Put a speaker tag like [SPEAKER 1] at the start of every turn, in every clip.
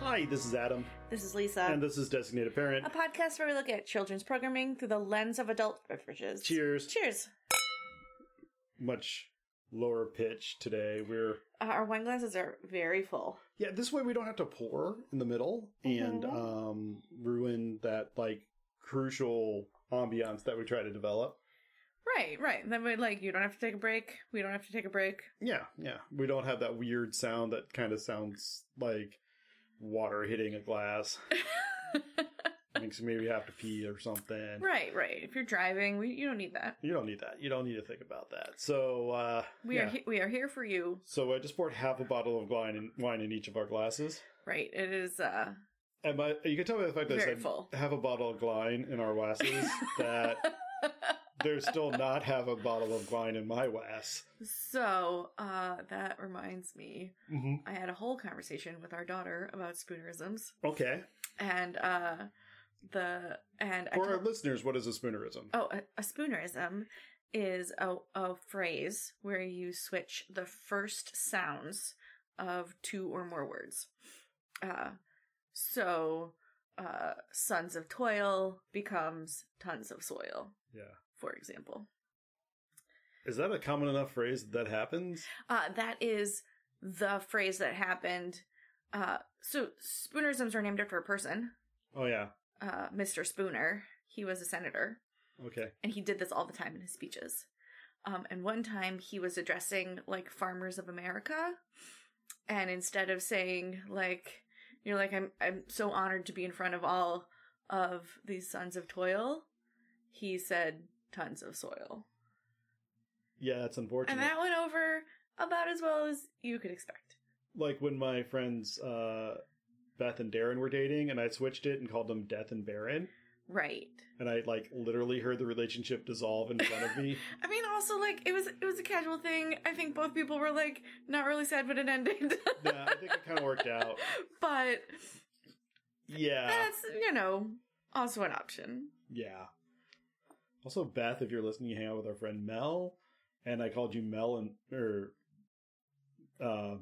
[SPEAKER 1] Hi, this is Adam,
[SPEAKER 2] This is Lisa,
[SPEAKER 1] and uh, this is Designated Parent.
[SPEAKER 2] a podcast where we look at children's programming through the lens of adult beverages.
[SPEAKER 1] Cheers.
[SPEAKER 2] Cheers.
[SPEAKER 1] Much lower pitch today. We're
[SPEAKER 2] Uh, our wine glasses are very full.
[SPEAKER 1] yeah, this way we don't have to pour in the middle and
[SPEAKER 2] Mhm.
[SPEAKER 1] um ruin that like crucial ambiance that we try to develop.
[SPEAKER 2] Right, right. Then we like you don't have to take a break. We don't have to take a break.
[SPEAKER 1] Yeah, yeah. We don't have that weird sound that kind of sounds like water hitting a glass. Makes me maybe have to pee or something.
[SPEAKER 2] right, right. If you're driving, we, you don't need that.
[SPEAKER 1] You don't need that. You don't need to think about that. So uh
[SPEAKER 2] We
[SPEAKER 1] yeah.
[SPEAKER 2] are he- we are here for you.
[SPEAKER 1] so I just poured half a bottle of wine in, wine in each of our glasses.
[SPEAKER 2] Right. It is uh
[SPEAKER 1] And by, you can tell by the fact that I
[SPEAKER 2] Very
[SPEAKER 1] said
[SPEAKER 2] full.
[SPEAKER 1] have a bottle of wine in our glasses that there's still not half a bottle of wine in my glass.
[SPEAKER 2] so uh that reminds me.
[SPEAKER 1] Mm-hmm.
[SPEAKER 2] I had a whole conversation with our daughter about spoonerisms
[SPEAKER 1] Okay.
[SPEAKER 2] and uh the and I
[SPEAKER 1] For
[SPEAKER 2] told-
[SPEAKER 1] our listeners, what is a spoonerism?
[SPEAKER 2] Oh, a, a spoonerism is a, a phrase where you switch the first sounds of two or more words. Uh, so, uh, sons of toil becomes tons of soil,
[SPEAKER 1] Yeah.
[SPEAKER 2] for example.
[SPEAKER 1] Is that a common enough phrase that, that happens?
[SPEAKER 2] Uh, that is the phrase that happened. Uh, so, spoonerisms are named after a person,
[SPEAKER 1] Oh, yeah.
[SPEAKER 2] uh, Mr. Spooner. He was a senator.
[SPEAKER 1] Okay.
[SPEAKER 2] and he did this all the time in his speeches. Um, and one time he was addressing like farmers of America, and instead of saying like, you know, like I'm I'm so honored to be in front of all of these sons of toil, he said tons of soil,
[SPEAKER 1] Yeah, that's unfortunate.
[SPEAKER 2] and that went over about as well as you could expect.
[SPEAKER 1] like when my friends uh, Beth and Darren were dating, and I switched it and called them Death and Baron,
[SPEAKER 2] Right.
[SPEAKER 1] and I like literally heard the relationship dissolve in front of me.
[SPEAKER 2] I mean, also like it was it was a casual thing. I think both people were like not really sad when it ended.
[SPEAKER 1] yeah, I think it kind of worked out.
[SPEAKER 2] but
[SPEAKER 1] Yeah.
[SPEAKER 2] that's you know also an option.
[SPEAKER 1] Yeah. Also, Beth, if you're listening, you hang out with our friend Mel, and I called you Mel and or uh,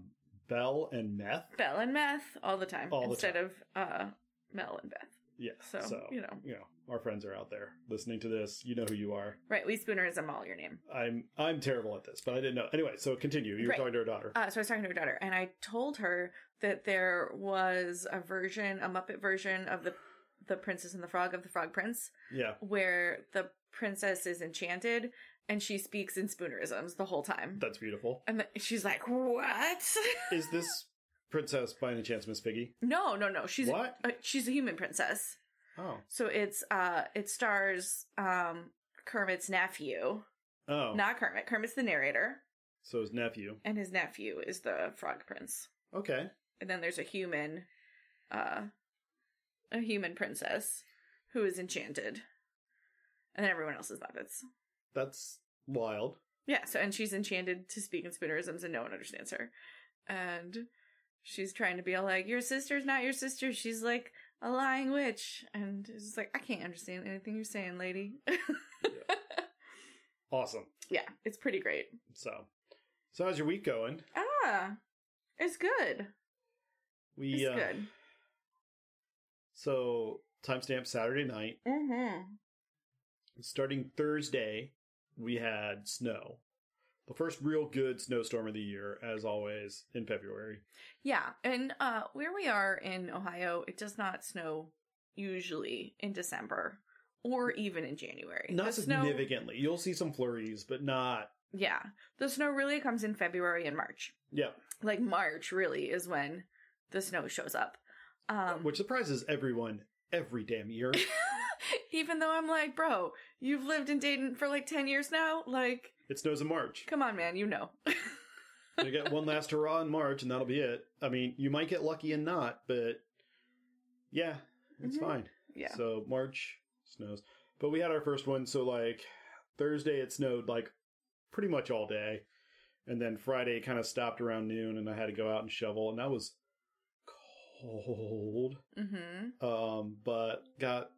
[SPEAKER 1] Bell and Meth.
[SPEAKER 2] Bell and Meth all the time
[SPEAKER 1] All the
[SPEAKER 2] instead
[SPEAKER 1] time.
[SPEAKER 2] of uh, Mel and Beth.
[SPEAKER 1] Yeah.
[SPEAKER 2] So, you know,
[SPEAKER 1] you know, our friends are out there listening to this. You know who you are.
[SPEAKER 2] right? Lee Spooner is a all your name.
[SPEAKER 1] I'm I'm terrible at this, but I didn't know. Anyway, so continue. You were
[SPEAKER 2] Right.
[SPEAKER 1] talking to her daughter.
[SPEAKER 2] Uh, so I was talking to her daughter, and I told her that there was a version, a Muppet version of the the Princess and the Frog of the Frog Prince,
[SPEAKER 1] yeah.
[SPEAKER 2] where the princess is enchanted and she speaks in Spoonerisms the whole time.
[SPEAKER 1] That's beautiful.
[SPEAKER 2] and the, she's like, "What?
[SPEAKER 1] Is this princess by any chance Miss Piggy?
[SPEAKER 2] no, no, no. She's
[SPEAKER 1] What?
[SPEAKER 2] Uh, she's a human princess.
[SPEAKER 1] Oh.
[SPEAKER 2] So it's uh, it stars um Kermit's nephew,
[SPEAKER 1] Oh.
[SPEAKER 2] not Kermit. Kermit's the narrator.
[SPEAKER 1] so his nephew.
[SPEAKER 2] and his nephew is the frog prince
[SPEAKER 1] Okay.
[SPEAKER 2] and then there's a human uh a human princess who is enchanted and then everyone else is muppets
[SPEAKER 1] That's wild.
[SPEAKER 2] yeah so and she's enchanted to speak in spoonerisms and no one understands her and she's trying to be all like your sister's not your sister she's like a lying witch and it's just like i can't understand anything you're saying lady
[SPEAKER 1] Awesome.
[SPEAKER 2] yeah it's pretty great
[SPEAKER 1] So, so how's your week going?
[SPEAKER 2] ah it's good
[SPEAKER 1] We
[SPEAKER 2] it's
[SPEAKER 1] uh,
[SPEAKER 2] good
[SPEAKER 1] So, timestamp Saturday night.
[SPEAKER 2] mm-hmm
[SPEAKER 1] Starting Thursday, we had snow. The first real good snowstorm of the year, as always, in February.
[SPEAKER 2] Yeah, and uh where we are in Ohio, it does not snow usually in December or even in January.
[SPEAKER 1] Not
[SPEAKER 2] The snow-
[SPEAKER 1] significantly. You'll see some flurries, but not.
[SPEAKER 2] yeah. The snow really comes in February and March.
[SPEAKER 1] Yeah.
[SPEAKER 2] Like March really is when the snow shows up. Um
[SPEAKER 1] Which surprises everyone every damn year.
[SPEAKER 2] even though I'm like, bro, you've lived in Dayton for like 10 years now, like
[SPEAKER 1] it snows in March.
[SPEAKER 2] come on man, you know.
[SPEAKER 1] You get one last hurrah in March, and that'll be it. I mean, you might get lucky and not, but Yeah, it's
[SPEAKER 2] Mhm.
[SPEAKER 1] fine.
[SPEAKER 2] Yeah.
[SPEAKER 1] So March snows, but we had our first one. So like Thursday, it snowed like pretty much all day, and then Friday kind of stopped around noon, and I had to go out and shovel, and that was cold.
[SPEAKER 2] mm-hmm.
[SPEAKER 1] Um, but got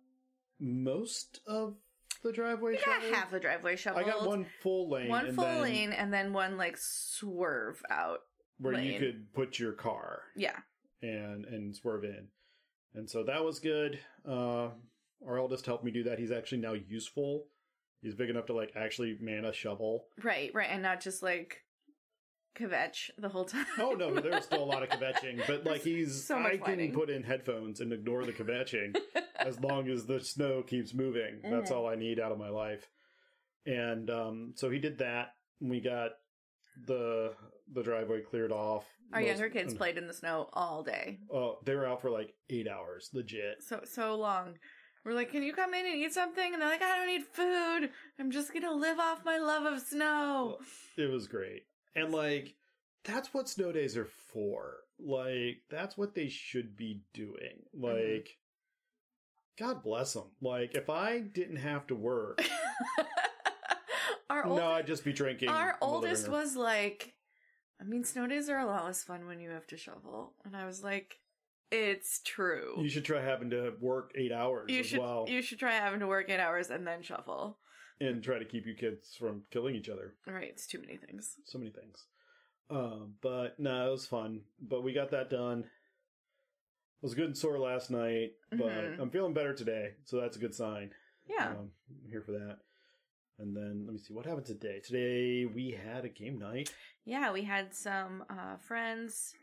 [SPEAKER 1] most of the driveway.
[SPEAKER 2] You got
[SPEAKER 1] shoveled.
[SPEAKER 2] half the driveway shoveled.
[SPEAKER 1] I got one full lane.
[SPEAKER 2] One
[SPEAKER 1] and
[SPEAKER 2] full
[SPEAKER 1] then
[SPEAKER 2] lane and then one like swerve out.
[SPEAKER 1] where you
[SPEAKER 2] lane.
[SPEAKER 1] could put your car.
[SPEAKER 2] Yeah.
[SPEAKER 1] and and swerve in. And so that was good. Uh, our eldest helped me do that. He's actually now useful. He's big enough to like actually man a shovel.
[SPEAKER 2] Right, right. And not just like kvetch the whole time.
[SPEAKER 1] Oh no, there's still a lot of kvetching, but like he's
[SPEAKER 2] So much
[SPEAKER 1] I can
[SPEAKER 2] lighting.
[SPEAKER 1] put in headphones and ignore the kvetching as long as the snow keeps moving. That's
[SPEAKER 2] Mhm.
[SPEAKER 1] all I need out of my life. And um, so he did that. We got the the driveway cleared off.
[SPEAKER 2] Our
[SPEAKER 1] Most-
[SPEAKER 2] younger kids played in the snow all day.
[SPEAKER 1] Oh, they were out for like eight hours, legit.
[SPEAKER 2] So so long. We're like, can you come in and eat something? And they're like, I don't need food. I'm just gonna live off my love of snow.
[SPEAKER 1] It was great. And like that's what snow days are for. Like that's what they should be doing.
[SPEAKER 2] Mm-hmm.
[SPEAKER 1] Like God bless them. Like if I didn't have to work,
[SPEAKER 2] our
[SPEAKER 1] no,
[SPEAKER 2] old,
[SPEAKER 1] I'd just be drinking.
[SPEAKER 2] our
[SPEAKER 1] in the living
[SPEAKER 2] oldest
[SPEAKER 1] room.
[SPEAKER 2] was like, I mean, snow days are a lot less fun when you have to shovel. And I was like, it's true.
[SPEAKER 1] You should try having to work 8 hours
[SPEAKER 2] You
[SPEAKER 1] as
[SPEAKER 2] should
[SPEAKER 1] well
[SPEAKER 2] you should try having to work eight hours and then shovel.
[SPEAKER 1] and try to keep you kids from killing each other.
[SPEAKER 2] Right, it's too many things.
[SPEAKER 1] so many things. Um, but no, it was fun. But we got that done. I was good and sore last night, but
[SPEAKER 2] Mhm.
[SPEAKER 1] I'm feeling better today, so that's a good sign.
[SPEAKER 2] Yeah.
[SPEAKER 1] um, I'm here for that. And then let me see what happened today. Today we had a game night.
[SPEAKER 2] Yeah, we had some uh, friends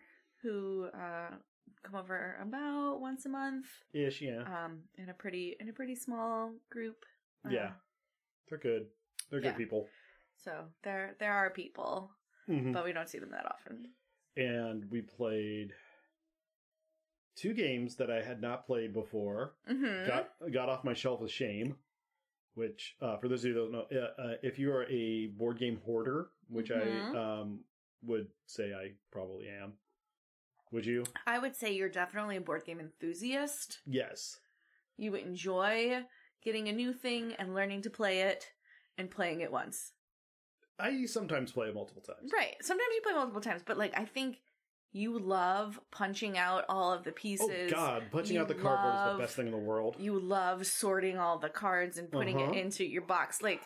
[SPEAKER 2] who uh, come over about once a month,
[SPEAKER 1] Ish, yeah,
[SPEAKER 2] um, in a pretty in a pretty small group. Um,
[SPEAKER 1] yeah. They're good. They're
[SPEAKER 2] yeah.
[SPEAKER 1] good people.
[SPEAKER 2] So there there are people,
[SPEAKER 1] Mhm.
[SPEAKER 2] but we don't see them that often.
[SPEAKER 1] And we played two games that I had not played before.
[SPEAKER 2] Mm-hmm.
[SPEAKER 1] got got off my shelf with shame. Which, uh, for those of you who don't know, uh, uh, if you are a board game hoarder, which
[SPEAKER 2] Mhm.
[SPEAKER 1] I um, would say I probably am, would you?
[SPEAKER 2] I would say you're definitely a board game enthusiast.
[SPEAKER 1] Yes,
[SPEAKER 2] You enjoy getting a new thing and learning to play it and playing it once.
[SPEAKER 1] I sometimes play multiple times.
[SPEAKER 2] Right. Sometimes you play multiple times, but like I think you love punching out all of the pieces.
[SPEAKER 1] Oh God, punching
[SPEAKER 2] you
[SPEAKER 1] out the cardboard is
[SPEAKER 2] love-
[SPEAKER 1] the best thing in the world.
[SPEAKER 2] You love sorting all the cards and putting
[SPEAKER 1] Uh-huh.
[SPEAKER 2] it into your box. Like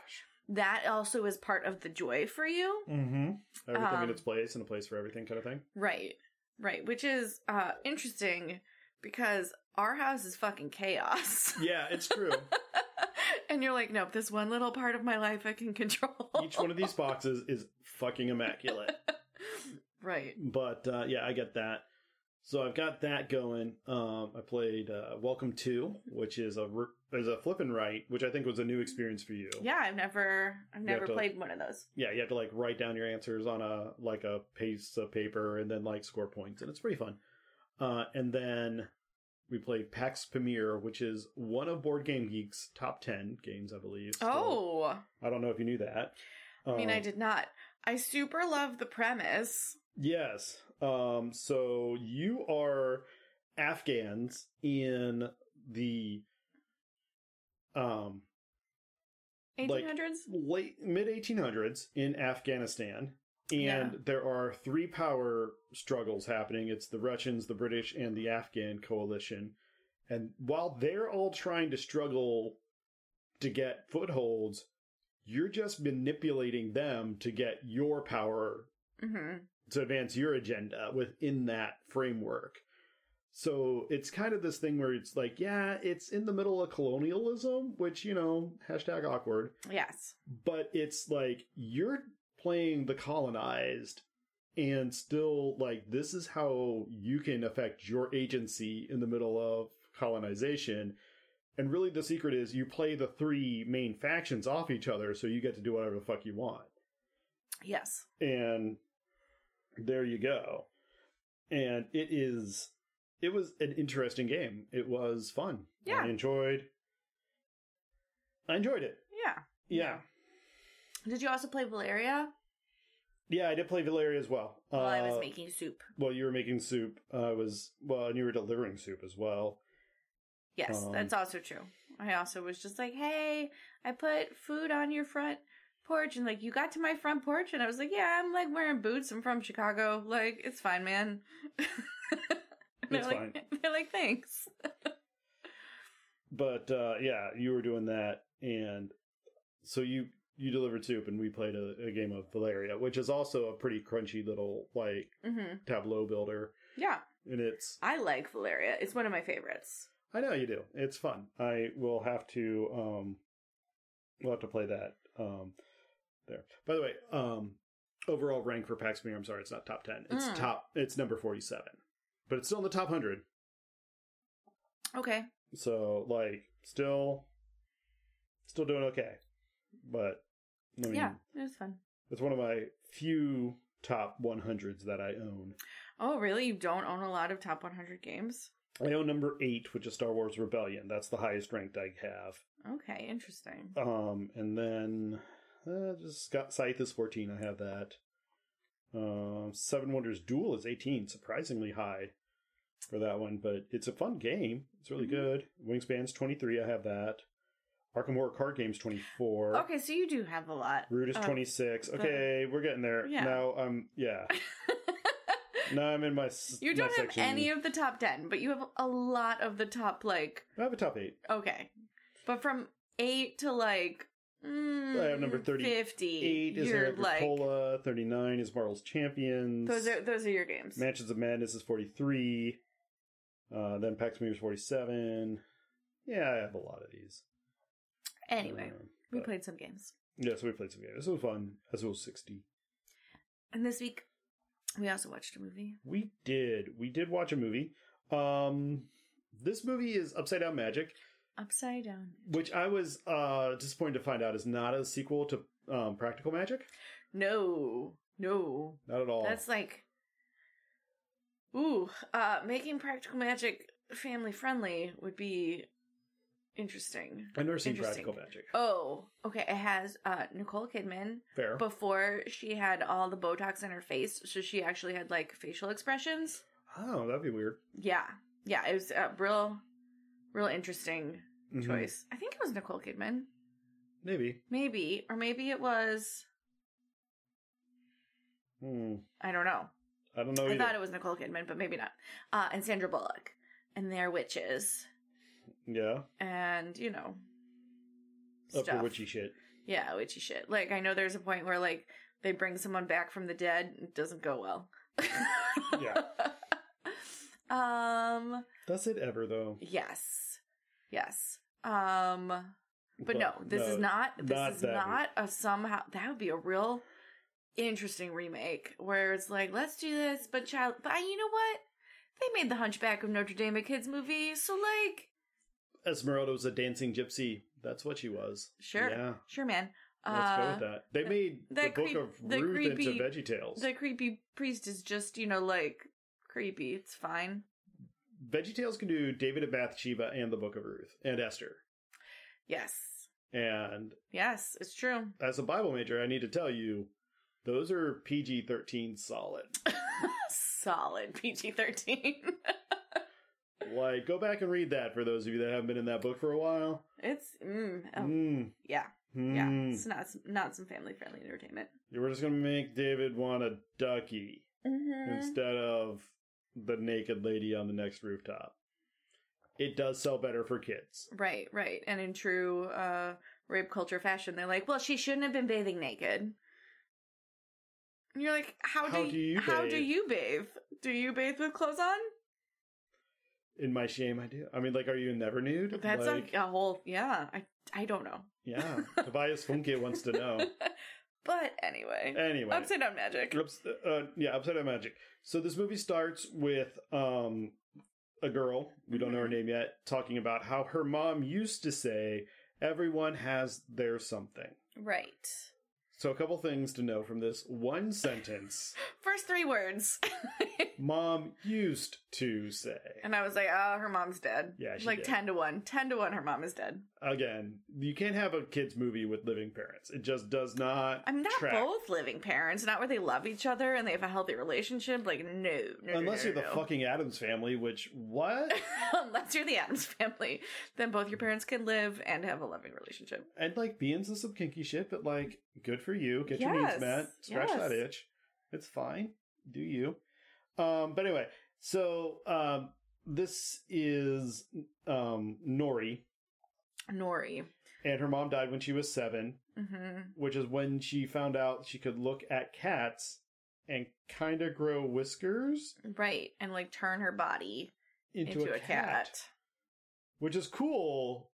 [SPEAKER 2] that also is part of the joy for you.
[SPEAKER 1] Mm-hmm. Everything
[SPEAKER 2] Um,
[SPEAKER 1] in its place and a place for everything, kind of thing.
[SPEAKER 2] Right. Right, which is uh interesting because our house is fucking chaos.
[SPEAKER 1] Yeah, it's true.
[SPEAKER 2] and you're like, nope, this one little part of my life I can control.
[SPEAKER 1] Each one of these boxes is fucking immaculate.
[SPEAKER 2] Right.
[SPEAKER 1] But uh, yeah, I get that. So I've got that going. Um, I played uh, Welcome to, which is a r- is a flip and write, which I think was a new experience for you.
[SPEAKER 2] Yeah, I've never I've
[SPEAKER 1] You have
[SPEAKER 2] never
[SPEAKER 1] to-
[SPEAKER 2] played one of those.
[SPEAKER 1] yeah. You have to like write down your answers on a like a piece of paper and then like score points, and it's pretty fun. Uh, and then we played Pax Pamir, which is one of Board Game Geek's top ten games, I believe. still.
[SPEAKER 2] Oh.
[SPEAKER 1] I don't know if you knew that.
[SPEAKER 2] I mean, I
[SPEAKER 1] Um,
[SPEAKER 2] did not. I super love the premise.
[SPEAKER 1] Yes. Um, so you are Afghans in the um,
[SPEAKER 2] 1800s?
[SPEAKER 1] Like- late mid 1800s in Afghanistan, and
[SPEAKER 2] Yeah.
[SPEAKER 1] there are three power struggles happening. It's the Russians, the British, and the Afghan coalition. And while they're all trying to struggle to get footholds, you're just manipulating them to get your power
[SPEAKER 2] hmm
[SPEAKER 1] to advance your agenda within that framework. So it's kind of this thing where it's like, yeah, it's in the middle of colonialism, which, you know, hashtag awkward,
[SPEAKER 2] Yes.
[SPEAKER 1] but it's like you're playing the colonized and still like this is how you can affect your agency in the middle of colonization. And really the secret is you play the three main factions off each other so you get to do whatever the fuck you want
[SPEAKER 2] Yes.
[SPEAKER 1] and there you go and it is it was an interesting game it was fun
[SPEAKER 2] Yeah.
[SPEAKER 1] i enjoyed i enjoyed it
[SPEAKER 2] Yeah.
[SPEAKER 1] yeah
[SPEAKER 2] Did you also play Valeria?
[SPEAKER 1] yeah i did play valeria as well
[SPEAKER 2] While I was
[SPEAKER 1] Uh,
[SPEAKER 2] making soup.
[SPEAKER 1] well you were making soup i was well and you were delivering soup as well
[SPEAKER 2] Yes,
[SPEAKER 1] Um,
[SPEAKER 2] that's also true. I also was just like, hey, I put food on your front porch, and like, you got to my front porch, and I was like, yeah, I'm like wearing boots. I'm from Chicago. Like, it's fine, man. And they're
[SPEAKER 1] It's
[SPEAKER 2] like, They're like, thanks.
[SPEAKER 1] But uh, yeah, you were doing that, and so you you delivered soup, and we played a, a game of Valeria, which is also a pretty crunchy little like
[SPEAKER 2] hmm
[SPEAKER 1] tableau builder,
[SPEAKER 2] Yeah,
[SPEAKER 1] and it's
[SPEAKER 2] I like Valeria. It's one of my favorites.
[SPEAKER 1] I know you do. It's fun. I will have to um we'll have to play that um there. By the way, um overall rank for Pax Mirror, I'm sorry, it's not top 10. It's
[SPEAKER 2] Mm.
[SPEAKER 1] top it's number 47. But it's still in the top 100.
[SPEAKER 2] Okay.
[SPEAKER 1] So like still still doing okay. But I mean,
[SPEAKER 2] yeah, it was fun.
[SPEAKER 1] it's one of my few top 100s that I own.
[SPEAKER 2] Oh, really? You don't own a lot of top 100 games?
[SPEAKER 1] I own number 8, which is Star Wars Rebellion. That's the highest ranked I have.
[SPEAKER 2] Okay, interesting.
[SPEAKER 1] Um, and then uh, just got Scythe is 14. I have that. Um, Seven Wonders Duel is 18, surprisingly high for that one, but it's a fun game. It's really
[SPEAKER 2] Mhm.
[SPEAKER 1] good. Wingspan's 23. I have that. Arkham Horror Card Game's 24.
[SPEAKER 2] Okay, so you do have a lot.
[SPEAKER 1] Root is
[SPEAKER 2] Uh,
[SPEAKER 1] 26.
[SPEAKER 2] but-
[SPEAKER 1] Okay, we're getting there.
[SPEAKER 2] Yeah.
[SPEAKER 1] Now I'm yeah. now I'm in my. s-
[SPEAKER 2] you
[SPEAKER 1] my
[SPEAKER 2] don't have
[SPEAKER 1] section.
[SPEAKER 2] any of the top 10, but you have a lot of the top, like,
[SPEAKER 1] I have a top eight.
[SPEAKER 2] okay. But from 8 to, like, mm,
[SPEAKER 1] I have number 30.
[SPEAKER 2] 50.
[SPEAKER 1] Eight is
[SPEAKER 2] you're like,
[SPEAKER 1] Agricola. 39 is Marvel's Champions.
[SPEAKER 2] those are, those are your games.
[SPEAKER 1] Mansions of Madness is 43. Uh, then Pax Mirror is 47. Yeah, I have a lot of these.
[SPEAKER 2] Anyway,
[SPEAKER 1] Um,
[SPEAKER 2] we
[SPEAKER 1] but-
[SPEAKER 2] played some games.
[SPEAKER 1] Yeah, so we played some games. This was fun. This was 60.
[SPEAKER 2] And this week, we also watched a movie.
[SPEAKER 1] We did. We did watch a movie. Um, this movie is Upside Down Magic,
[SPEAKER 2] Upside Down.
[SPEAKER 1] which I was uh, disappointed to find out is not a sequel to um, Practical Magic.
[SPEAKER 2] No, no.
[SPEAKER 1] Not at all.
[SPEAKER 2] That's like, ooh, uh, making practical magic family friendly would be interesting.
[SPEAKER 1] I've never seen
[SPEAKER 2] interesting.
[SPEAKER 1] Practical Magic.
[SPEAKER 2] Oh, okay. It has uh, Nicole Kidman
[SPEAKER 1] Fair.
[SPEAKER 2] before she had all the Botox in her face, so she actually had like facial expressions.
[SPEAKER 1] oh, that'd be weird.
[SPEAKER 2] Yeah, yeah. It was a real, real interesting
[SPEAKER 1] Mhm.
[SPEAKER 2] choice. I think it was Nicole Kidman,
[SPEAKER 1] Maybe.
[SPEAKER 2] maybe, or maybe it was.
[SPEAKER 1] Hmm. I
[SPEAKER 2] I don't know.
[SPEAKER 1] don't know.
[SPEAKER 2] I
[SPEAKER 1] either.
[SPEAKER 2] thought it was Nicole Kidman, but maybe not. Uh, and Sandra Bullock, and they're witches,
[SPEAKER 1] yeah.
[SPEAKER 2] and you know,
[SPEAKER 1] Up
[SPEAKER 2] stuff.
[SPEAKER 1] for witchy shit.
[SPEAKER 2] Yeah, witchy shit. Like I know there's a point where like they bring someone back from the dead, it doesn't go well. yeah. Um.
[SPEAKER 1] Does it ever though?
[SPEAKER 2] Yes. Yes. Um. But no, this is not. This
[SPEAKER 1] not
[SPEAKER 2] is
[SPEAKER 1] that.
[SPEAKER 2] not a somehow. That would be a real interesting remake where it's like, let's do this, but child. But you know what? They made the Hunchback of Notre Dame a kids movie, so like,
[SPEAKER 1] Esmeralda was a dancing gypsy. That's what she was.
[SPEAKER 2] sure,
[SPEAKER 1] Yeah.
[SPEAKER 2] sure, man.
[SPEAKER 1] Let's
[SPEAKER 2] uh,
[SPEAKER 1] go with that. They made the
[SPEAKER 2] that
[SPEAKER 1] book
[SPEAKER 2] creep-
[SPEAKER 1] of
[SPEAKER 2] the
[SPEAKER 1] Ruth
[SPEAKER 2] creepy-
[SPEAKER 1] into Veggie Tales.
[SPEAKER 2] The creepy priest is just, you know, like creepy. It's fine.
[SPEAKER 1] Veggie Tales can do David and Bathsheba and the Book of Ruth and Esther.
[SPEAKER 2] Yes.
[SPEAKER 1] And
[SPEAKER 2] Yes, it's true.
[SPEAKER 1] as a Bible major, I need to tell you, those are PG thirteen solid.
[SPEAKER 2] Solid PG 13.
[SPEAKER 1] like, go back and read that for those of you that haven't been in that book for a while.
[SPEAKER 2] it's, mm, oh,
[SPEAKER 1] Mm.
[SPEAKER 2] yeah, yeah.
[SPEAKER 1] Mm.
[SPEAKER 2] It's not, not some family friendly entertainment.
[SPEAKER 1] You were just gonna make David want a ducky
[SPEAKER 2] Mm-hmm.
[SPEAKER 1] instead of the naked lady on the next rooftop. It does sell better for kids.
[SPEAKER 2] Right, right. And in true uh, rape culture fashion, they're like, well, she shouldn't have been bathing naked. And you're like, how do,
[SPEAKER 1] How do you
[SPEAKER 2] how do
[SPEAKER 1] bathe?
[SPEAKER 2] you bathe? Do you bathe with clothes on?
[SPEAKER 1] In my shame, I do. I mean, like, are you never nude?
[SPEAKER 2] That's
[SPEAKER 1] like,
[SPEAKER 2] a, a whole, yeah. I, I don't know.
[SPEAKER 1] yeah. Tobias Funke wants to know.
[SPEAKER 2] but anyway,
[SPEAKER 1] Oh. Anyway,
[SPEAKER 2] upside down magic.
[SPEAKER 1] Ups- uh, yeah, upside down magic. So this movie starts with um a girl we don't know
[SPEAKER 2] Mm-hmm.
[SPEAKER 1] her name yet talking about how her mom used to say everyone has their something.
[SPEAKER 2] Right.
[SPEAKER 1] So, a couple things to know from this one sentence
[SPEAKER 2] First three words.
[SPEAKER 1] mom used to say.
[SPEAKER 2] And I was like, oh, her mom's dead.
[SPEAKER 1] Yeah, she
[SPEAKER 2] Like
[SPEAKER 1] did.
[SPEAKER 2] 10 to 1. 10 to 1, her mom is dead.
[SPEAKER 1] Again, you can't have a kids' movie with living parents. It just does not.
[SPEAKER 2] I'm not
[SPEAKER 1] track.
[SPEAKER 2] both living parents, not where they love each other and they have a healthy relationship. Like, no. no no,
[SPEAKER 1] Unless
[SPEAKER 2] no,
[SPEAKER 1] you're the
[SPEAKER 2] no.
[SPEAKER 1] fucking Adams family, which, what?
[SPEAKER 2] Unless you're the Adams family, then both your parents can live and have a loving relationship.
[SPEAKER 1] and like be into some kinky shit, but like good for you. Get your
[SPEAKER 2] Yes,
[SPEAKER 1] needs met. Scratch
[SPEAKER 2] yes.
[SPEAKER 1] that itch. It's fine. Do you. Um, but anyway, so um this is um Nori,
[SPEAKER 2] Nori.
[SPEAKER 1] and her mom died when she was seven,
[SPEAKER 2] hmm
[SPEAKER 1] which is when she found out she could look at cats and kinda grow whiskers
[SPEAKER 2] Right. And like turn her body
[SPEAKER 1] into, a, cat, Which is cool.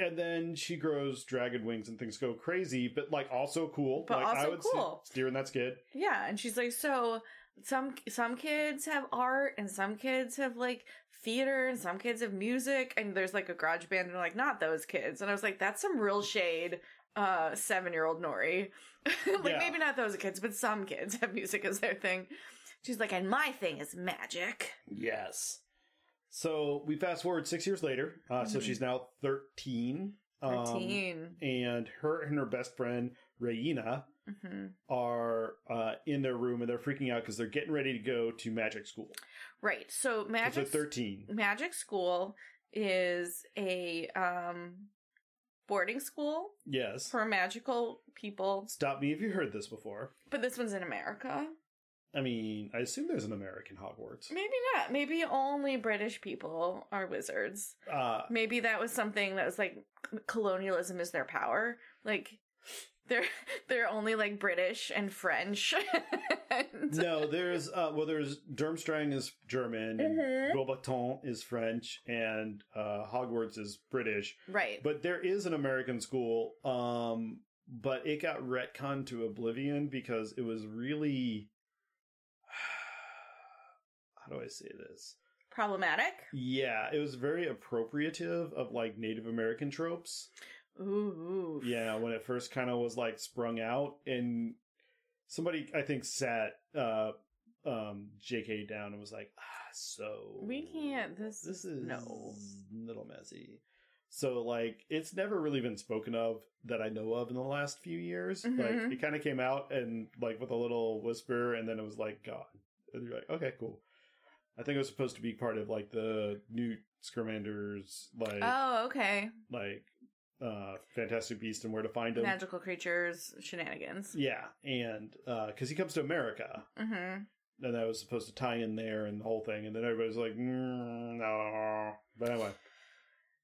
[SPEAKER 1] And then she grows dragon wings and things go crazy, but like also cool.
[SPEAKER 2] But
[SPEAKER 1] like I
[SPEAKER 2] also
[SPEAKER 1] would
[SPEAKER 2] cool.
[SPEAKER 1] Steer, steer in that skid.
[SPEAKER 2] Yeah, and she's like, so some some kids have art, and some kids have like theater, and some kids have music, and there's like a garage band, and they're like, not those kids. And I was like, that's some real shade, uh, seven year old Nori. like
[SPEAKER 1] Yeah.
[SPEAKER 2] maybe not those kids, but some kids have music as their thing. She's like, and my thing is magic.
[SPEAKER 1] Yes. So we fast forward six years later. Uh, So
[SPEAKER 2] Mhm.
[SPEAKER 1] she's now 13. Um,
[SPEAKER 2] Thirteen.
[SPEAKER 1] And her and her best friend, Raina,
[SPEAKER 2] hmm
[SPEAKER 1] are uh, in their room and they're freaking out because they're getting ready to go to magic school. 'Cause
[SPEAKER 2] Right. So magic.
[SPEAKER 1] they're 13.
[SPEAKER 2] Magic School is a um boarding school
[SPEAKER 1] Yes.
[SPEAKER 2] for magical people,
[SPEAKER 1] Stop me if you heard this before.
[SPEAKER 2] but this one's in America.
[SPEAKER 1] I mean, I assume there's an American Hogwarts.
[SPEAKER 2] Maybe not. Maybe only British people are wizards.
[SPEAKER 1] Uh,
[SPEAKER 2] Maybe that was something that was like colonialism is their power. Like they're they're only like British and French. and,
[SPEAKER 1] no, there's, uh, well, there's Durmstrang is German,
[SPEAKER 2] Mhm.
[SPEAKER 1] Beaubaton is French, and uh, Hogwarts is British.
[SPEAKER 2] Right.
[SPEAKER 1] But there is an American school, um, but it got retconned to oblivion because it was really. How do I say this?
[SPEAKER 2] Problematic.
[SPEAKER 1] Yeah, it was very appropriative of like Native American tropes.
[SPEAKER 2] Ooh.
[SPEAKER 1] Yeah, when it first kind of was like sprung out, and somebody I think sat uh, um, J.K. down and was like, "Ah, so
[SPEAKER 2] We can't- this-
[SPEAKER 1] this is
[SPEAKER 2] no.
[SPEAKER 1] little messy." So like, it's never really been spoken of that I know of in the last few years.
[SPEAKER 2] Mhm.
[SPEAKER 1] Like, it kind of came out and like with a little whisper, and then it was like gone. And you're like, "Okay, cool." I think it was supposed to be part of like the new Scaramanders, like
[SPEAKER 2] Oh, okay.
[SPEAKER 1] like uh Fantastic Beast and Where to Find Him.
[SPEAKER 2] Magical creatures shenanigans.
[SPEAKER 1] Yeah, and because he comes to America,
[SPEAKER 2] Mm-hmm.
[SPEAKER 1] and that was supposed to tie in there and the whole thing, and then everybody's like, mm, no. But anyway,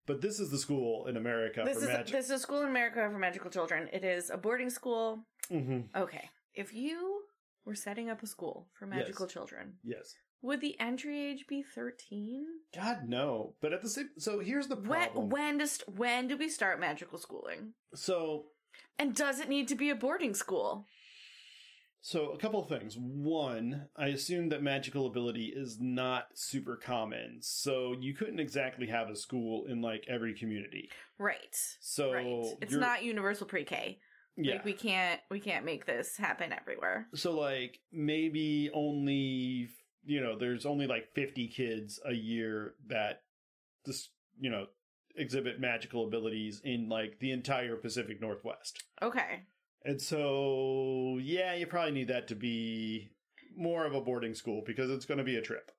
[SPEAKER 1] but this is the school in America
[SPEAKER 2] this
[SPEAKER 1] for
[SPEAKER 2] is
[SPEAKER 1] magic.
[SPEAKER 2] this is a school in America for magical children. It is a boarding school.
[SPEAKER 1] Mhm.
[SPEAKER 2] Okay, if you were setting up a school for magical
[SPEAKER 1] Yes.
[SPEAKER 2] children,
[SPEAKER 1] Yes.
[SPEAKER 2] would the entry age be thirteen?
[SPEAKER 1] God no. But at the same, so here's the
[SPEAKER 2] When
[SPEAKER 1] problem.
[SPEAKER 2] when does when do we start magical schooling?
[SPEAKER 1] so
[SPEAKER 2] And does it need to be a boarding school?
[SPEAKER 1] So, a couple of things. One, I assume that magical ability is not super common. So, you couldn't exactly have a school in like every community.
[SPEAKER 2] Right,
[SPEAKER 1] So,
[SPEAKER 2] right. It's
[SPEAKER 1] you're-
[SPEAKER 2] not universal pre-K.
[SPEAKER 1] yeah.
[SPEAKER 2] Like we can't we can't make this happen everywhere.
[SPEAKER 1] so like maybe only you know there's only like 50 kids a year that just you know exhibit magical abilities in like the entire pacific northwest
[SPEAKER 2] Okay,
[SPEAKER 1] and so yeah you probably need that to be more of a boarding school because it's going to be a trip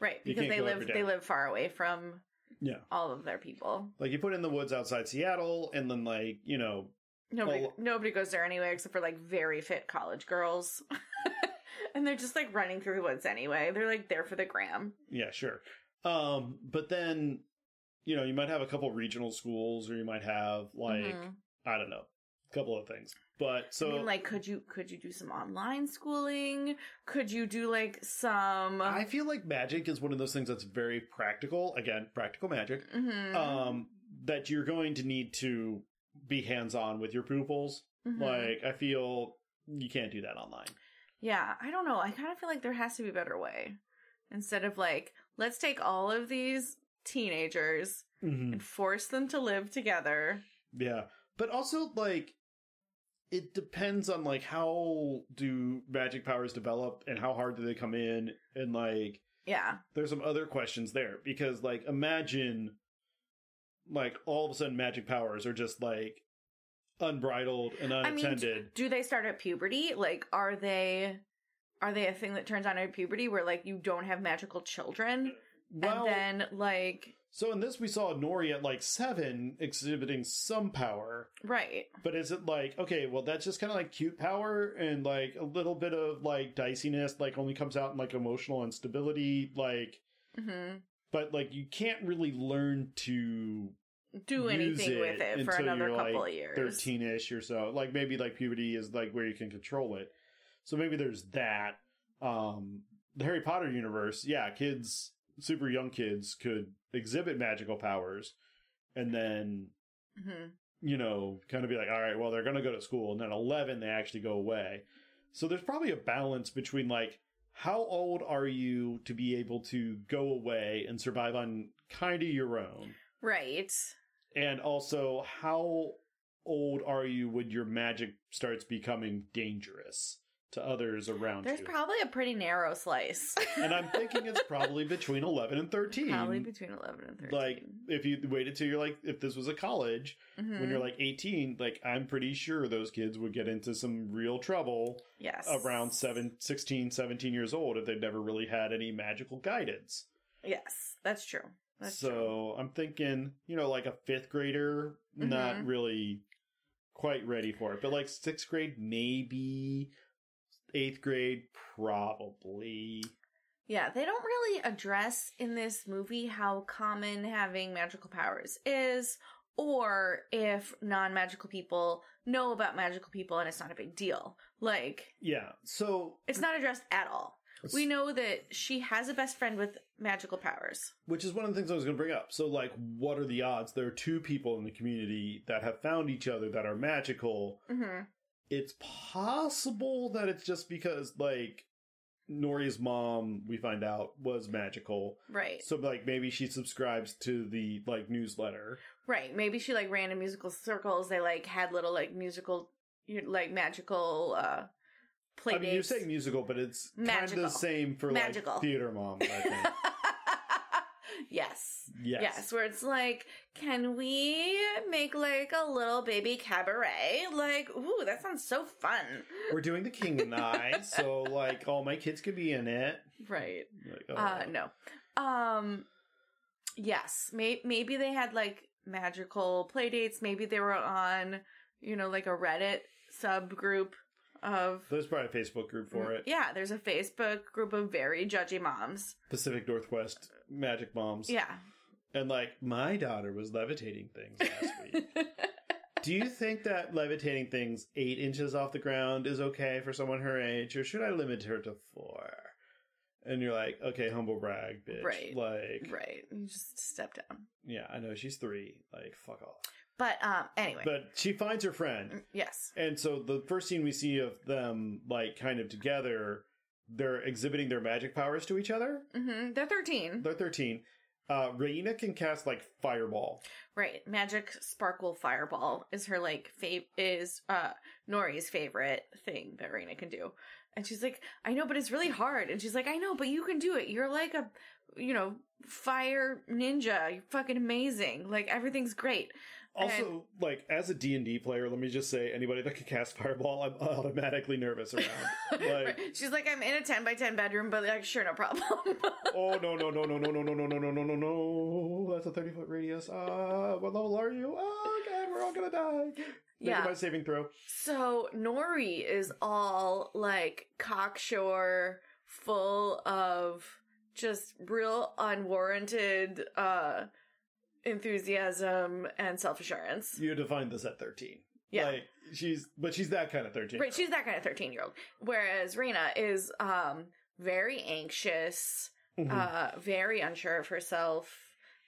[SPEAKER 2] right?
[SPEAKER 1] You
[SPEAKER 2] Because
[SPEAKER 1] can't
[SPEAKER 2] they
[SPEAKER 1] go
[SPEAKER 2] live
[SPEAKER 1] every day.
[SPEAKER 2] they live far away from
[SPEAKER 1] yeah
[SPEAKER 2] all of their people.
[SPEAKER 1] like you put it in the woods outside seattle and then like you know
[SPEAKER 2] Nobody,
[SPEAKER 1] Well-
[SPEAKER 2] nobody goes there anyway, except for like very fit college girls, and they're just like running through the woods anyway. They're like there for the gram.
[SPEAKER 1] Yeah, sure. Um, but then, you know, you might have a couple regional schools, or you might have like
[SPEAKER 2] Mhm.
[SPEAKER 1] I don't know, a couple of things. But so
[SPEAKER 2] I mean, like, could you could you do some online schooling? Could you do like some?
[SPEAKER 1] I feel like magic is one of those things that's very practical. Again, practical magic.
[SPEAKER 2] Mhm.
[SPEAKER 1] Um, that you're going to need to be hands on with your pupils.
[SPEAKER 2] Mhm.
[SPEAKER 1] Like I feel you can't do that online.
[SPEAKER 2] yeah, I don't know. I kind of feel like there has to be a better way instead of like let's take all of these teenagers
[SPEAKER 1] Mm-hmm.
[SPEAKER 2] and force them to live together.
[SPEAKER 1] Yeah. But also like it depends on like how do magic powers develop and how hard do they come in and like
[SPEAKER 2] Yeah.
[SPEAKER 1] there's some other questions there because like imagine like all of a sudden magic powers are just like unbridled and
[SPEAKER 2] I mean,
[SPEAKER 1] unattended
[SPEAKER 2] do they start at puberty? Like, are they are they a thing that turns on at puberty where like you don't have magical children?
[SPEAKER 1] well
[SPEAKER 2] and then like
[SPEAKER 1] so in this we saw nori at like seven exhibiting some power
[SPEAKER 2] right.
[SPEAKER 1] but is it like okay well that's just kind of like cute power and like a little bit of like diciness like only comes out in like emotional instability like
[SPEAKER 2] hmm
[SPEAKER 1] but like you can't really learn to
[SPEAKER 2] Do
[SPEAKER 1] use
[SPEAKER 2] anything with it for
[SPEAKER 1] until
[SPEAKER 2] another
[SPEAKER 1] you're,
[SPEAKER 2] couple
[SPEAKER 1] like,
[SPEAKER 2] of years.
[SPEAKER 1] 13ish or so like maybe like puberty is like where you can control it so maybe there's that um the harry potter universe yeah kids super young kids could exhibit magical powers and then
[SPEAKER 2] hmm
[SPEAKER 1] you know kind of be like all right well they're gonna go to school and then 11 they actually go away so there's probably a balance between like how old are you to be able to go away and survive on kind of your own
[SPEAKER 2] Right.
[SPEAKER 1] and also, how old are you when your magic starts becoming dangerous to others around
[SPEAKER 2] There's
[SPEAKER 1] you?
[SPEAKER 2] probably a pretty narrow slice.
[SPEAKER 1] and I'm thinking it's probably between 11 and 13.
[SPEAKER 2] probably between eleven and thirteen.
[SPEAKER 1] Like, if you waited till you're like, if this was a college,
[SPEAKER 2] Mhm.
[SPEAKER 1] when you're like 18, like, I'm pretty sure those kids would get into some real trouble
[SPEAKER 2] yes
[SPEAKER 1] around seven, 16, 17 years old if they've never really had any magical guidance.
[SPEAKER 2] Yes, that's true. That's
[SPEAKER 1] so
[SPEAKER 2] true.
[SPEAKER 1] I'm thinking, you know, like a fifth grader, not
[SPEAKER 2] Mhm.
[SPEAKER 1] really quite ready for it, but like sixth grade, maybe eighth grade, probably.
[SPEAKER 2] Yeah, they don't really address in this movie how common having magical powers is, or if non magical people know about magical people and it's not a big deal. Like,
[SPEAKER 1] Yeah. So,
[SPEAKER 2] it's not addressed at all. We
[SPEAKER 1] we know-
[SPEAKER 2] know that she has a best friend with magical powers.
[SPEAKER 1] which is one of the things I was going to bring up. So, like, what are the odds? There are two people in the community that have found each other that are magical.
[SPEAKER 2] Mm-hmm.
[SPEAKER 1] It's possible that it's just because, like, Nori's mom, we find out, was magical.
[SPEAKER 2] Right.
[SPEAKER 1] So, like, maybe she subscribes to the, like, newsletter.
[SPEAKER 2] Right. Maybe she like ran in musical circles. They like had little like musical, you- like magical uh play
[SPEAKER 1] I mean, you
[SPEAKER 2] dates.
[SPEAKER 1] say musical, but it's kind of
[SPEAKER 2] Magical.
[SPEAKER 1] the same for
[SPEAKER 2] Magical.
[SPEAKER 1] like theater mom. I think.
[SPEAKER 2] yes.
[SPEAKER 1] yes.
[SPEAKER 2] Yes. where it's like, can we make like a little baby cabaret? Like, ooh, that sounds so fun.
[SPEAKER 1] we're doing the King and I, so like all my kids could be in it.
[SPEAKER 2] Right.
[SPEAKER 1] Like, oh.
[SPEAKER 2] Uh no. Um yes, may- maybe they had like magical play dates, maybe they were on, you know, like a Reddit subgroup of
[SPEAKER 1] There's probably a Facebook group for it.
[SPEAKER 2] Mm, Yeah, there's a Facebook group of very judgy moms.
[SPEAKER 1] Pacific Northwest Magic Moms.
[SPEAKER 2] Yeah.
[SPEAKER 1] And like my daughter was levitating things last week. Do you think that levitating things eight inches off the ground is okay for someone her age, or should I limit her to four? And you're like, okay, humble brag, bitch.
[SPEAKER 2] Right.
[SPEAKER 1] Like,
[SPEAKER 2] right. You just step down.
[SPEAKER 1] yeah, I know she's three. Like, fuck off.
[SPEAKER 2] But um anyway.
[SPEAKER 1] But she finds her friend.
[SPEAKER 2] Mm, yes.
[SPEAKER 1] And so the first scene we see of them, like, kind of together, they're exhibiting their magic powers to each other.
[SPEAKER 2] Mhm. They're 13.
[SPEAKER 1] They're 13. Uh, Raina can cast, like, fireball.
[SPEAKER 2] Right. Magic Sparkle Fireball is her like fav is uh Nori's favorite thing that Raina can do. And she's like, I know, but it's really hard. And she's like, I know, but you can do it. You're like a you know, fire ninja. You're fucking amazing. Like everything's great.
[SPEAKER 1] Also, like, as a D&D player, let me just say, anybody that can cast fireball, I'm automatically nervous around. Like-
[SPEAKER 2] Right. She's like, I'm in a ten by ten bedroom, but like sure no problem.
[SPEAKER 1] oh, no, no, no, no, no, no, no, no, no, no, no, no, no. That's a 30-foot radius. Ah, what level are you? Oh, God, we're all gonna die. Make
[SPEAKER 2] Yeah.
[SPEAKER 1] my saving throw.
[SPEAKER 2] So Nori is all like cocksure, full of just real unwarranted uh enthusiasm and self assurance.
[SPEAKER 1] You defined this at 13.
[SPEAKER 2] Yeah.
[SPEAKER 1] Like she's but she's that kind of 13.
[SPEAKER 2] Right, she's that kind of thirteen year old. Whereas Rena is um very anxious,
[SPEAKER 1] Mhm.
[SPEAKER 2] uh very unsure of herself.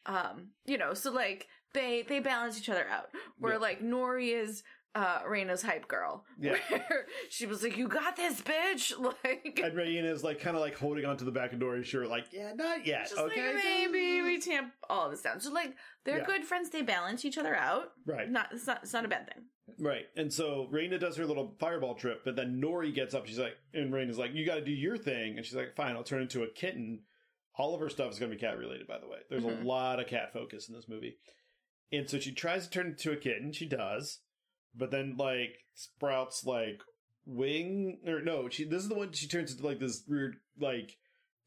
[SPEAKER 2] Um, you know, so like they they balance each other out. Where
[SPEAKER 1] Yeah.
[SPEAKER 2] like Nori is uh Reina's hype girl.
[SPEAKER 1] Yeah.
[SPEAKER 2] Where she was like, You got this bitch like
[SPEAKER 1] And Rain is like kind of like holding onto the back of Dory's shirt, like, yeah, not yet.
[SPEAKER 2] just
[SPEAKER 1] okay.
[SPEAKER 2] like maybe we tamp all of this down. So like they're
[SPEAKER 1] Yeah.
[SPEAKER 2] good friends, they balance each other out.
[SPEAKER 1] Right.
[SPEAKER 2] Not it's not it's not a bad thing.
[SPEAKER 1] Right. And so Raina does her little fireball trip, but then Nori gets up. She's like, and Raina's like, you got to do your thing. And she's like, fine, I'll turn into a kitten. All of her stuff is going to be cat related, by the way. There's
[SPEAKER 2] Mhm.
[SPEAKER 1] a lot of cat focus in this movie. And so she tries to turn into a kitten. She does. But then, like, sprouts, like, wing. Or no, she, this is the one she turns into, like, this weird, like,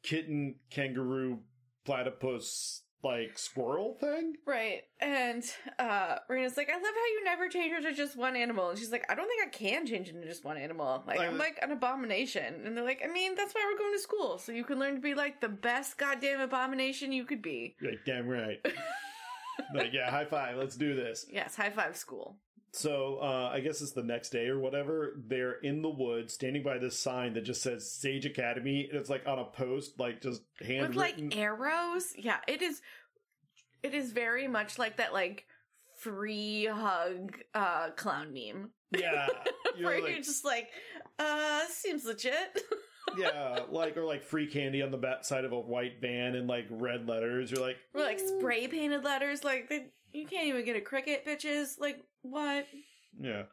[SPEAKER 1] kitten, kangaroo, platypus, like, squirrel thing.
[SPEAKER 2] Right. And uh Rena's like, I love how you never change her to just one animal. And she's like, I don't think I can change into just one animal. Like
[SPEAKER 1] Like-
[SPEAKER 2] I'm like an abomination. And they're like, I mean, that's why we're going to school. So you can learn to be like the best goddamn abomination you could be.
[SPEAKER 1] You're like, damn right. like, yeah, high five. Let's do this.
[SPEAKER 2] Yes, high five school.
[SPEAKER 1] So uh, I guess it's the next day or whatever. They're in the woods, standing by this sign that just says Sage Academy, and it's like on a post, like just
[SPEAKER 2] With like
[SPEAKER 1] handwritten.
[SPEAKER 2] arrows. Yeah, it is it is very much like that like free hug uh clown meme.
[SPEAKER 1] yeah, you're
[SPEAKER 2] where
[SPEAKER 1] like-
[SPEAKER 2] you're just like, uh, seems legit.
[SPEAKER 1] yeah, like or like free candy on the back side of a white van in like red letters. You're like,
[SPEAKER 2] We're like spray painted letters. Like they, you can't even get a cricket, bitches. Like what?
[SPEAKER 1] Yeah.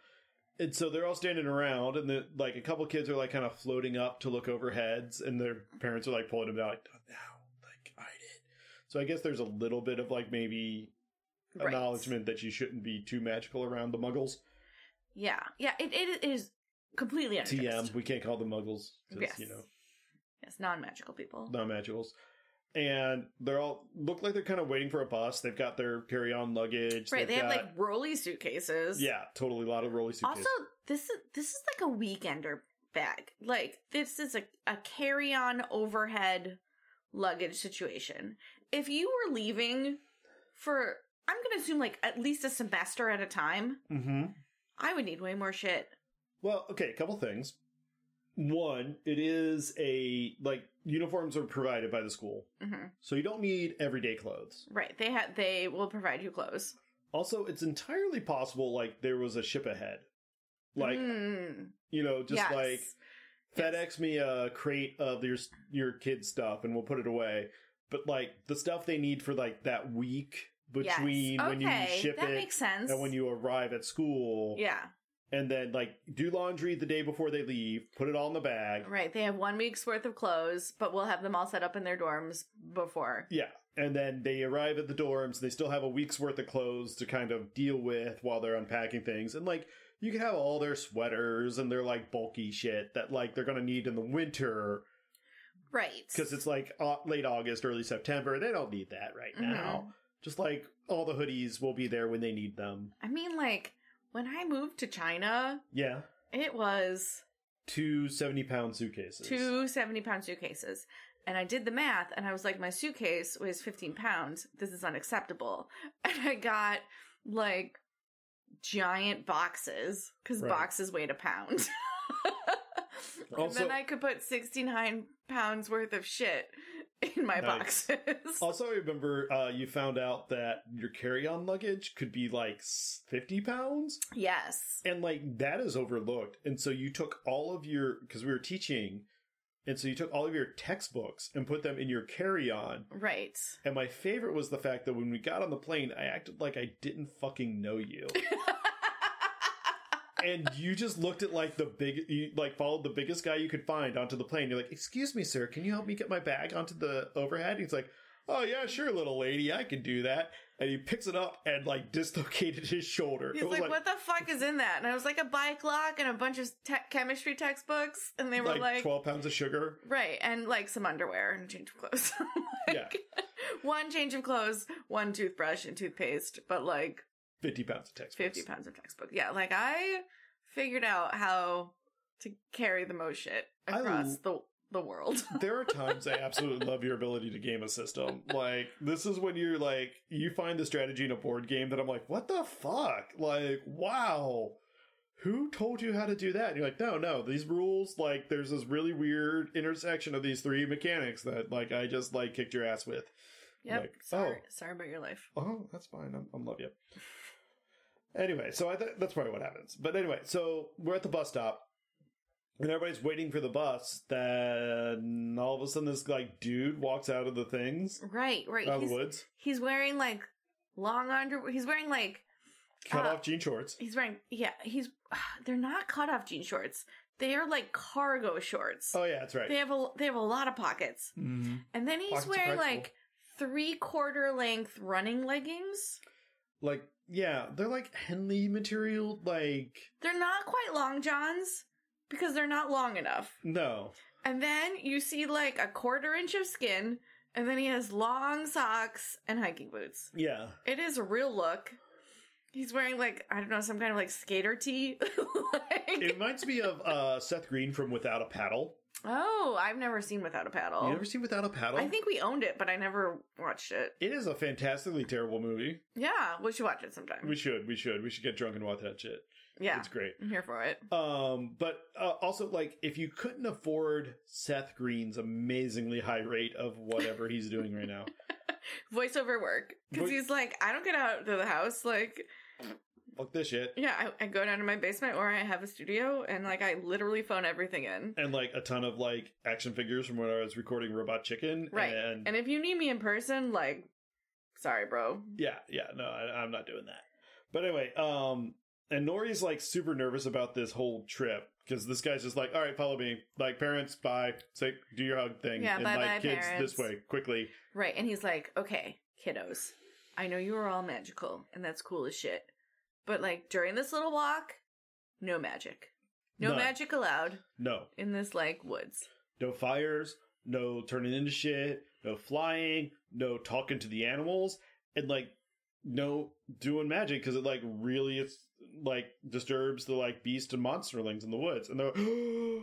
[SPEAKER 1] And so they're all standing around, and the, like a couple kids are like kind of floating up to look over heads, and their parents are like pulling them down, like, not now, like, hide it. So I guess there's a little bit of like maybe
[SPEAKER 2] Right.
[SPEAKER 1] acknowledgement that you shouldn't be too magical around the muggles.
[SPEAKER 2] Yeah, yeah. It, it is completely unjust.
[SPEAKER 1] TM, we can't call them muggles. 'cause,
[SPEAKER 2] Yes.
[SPEAKER 1] You know,
[SPEAKER 2] Yes, non magical people.
[SPEAKER 1] non magicals. And they're all look like they're kind of waiting for a bus. They've got their carry on luggage.
[SPEAKER 2] right. They
[SPEAKER 1] They've
[SPEAKER 2] have
[SPEAKER 1] got-
[SPEAKER 2] like rolly suitcases.
[SPEAKER 1] yeah, totally a lot of rolly suitcases.
[SPEAKER 2] Also, this is this is like a weekender bag. Like this is a a carry on overhead luggage situation. If you were leaving for, I'm gonna assume like at least a semester at a time.
[SPEAKER 1] mm-hmm.
[SPEAKER 2] I would need way more shit.
[SPEAKER 1] Well, okay, a couple things. One, it is a like uniforms are provided by the school,
[SPEAKER 2] hmm
[SPEAKER 1] so you don't need everyday clothes.
[SPEAKER 2] Right. They had they will provide you clothes.
[SPEAKER 1] Also, it's entirely possible like there was a ship ahead. Like,
[SPEAKER 2] Mm,
[SPEAKER 1] you know, just
[SPEAKER 2] yes.
[SPEAKER 1] like FedEx me a crate of your your kids stuff and we'll put it away. But like the stuff they need for like that week
[SPEAKER 2] Yes.
[SPEAKER 1] between when you
[SPEAKER 2] Okay,
[SPEAKER 1] ship
[SPEAKER 2] that
[SPEAKER 1] it
[SPEAKER 2] makes sense.
[SPEAKER 1] and when you arrive at school.
[SPEAKER 2] Yeah.
[SPEAKER 1] And then like do laundry the day before they leave, put it all in the bag.
[SPEAKER 2] Right. They have one week's worth of clothes, but we'll have them all set up in their dorms before.
[SPEAKER 1] Yeah. And then they arrive at the dorms. They still have a week's worth of clothes to kind of deal with while they're unpacking things. And like, you can have all their sweaters and their like bulky shit that like they're going to need in the winter
[SPEAKER 2] Right.
[SPEAKER 1] because it's like au- late August, early September. They don't need that right now. Just like all the hoodies will be there when they need them.
[SPEAKER 2] I mean, like, when I moved to China,
[SPEAKER 1] Yeah.
[SPEAKER 2] it was
[SPEAKER 1] Two 70 pound suitcases.
[SPEAKER 2] two 70 pound suitcases. And I did the math and I was like, my suitcase weighs 15 pounds. This is unacceptable. And I got like giant boxes because
[SPEAKER 1] Right.
[SPEAKER 2] boxes weighed a pound. and
[SPEAKER 1] Also-
[SPEAKER 2] then I could put 69 pounds worth of shit in my
[SPEAKER 1] Nice.
[SPEAKER 2] boxes.
[SPEAKER 1] Also, I remember uh, you found out that your carry on luggage could be like s- 50 pounds.
[SPEAKER 2] yes.
[SPEAKER 1] and like that is overlooked and so you took all of your because we were teaching and so you took all of your textbooks and put them in your carry-on
[SPEAKER 2] Right.
[SPEAKER 1] and my favorite was the fact that when we got on the plane i acted like i didn't fucking know you and you just looked at like the big you like followed the biggest guy you could find onto the plane you're like excuse me sir can you help me get my bag onto the overhead and he's like oh yeah sure little lady i can do that and he picks it up and like dislocated his shoulder
[SPEAKER 2] He's like, what the fuck is in that? And I was like, a bike lock and a bunch of te- chemistry textbooks. And they were
[SPEAKER 1] like,
[SPEAKER 2] like
[SPEAKER 1] 12 pounds of sugar
[SPEAKER 2] Right, and like some underwear and a change of clothes. Like,
[SPEAKER 1] Yeah.
[SPEAKER 2] One change of clothes, one toothbrush and toothpaste, but like
[SPEAKER 1] 50 pounds of textbooks
[SPEAKER 2] 50 pounds of textbook. Yeah, like I figured out how to carry the most shit
[SPEAKER 1] I
[SPEAKER 2] across
[SPEAKER 1] l-
[SPEAKER 2] the the world.
[SPEAKER 1] there are times I absolutely love your ability to game a system. Like this is when you're like you find the strategy in a board game that I'm like, what the fuck? Like, wow. Who told you how to do that? And you're like, no, no, these rules, like, there's this really weird intersection of these three mechanics that, like, I just, like, kicked your ass with.
[SPEAKER 2] Yep.
[SPEAKER 1] Like,
[SPEAKER 2] sorry,
[SPEAKER 1] oh.
[SPEAKER 2] sorry about your life.
[SPEAKER 1] Oh, that's fine. I'm, I'm love you. Anyway, so I th- that's probably what happens. But anyway, so we're at the bus stop, and everybody's waiting for the bus. Then all of a sudden, this like dude walks out of the things
[SPEAKER 2] Right, right.
[SPEAKER 1] out of
[SPEAKER 2] he's,
[SPEAKER 1] the woods,
[SPEAKER 2] he's wearing like long underwear. He's wearing like
[SPEAKER 1] cut
[SPEAKER 2] uh,
[SPEAKER 1] off jean shorts.
[SPEAKER 2] he's wearing yeah. He's they're not cut off jean shorts. They are like cargo shorts.
[SPEAKER 1] Oh yeah, that's right.
[SPEAKER 2] They have a they have a lot of pockets. And then he's
[SPEAKER 1] Pockets are
[SPEAKER 2] wearing
[SPEAKER 1] practical.
[SPEAKER 2] like three quarter length running leggings.
[SPEAKER 1] Like yeah, they're like Henley material. Like
[SPEAKER 2] They're not quite long johns because they're not long enough.
[SPEAKER 1] no,
[SPEAKER 2] And then you see like a quarter inch of skin, and then he has long socks and hiking boots.
[SPEAKER 1] yeah,
[SPEAKER 2] It is a real look. He's wearing like I don't know some kind of like skater tee. like,
[SPEAKER 1] it reminds me of uh, Seth Green from Without a Paddle.
[SPEAKER 2] oh, I've never seen Without a Paddle.
[SPEAKER 1] You ever seen Without a Paddle?
[SPEAKER 2] Oh. I think we owned it, but I never watched it.
[SPEAKER 1] it is a fantastically terrible movie.
[SPEAKER 2] Yeah, we should watch it sometime.
[SPEAKER 1] We should, we should, we should get drunk and watch that shit.
[SPEAKER 2] yeah,
[SPEAKER 1] It's great.
[SPEAKER 2] I'm here for it.
[SPEAKER 1] Um, but uh, also, like, if you couldn't afford Seth Green's amazingly high rate of whatever he's doing right now,
[SPEAKER 2] Voiceover work because
[SPEAKER 1] Voi-
[SPEAKER 2] he's like, I don't get out of the house. Like,
[SPEAKER 1] fuck this shit.
[SPEAKER 2] yeah, I, I go down to my basement or I have a studio, and like I literally phone everything in.
[SPEAKER 1] And like a ton of like action figures from when I was recording Robot Chicken,
[SPEAKER 2] Right.
[SPEAKER 1] And,
[SPEAKER 2] And if you need me in person, like, sorry, bro.
[SPEAKER 1] yeah, yeah, no, I, I'm not doing that. But anyway, um, and Nori's like super nervous about this whole trip because this guy's just like, all right, follow me, like parents, bye, say do your hug thing,
[SPEAKER 2] Yeah,
[SPEAKER 1] and
[SPEAKER 2] bye-bye,
[SPEAKER 1] like kids
[SPEAKER 2] parents.
[SPEAKER 1] this way quickly.
[SPEAKER 2] Right. And he's like, okay, kiddos, I know you are all magical and that's cool as shit. But like during this little walk, no magic. No
[SPEAKER 1] None.
[SPEAKER 2] magic allowed
[SPEAKER 1] No,
[SPEAKER 2] in this like woods.
[SPEAKER 1] no fires, no turning into shit, no flying, no talking to the animals, and like no doing magic because it like really it's like disturbs the like beast and monsterlings in the woods, and they're like,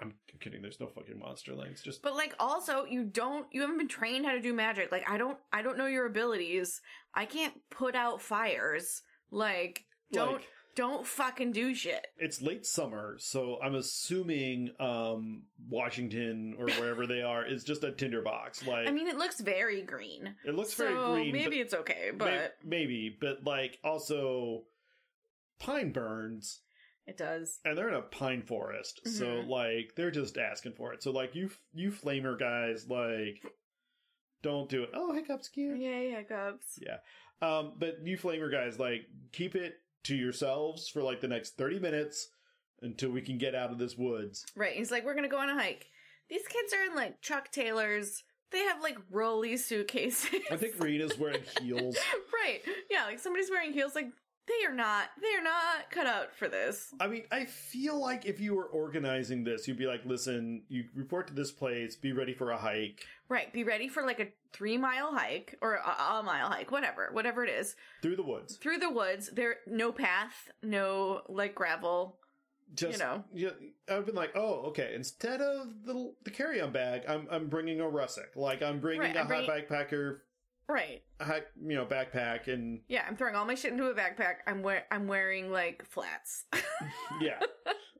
[SPEAKER 1] I'm kidding. There's no fucking monsterlings. Just
[SPEAKER 2] But like also you don't you haven't been trained how to do magic. Like I don't I don't know your abilities. I can't put out fires. Like don't
[SPEAKER 1] like,
[SPEAKER 2] don't fucking do shit.
[SPEAKER 1] it's late summer, so I'm assuming um Washington or wherever they are is just a tinderbox. Like
[SPEAKER 2] I mean it looks very green.
[SPEAKER 1] it looks
[SPEAKER 2] so
[SPEAKER 1] very green. but-
[SPEAKER 2] maybe it's okay, but
[SPEAKER 1] May- maybe, but like also pine burns
[SPEAKER 2] it does.
[SPEAKER 1] and they're in a pine forest. So
[SPEAKER 2] Mhm.
[SPEAKER 1] like they're just asking for it. So like you you flamer guys like don't do it. Oh, hiccups cute.
[SPEAKER 2] Yeah, yeah, Gubs.
[SPEAKER 1] Um but you flamer guys like keep it to yourselves for like the next 30 minutes until we can get out of this woods.
[SPEAKER 2] Right. He's like, we're going to go on a hike. These kids are in like Chuck Taylors. They have like rolly suitcases.
[SPEAKER 1] I think Rita's wearing heels.
[SPEAKER 2] right. Yeah. Like somebody's wearing heels. Like they are not, they are not cut out for this.
[SPEAKER 1] I mean, I feel like if you were organizing this, you'd be like, listen, you report to this place, be ready for a hike.
[SPEAKER 2] Right. Be ready for like a three mile hike or a, a mile hike, whatever, whatever it is.
[SPEAKER 1] Through the woods.
[SPEAKER 2] Through the woods. There, no path, no like gravel.
[SPEAKER 1] just
[SPEAKER 2] You know.
[SPEAKER 1] yeah, I've been like, oh, okay. Instead of the the carry on bag, I'm I'm bringing a rustic, like I'm bringing
[SPEAKER 2] Right,
[SPEAKER 1] a
[SPEAKER 2] I'm
[SPEAKER 1] high
[SPEAKER 2] bringing-
[SPEAKER 1] backpacker,
[SPEAKER 2] Right.
[SPEAKER 1] high, you know, backpack, and
[SPEAKER 2] Yeah. I'm throwing all my shit into a backpack. I'm, wear- I'm wearing like flats
[SPEAKER 1] yeah,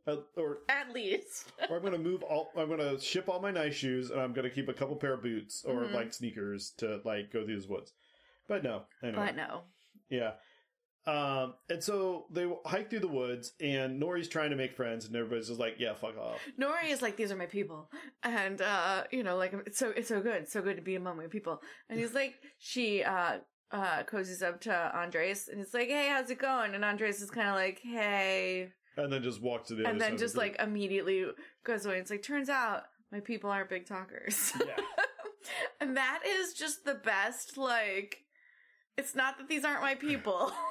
[SPEAKER 1] uh, or
[SPEAKER 2] at least.
[SPEAKER 1] or I'm gonna move all, I'm gonna ship all my nice shoes, and I'm gonna keep a couple pair of boots or
[SPEAKER 2] Mhm.
[SPEAKER 1] like sneakers to like go through these woods. But no, anyway,
[SPEAKER 2] But no.
[SPEAKER 1] yeah. Um, and so they hike through the woods, and Nori's trying to make friends, and everybody's just like, yeah, fuck off.
[SPEAKER 2] Nori is like, these are my people, and uh, you know, like it's so it's so good, it's so good to be among my people. And he's like, she uh uh cozies up to Andres, and he's like, hey, how's it going? And Andres is kind of like, hey,
[SPEAKER 1] And then just walk to the other
[SPEAKER 2] and
[SPEAKER 1] side
[SPEAKER 2] then
[SPEAKER 1] of the
[SPEAKER 2] just
[SPEAKER 1] group.
[SPEAKER 2] like immediately goes away. It's like, turns out my people aren't big talkers,
[SPEAKER 1] yeah.
[SPEAKER 2] and that is just the best. Like, it's not that these aren't my people.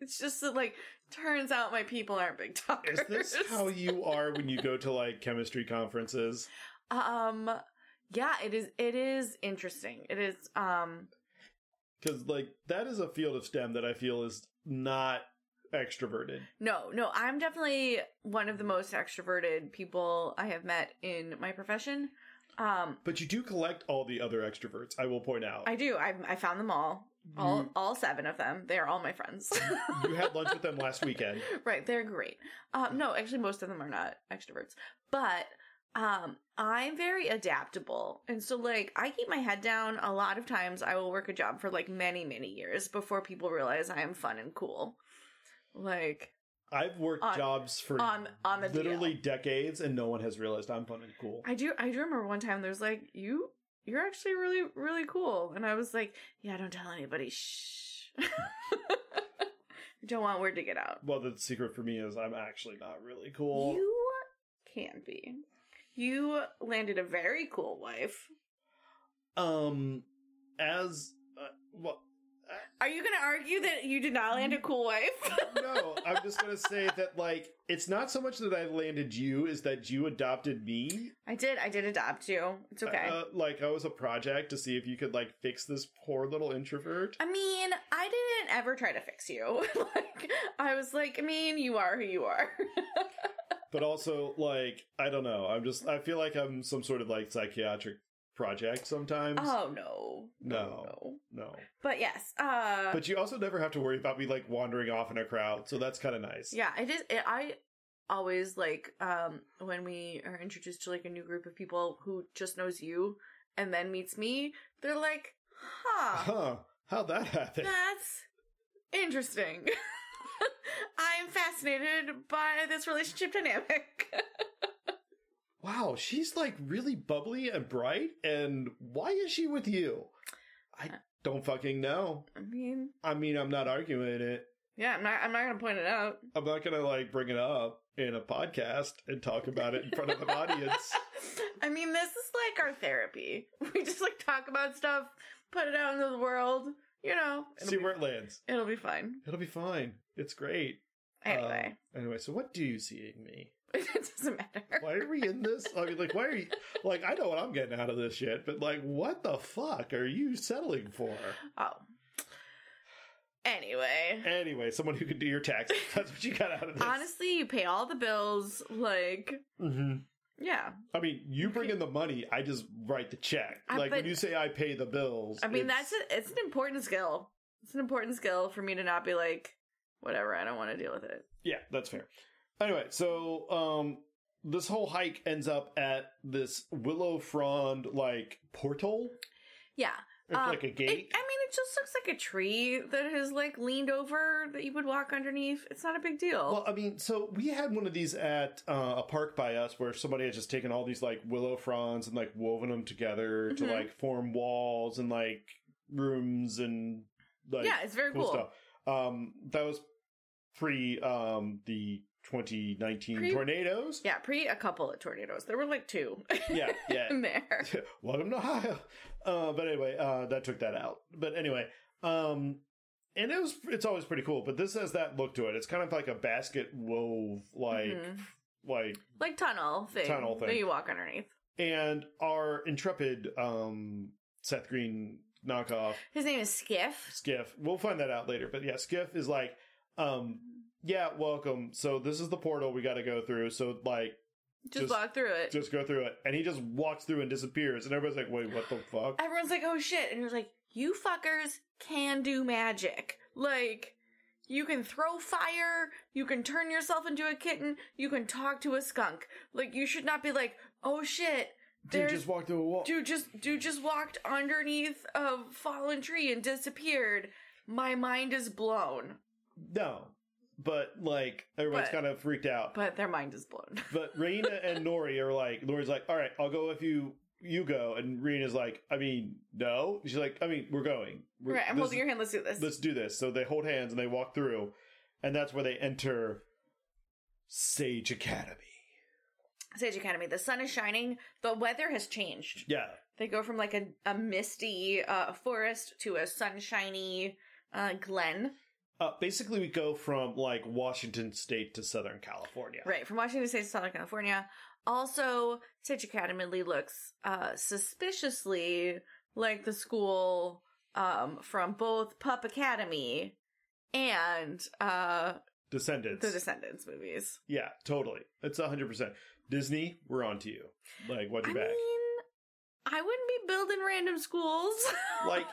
[SPEAKER 2] it's just that like turns out my people aren't big talkers.
[SPEAKER 1] Is this how you are when you go to like chemistry conferences?
[SPEAKER 2] Um yeah, it is it is interesting. It is um
[SPEAKER 1] Because like that is a field of STEM that I feel is not extroverted.
[SPEAKER 2] no, no, I'm definitely one of the most extroverted people I have met in my profession. Um
[SPEAKER 1] But you do collect all the other extroverts. I will point out.
[SPEAKER 2] I do. I I found them all. All
[SPEAKER 1] You-
[SPEAKER 2] all seven of them. They are all my friends.
[SPEAKER 1] you had lunch with them last weekend.
[SPEAKER 2] right, they're great. Um no, actually most of them are not extroverts. But um i'm very adaptable and so like i keep my head down a lot of times i will work a job for like many many years before people realize i am fun and cool like
[SPEAKER 1] I've worked
[SPEAKER 2] On-
[SPEAKER 1] jobs for
[SPEAKER 2] on on the
[SPEAKER 1] literally
[SPEAKER 2] DL.
[SPEAKER 1] decades, and no one has realized I'm fun and cool.
[SPEAKER 2] i do i do remember one time there's like you you're actually really really cool and i was like yeah don't tell anybody shh don't want word to get out
[SPEAKER 1] well, the secret for me is I'm actually not really cool.
[SPEAKER 2] You can be. You landed a very cool wife.
[SPEAKER 1] um, as uh, well,
[SPEAKER 2] Are you going to argue that you did not land a cool wife?
[SPEAKER 1] no, I'm just gonna say that like it's not so much that I landed you, is that you adopted me.
[SPEAKER 2] I did. I did adopt you. It's okay.
[SPEAKER 1] Uh, like I was a project to see if you could like fix this poor little introvert.
[SPEAKER 2] I mean, I didn't ever try to fix you. like, I was like, I mean, you are who you are.
[SPEAKER 1] But also, like I don't know, I'm just I feel like I'm some sort of like psychiatric project sometimes.
[SPEAKER 2] oh no.
[SPEAKER 1] No. No,
[SPEAKER 2] But yes. Uh
[SPEAKER 1] but you also never have to worry about me like wandering off in a crowd, so that's kind of nice.
[SPEAKER 2] Yeah, it is. It, I always like um when we are introduced to like a new group of people who just knows you and then meets me. They're like, "Huh,
[SPEAKER 1] Huh? How'd that happen?
[SPEAKER 2] that's interesting." I'm fascinated by this relationship dynamic.
[SPEAKER 1] wow, she's like really bubbly and bright, and why is she with you? I
[SPEAKER 2] Uh,
[SPEAKER 1] don't fucking know.
[SPEAKER 2] I mean,
[SPEAKER 1] I mean, I'm not arguing it.
[SPEAKER 2] yeah, I'm not. I'm not gonna point it out.
[SPEAKER 1] I'm not gonna like bring it up in a podcast and talk about it in front of an audience.
[SPEAKER 2] I mean, this is like our therapy. We just like talk about stuff, put it out into the world. You know, it'll,
[SPEAKER 1] See
[SPEAKER 2] be,
[SPEAKER 1] where it lands.
[SPEAKER 2] it'll be fine.
[SPEAKER 1] It'll be fine. It's great.
[SPEAKER 2] Anyway,
[SPEAKER 1] Um, anyway, so what do you see in me?
[SPEAKER 2] it doesn't matter.
[SPEAKER 1] Why are we in this? I mean, like, why are you? Like, I know what I'm getting out of this shit, but like, what the fuck are you settling for?
[SPEAKER 2] Oh. Anyway.
[SPEAKER 1] Anyway, someone who can do your taxes. That's what you got out of this.
[SPEAKER 2] Honestly, you pay all the bills. Like,
[SPEAKER 1] hmm
[SPEAKER 2] yeah.
[SPEAKER 1] I mean, you bring in the money. I just write the check.
[SPEAKER 2] I-
[SPEAKER 1] like when
[SPEAKER 2] but-
[SPEAKER 1] you say I pay the bills.
[SPEAKER 2] I mean,
[SPEAKER 1] it's-
[SPEAKER 2] that's a, it's an important skill. It's an important skill for me to not be like, whatever. I don't want to deal with it.
[SPEAKER 1] Yeah, that's fair. Anyway, so um this whole hike ends up at this willow frond like portal.
[SPEAKER 2] Yeah.
[SPEAKER 1] It's
[SPEAKER 2] Um,
[SPEAKER 1] like a
[SPEAKER 2] It, I mean,
[SPEAKER 1] gate.
[SPEAKER 2] it just looks like a tree that has like leaned over that you would walk underneath. It's not a big deal.
[SPEAKER 1] well, I mean, so we had one of these at uh, a park by us where somebody had just taken all these like willow fronds and like woven them together
[SPEAKER 2] Mhm.
[SPEAKER 1] to like form walls and like rooms and like
[SPEAKER 2] yeah, it's very cool.
[SPEAKER 1] Um, that was pre um the 2019
[SPEAKER 2] Pre-
[SPEAKER 1] tornadoes.
[SPEAKER 2] Yeah, pre a couple of tornadoes. There were like two
[SPEAKER 1] yeah, yeah.
[SPEAKER 2] in there.
[SPEAKER 1] Welcome to Ohio. Uh, but anyway, uh, that took that out. But anyway, um, and it was it's always pretty cool. But this has that look to it. It's kind of like a basket wove like
[SPEAKER 2] Mhm.
[SPEAKER 1] like.
[SPEAKER 2] like tunnel thing.
[SPEAKER 1] Tunnel thing.
[SPEAKER 2] that you walk underneath.
[SPEAKER 1] And our intrepid um, Seth Green knockoff
[SPEAKER 2] His name is Skiff.
[SPEAKER 1] Skiff. We'll find that out later. But yeah, Skiff is like, um, yeah, welcome. So this is the portal we got to go through. So like,
[SPEAKER 2] Just,
[SPEAKER 1] Just-
[SPEAKER 2] walk through it.
[SPEAKER 1] just go through it. And he just walks through and disappears. And everybody's like, wait, what the fuck?
[SPEAKER 2] Everyone's like, oh shit. And he was like, you fuckers can do magic. Like, you can throw fire, you can turn yourself into a kitten, you can talk to a skunk. Like, you should not be like, oh shit.
[SPEAKER 1] Dude
[SPEAKER 2] There's,
[SPEAKER 1] just walked through a wall.
[SPEAKER 2] dude just dude just walked underneath a fallen tree and disappeared. My mind is blown.
[SPEAKER 1] No, but like everyone's
[SPEAKER 2] But-
[SPEAKER 1] kind of freaked out. But,
[SPEAKER 2] But their mind is blown.
[SPEAKER 1] Raina and Nori are like, Nori's like, all right, I'll go if you you go, and Raina's like, I mean, no. She's like, I mean, we're going. We're,
[SPEAKER 2] right, I'm
[SPEAKER 1] this-
[SPEAKER 2] holding your hand. Let's do this.
[SPEAKER 1] Let's do this. So they hold hands and they walk through, and that's where they enter Sage Academy.
[SPEAKER 2] Sage Academy. The sun is shining. The weather has changed.
[SPEAKER 1] Yeah,
[SPEAKER 2] They go from like a, a misty uh, forest to a sunshiny uh, glen.
[SPEAKER 1] uh, basically we go from like Washington State to Southern California.
[SPEAKER 2] Right, from Washington State to Southern California. Also, Sage Academy looks uh, suspiciously like the school um, from both Pup Academy and uh,
[SPEAKER 1] Descendants.
[SPEAKER 2] the Descendants movies.
[SPEAKER 1] yeah, totally. It's hundred percent. Disney, we're on to you. Like, what
[SPEAKER 2] I
[SPEAKER 1] you
[SPEAKER 2] mean,
[SPEAKER 1] back?
[SPEAKER 2] I wouldn't be building random schools.
[SPEAKER 1] like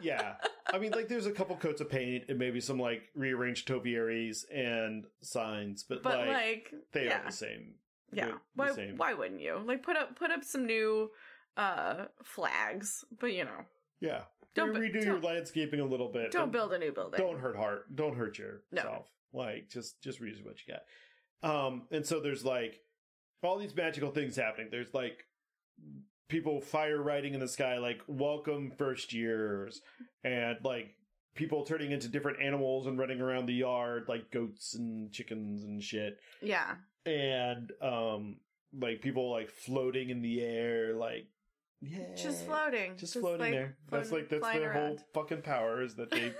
[SPEAKER 1] yeah i mean like there's a couple coats of paint and maybe some like rearranged topiaries and signs but,
[SPEAKER 2] but
[SPEAKER 1] like,
[SPEAKER 2] like,
[SPEAKER 1] they
[SPEAKER 2] yeah.
[SPEAKER 1] are the same
[SPEAKER 2] Yeah.
[SPEAKER 1] They're the
[SPEAKER 2] why
[SPEAKER 1] same.
[SPEAKER 2] why wouldn't you? Like put up put up some new uh flags, but you know.
[SPEAKER 1] Yeah.
[SPEAKER 2] Don't
[SPEAKER 1] Re-
[SPEAKER 2] bu-
[SPEAKER 1] redo your
[SPEAKER 2] don't-
[SPEAKER 1] landscaping a little bit.
[SPEAKER 2] Don't build a new building.
[SPEAKER 1] Don't hurt heart. Don't hurt yourself.
[SPEAKER 2] No.
[SPEAKER 1] Like just just reuse what you got. Um, and so there's like all these magical things happening. There's like people fire writing in the sky, like welcome first years, and like people turning into different animals and running around the yard, like goats and chickens and shit
[SPEAKER 2] Yeah.
[SPEAKER 1] and um like people like floating in the air like yeah
[SPEAKER 2] Just floating.
[SPEAKER 1] Eh, just, floating
[SPEAKER 2] like,
[SPEAKER 1] there that's
[SPEAKER 2] floating-
[SPEAKER 1] like that's
[SPEAKER 2] flying
[SPEAKER 1] their whole
[SPEAKER 2] around.
[SPEAKER 1] fucking power is that they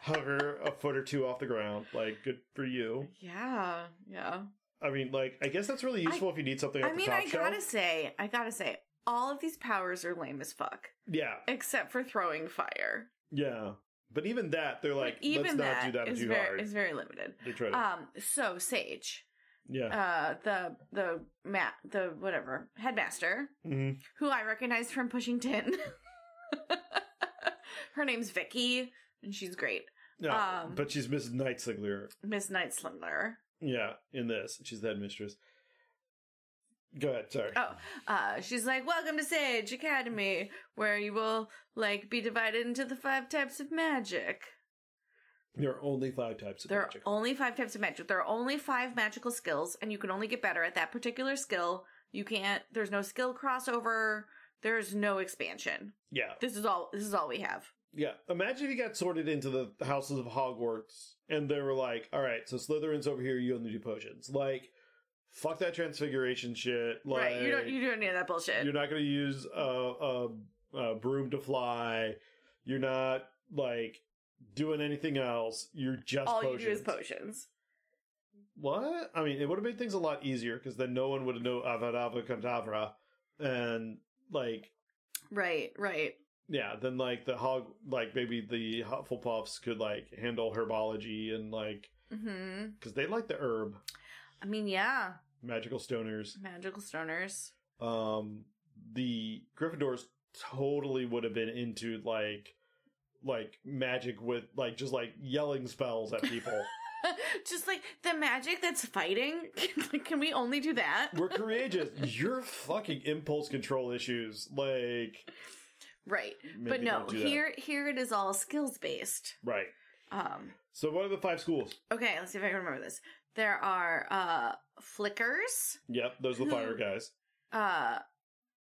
[SPEAKER 1] hover a foot or two off the ground like good for you
[SPEAKER 2] Yeah. Yeah.
[SPEAKER 1] i mean like i guess that's really
[SPEAKER 2] I-
[SPEAKER 1] useful if you need something at
[SPEAKER 2] I mean,
[SPEAKER 1] the top
[SPEAKER 2] I gotta
[SPEAKER 1] shelf.
[SPEAKER 2] say, I gotta say, all of these powers are lame as fuck,
[SPEAKER 1] yeah
[SPEAKER 2] except for throwing fire.
[SPEAKER 1] yeah but even that they're like
[SPEAKER 2] But even
[SPEAKER 1] let's not do that
[SPEAKER 2] is
[SPEAKER 1] too
[SPEAKER 2] very
[SPEAKER 1] hard
[SPEAKER 2] is very limited.
[SPEAKER 1] they try to
[SPEAKER 2] Um, so Sage,
[SPEAKER 1] yeah
[SPEAKER 2] uh, the the mat, the whatever headmaster,
[SPEAKER 1] hmm
[SPEAKER 2] who I recognized from Pushing Tin. Her name's Vicky, and she's great.
[SPEAKER 1] yeah
[SPEAKER 2] um,
[SPEAKER 1] but she's miss nightslinger
[SPEAKER 2] Miss Night Slingler.
[SPEAKER 1] yeah in this she's the headmistress go ahead sorry
[SPEAKER 2] Oh, uh, she's like, "Welcome to Sage Academy, where you will like be divided into the five types of magic."
[SPEAKER 1] There are only five types of
[SPEAKER 2] There are
[SPEAKER 1] magic.
[SPEAKER 2] only five types of magic. There are only five magical skills, and you can only get better at that particular skill. You can't. There's no skill crossover. There's no expansion.
[SPEAKER 1] yeah,
[SPEAKER 2] This is all. This is all we have.
[SPEAKER 1] yeah. Imagine if you got sorted into the houses of Hogwarts, and they were like, "All right, so Slytherin's over here. You only do potions. Like, fuck that transfiguration shit. Like,
[SPEAKER 2] right? You don't. You don't need that bullshit.
[SPEAKER 1] you're not going to use a, a, a broom to fly. You're not like doing anything else. You're just
[SPEAKER 2] all
[SPEAKER 1] potions.
[SPEAKER 2] you do is potions.
[SPEAKER 1] What? I mean, it would have made things a lot easier because then no one would know Avada Kedavra, and like
[SPEAKER 2] Right. Right.
[SPEAKER 1] yeah then like the hog like maybe the hufflepuffs could like handle herbology and like
[SPEAKER 2] Hmm.
[SPEAKER 1] because they like the herb
[SPEAKER 2] I mean, yeah.
[SPEAKER 1] magical stoners
[SPEAKER 2] Magical stoners.
[SPEAKER 1] um the gryffindors totally would have been into like like magic with like just like yelling spells at people
[SPEAKER 2] Just like the magic that's fighting. Like, can we only do that?
[SPEAKER 1] we're courageous your fucking impulse control issues like
[SPEAKER 2] Right. but
[SPEAKER 1] maybe
[SPEAKER 2] no,
[SPEAKER 1] don't do that.
[SPEAKER 2] here here it is all skills based.
[SPEAKER 1] right
[SPEAKER 2] Um
[SPEAKER 1] so what are the five schools
[SPEAKER 2] okay, let's see if I can remember this. There are uh flickers.
[SPEAKER 1] yep those are the fire guys
[SPEAKER 2] Uh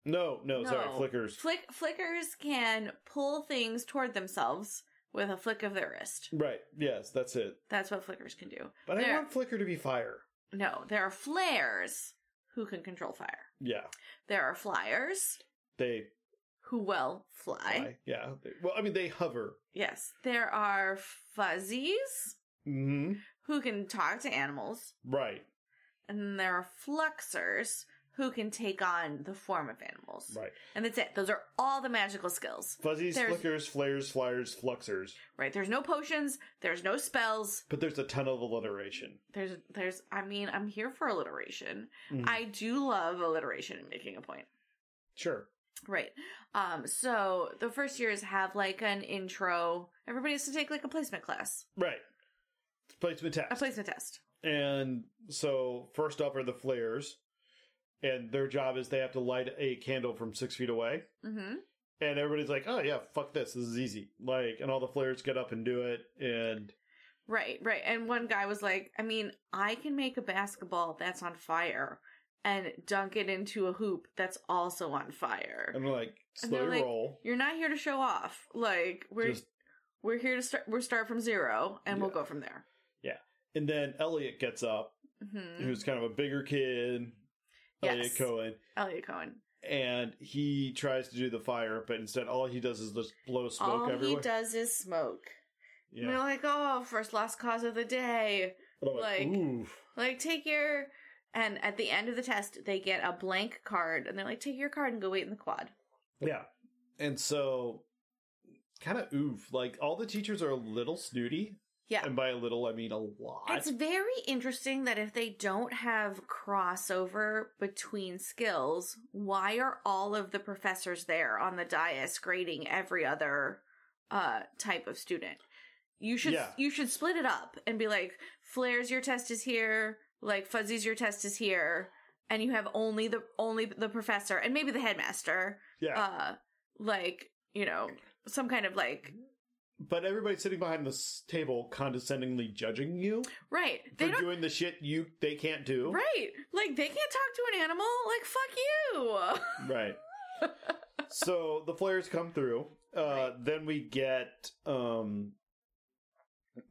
[SPEAKER 1] no no, sorry
[SPEAKER 2] No.
[SPEAKER 1] flickers
[SPEAKER 2] flick flickers can pull things toward themselves with a flick of their wrist.
[SPEAKER 1] right yes that's it
[SPEAKER 2] That's what flickers can do.
[SPEAKER 1] but i
[SPEAKER 2] There-
[SPEAKER 1] want flicker to be fire
[SPEAKER 2] No, there are flares who can control fire.
[SPEAKER 1] Yeah,
[SPEAKER 2] There are flyers
[SPEAKER 1] they
[SPEAKER 2] who will fly.
[SPEAKER 1] fly. Yeah, they, well, I mean they hover.
[SPEAKER 2] Yes. There are fuzzies
[SPEAKER 1] hmm
[SPEAKER 2] who can talk to animals.
[SPEAKER 1] Right,
[SPEAKER 2] And then there are fluxers who can take on the form of animals.
[SPEAKER 1] right.
[SPEAKER 2] And that's it. Those are all the magical skills.
[SPEAKER 1] Fuzzies,
[SPEAKER 2] There's-
[SPEAKER 1] flickers, flares, flyers, fluxers.
[SPEAKER 2] Right? There's no potions, there's no spells.
[SPEAKER 1] But there's a ton of alliteration.
[SPEAKER 2] There's there's I mean, I'm here for alliteration.
[SPEAKER 1] Mhm.
[SPEAKER 2] I do love alliteration and making a point.
[SPEAKER 1] Sure.
[SPEAKER 2] Right. Um so the first years have like an intro. Everybody has to take like a placement class.
[SPEAKER 1] Right. Placement
[SPEAKER 2] A
[SPEAKER 1] test.
[SPEAKER 2] placement test.
[SPEAKER 1] and so first up are the flares, and their job is they have to light a candle from six feet away.
[SPEAKER 2] Mhm.
[SPEAKER 1] And everybody's like, "Oh yeah, fuck this. This is easy." Like, and all the flares get up and do it. And
[SPEAKER 2] Right, right. And one guy was like, I mean, I can make a basketball that's on fire and dunk it into a hoop that's also on fire.
[SPEAKER 1] and they're like,
[SPEAKER 2] And
[SPEAKER 1] "Slow
[SPEAKER 2] they're
[SPEAKER 1] your
[SPEAKER 2] like,
[SPEAKER 1] roll."
[SPEAKER 2] You're not here to show off. Like we're
[SPEAKER 1] Just-
[SPEAKER 2] we're here to start we'll start from zero and we'll go from there.
[SPEAKER 1] And then Elliot gets up
[SPEAKER 2] hmm
[SPEAKER 1] who's kind of a bigger kid, Elliot
[SPEAKER 2] Yes.
[SPEAKER 1] Cohen,
[SPEAKER 2] Elliot Cohen.
[SPEAKER 1] and he tries to do the fire, but instead all he does is just blow smoke
[SPEAKER 2] All
[SPEAKER 1] everywhere.
[SPEAKER 2] he does is smoke. And
[SPEAKER 1] yeah,
[SPEAKER 2] We're like, oh, first lost cause of the day.
[SPEAKER 1] And I'm like,
[SPEAKER 2] like-
[SPEAKER 1] ooh,
[SPEAKER 2] Like, take your and at the end of the test, they get a blank card, and they're like, "Take your card and go wait in the quad."
[SPEAKER 1] yeah, and so kind of oof. Like all the teachers are a little snooty,
[SPEAKER 2] Yeah,
[SPEAKER 1] and by a little I mean a lot.
[SPEAKER 2] It's very interesting that if they don't have crossover between skills, why are all of the professors there on the dais grading every other uh type of student? You should
[SPEAKER 1] Yeah.
[SPEAKER 2] you should split it up and be like, Flares, your test is here, like Fuzzies, your test is here, and you have only the only the professor and maybe the headmaster.
[SPEAKER 1] Yeah.
[SPEAKER 2] Uh, like you know some kind of like
[SPEAKER 1] but everybody's sitting behind this table condescendingly judging you
[SPEAKER 2] right. They
[SPEAKER 1] for
[SPEAKER 2] don't
[SPEAKER 1] doing the shit you they can't do.
[SPEAKER 2] right. Like they can't talk to an animal. Like fuck you.
[SPEAKER 1] Right. so the flares come through. Uh, Then we get um,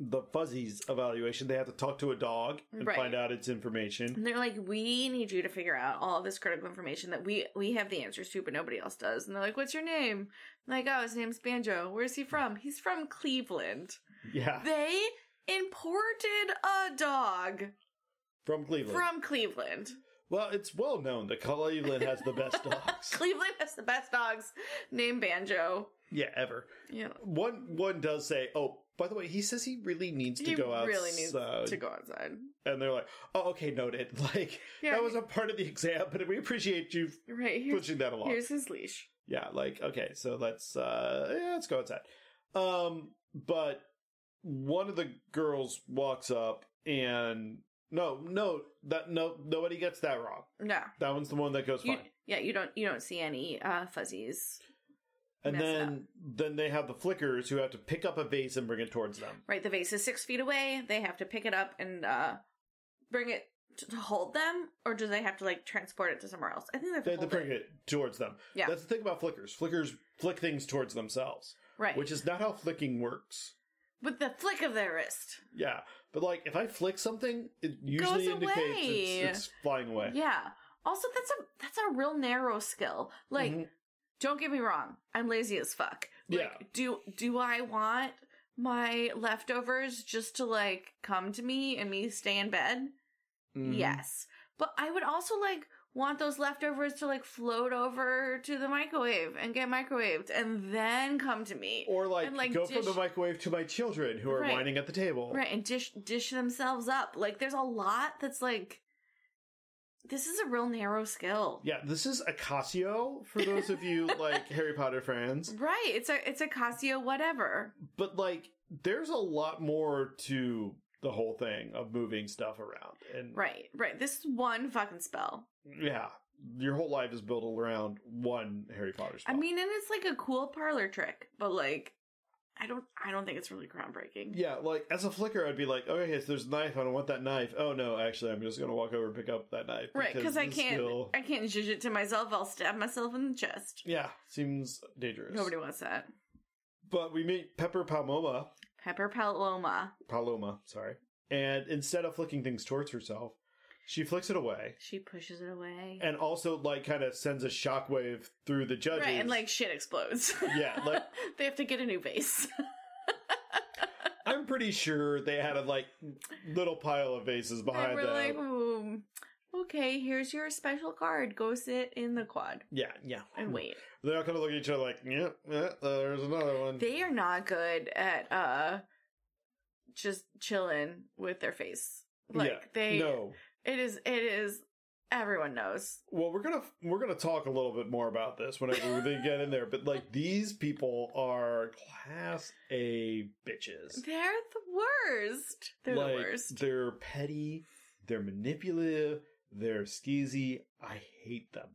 [SPEAKER 1] the fuzzies evaluation. They have to talk to a dog and
[SPEAKER 2] Right. Mm-hmm.
[SPEAKER 1] find out its information.
[SPEAKER 2] And they're like, we need you to figure out all this critical information that we we have the answers to, but nobody else does. And they're like, what's your name? I'm like, oh, his name's Banjo. Where's he from? He's from Cleveland.
[SPEAKER 1] Yeah,
[SPEAKER 2] They imported a dog
[SPEAKER 1] from Cleveland.
[SPEAKER 2] from Cleveland.
[SPEAKER 1] well, it's well known that Cleveland has the best dogs.
[SPEAKER 2] Cleveland has the best dogs named Banjo.
[SPEAKER 1] yeah, ever.
[SPEAKER 2] Yeah.
[SPEAKER 1] One one does say, "Oh, by the way, he says he really needs to
[SPEAKER 2] He
[SPEAKER 1] go outside."
[SPEAKER 2] really needs
[SPEAKER 1] Uh,
[SPEAKER 2] to go outside.
[SPEAKER 1] And they're like, "Oh, okay, noted." Like
[SPEAKER 2] Yeah.
[SPEAKER 1] that was a part of the exam, but we appreciate you
[SPEAKER 2] Right here.
[SPEAKER 1] pushing that along.
[SPEAKER 2] Here's his leash.
[SPEAKER 1] yeah like okay so let's uh yeah, let's go outside um but one of the girls walks up and no no that no nobody gets that wrong
[SPEAKER 2] No.
[SPEAKER 1] that one's the one that goes
[SPEAKER 2] You,
[SPEAKER 1] fine
[SPEAKER 2] yeah, you don't you don't see any uh fuzzies.
[SPEAKER 1] and
[SPEAKER 2] messed
[SPEAKER 1] then then they have the flickers who have to pick up a vase and bring it towards them
[SPEAKER 2] Right, the vase is six feet away. They have to pick it up and uh bring it to, to hold them, or do they have to like transport it to somewhere else? I think they have to,
[SPEAKER 1] they have to
[SPEAKER 2] hold
[SPEAKER 1] bring
[SPEAKER 2] it.
[SPEAKER 1] it towards them
[SPEAKER 2] Yeah.
[SPEAKER 1] that's the thing about flickers flickers flick things towards themselves
[SPEAKER 2] Right,
[SPEAKER 1] which is not how flicking works
[SPEAKER 2] with the flick of their wrist.
[SPEAKER 1] yeah but like if i flick something it usually indicates
[SPEAKER 2] away.
[SPEAKER 1] it's, it's flying away
[SPEAKER 2] Yeah. Also, that's a that's a real narrow skill. Like,
[SPEAKER 1] Mhm.
[SPEAKER 2] don't get me wrong, I'm lazy as fuck. Like,
[SPEAKER 1] Yeah.
[SPEAKER 2] Do do I want my leftovers just to like come to me and me stay in bed?
[SPEAKER 1] Mhm.
[SPEAKER 2] Yes. But I would also like want those leftovers to like float over to the microwave and get microwaved and then come to me.
[SPEAKER 1] Or like,
[SPEAKER 2] And, like,
[SPEAKER 1] go from the
[SPEAKER 2] dish-
[SPEAKER 1] microwave to my children who are
[SPEAKER 2] Right.
[SPEAKER 1] whining at the table.
[SPEAKER 2] Right, and dish dish themselves up. Like there's a lot that's like this is a real narrow skill.
[SPEAKER 1] Yeah, this is Acasio for those of you like Harry Potter fans.
[SPEAKER 2] Right. It's a it's a Casio whatever.
[SPEAKER 1] But like there's a lot more to the whole thing of moving stuff around. And
[SPEAKER 2] Right, right. This is one fucking spell.
[SPEAKER 1] yeah, your whole life is built around one Harry Potter spell.
[SPEAKER 2] I mean, and it's like a cool parlor trick, but like I don't I don't think it's really groundbreaking.
[SPEAKER 1] yeah, like as a flicker, I'd be like, okay, so there's a knife. I don't want that knife. Oh no, actually, I'm just gonna walk over and pick up that knife.
[SPEAKER 2] Right, 'cause right, cuz I
[SPEAKER 1] this
[SPEAKER 2] can't
[SPEAKER 1] skill-
[SPEAKER 2] I can't judge it to myself. I'll stab myself in the chest.
[SPEAKER 1] Yeah, seems dangerous.
[SPEAKER 2] Nobody wants that.
[SPEAKER 1] But we meet Pepper Palmoma,
[SPEAKER 2] Pepper Paloma.
[SPEAKER 1] Paloma, sorry. And instead of flicking things towards herself, she flicks it away
[SPEAKER 2] She pushes it away.
[SPEAKER 1] and also like kind of sends a shockwave through the judges.
[SPEAKER 2] right, and like shit explodes.
[SPEAKER 1] Yeah, like
[SPEAKER 2] they have to get a new vase.
[SPEAKER 1] I'm pretty sure they had a like little pile of vases
[SPEAKER 2] and
[SPEAKER 1] behind
[SPEAKER 2] we're
[SPEAKER 1] them.
[SPEAKER 2] like, "Ooh, okay, here's your special card. Go sit in the quad
[SPEAKER 1] yeah, yeah.
[SPEAKER 2] and wait.
[SPEAKER 1] They're all kind of look at each other like, yeah, yeah there's another one.
[SPEAKER 2] They are not good at uh just chilling with their face. Like
[SPEAKER 1] Yeah,
[SPEAKER 2] they
[SPEAKER 1] no.
[SPEAKER 2] it is it is everyone knows.
[SPEAKER 1] Well, we're gonna we're gonna talk a little bit more about this whenever they get in there. But like these people are class A bitches.
[SPEAKER 2] They're the worst. They're the
[SPEAKER 1] Like,
[SPEAKER 2] worst.
[SPEAKER 1] They're petty. They're manipulative. They're skeezy. I hate them.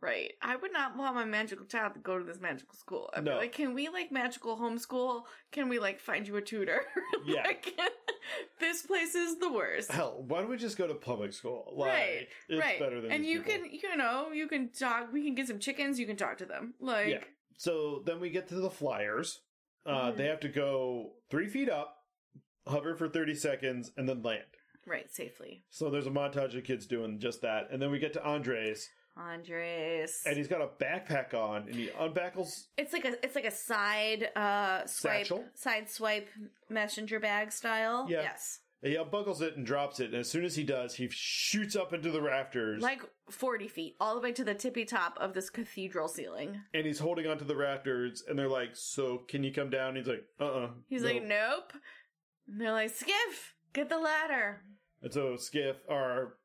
[SPEAKER 2] Right. I would not want my magical child to go to this magical school. I'd be
[SPEAKER 1] No.
[SPEAKER 2] like, can we like magical homeschool? Can we like find you a tutor?
[SPEAKER 1] Yeah.
[SPEAKER 2] like, this place is the worst.
[SPEAKER 1] Hell, why don't we just go to public school? Like,
[SPEAKER 2] Right,
[SPEAKER 1] It's
[SPEAKER 2] right.
[SPEAKER 1] better than
[SPEAKER 2] and
[SPEAKER 1] these
[SPEAKER 2] you
[SPEAKER 1] people.
[SPEAKER 2] can you know, you can talk we can get some chickens, you can talk to them. Like
[SPEAKER 1] Yeah. So then we get to the flyers. Uh,
[SPEAKER 2] Mhm.
[SPEAKER 1] They have to go three feet up, hover for thirty seconds, and then land.
[SPEAKER 2] right, safely.
[SPEAKER 1] So there's a montage of kids doing just that, and then we get to Andres,
[SPEAKER 2] Andres.
[SPEAKER 1] and he's got a backpack on, and he unbuckles.
[SPEAKER 2] It's like a it's like a side uh swipe
[SPEAKER 1] Satchel?
[SPEAKER 2] side swipe messenger bag style.
[SPEAKER 1] Yeah.
[SPEAKER 2] Yes.
[SPEAKER 1] He unbuckles it and drops it, and as soon as he does, he shoots up into the rafters.
[SPEAKER 2] Like forty feet, all the way to the tippy top of this cathedral ceiling.
[SPEAKER 1] and he's holding onto the rafters, and they're like, "So can you come down?" He's like, "Uh, uh
[SPEAKER 2] He's like, Nope. And they're like, Skiff, get the ladder.
[SPEAKER 1] And so Skiff, our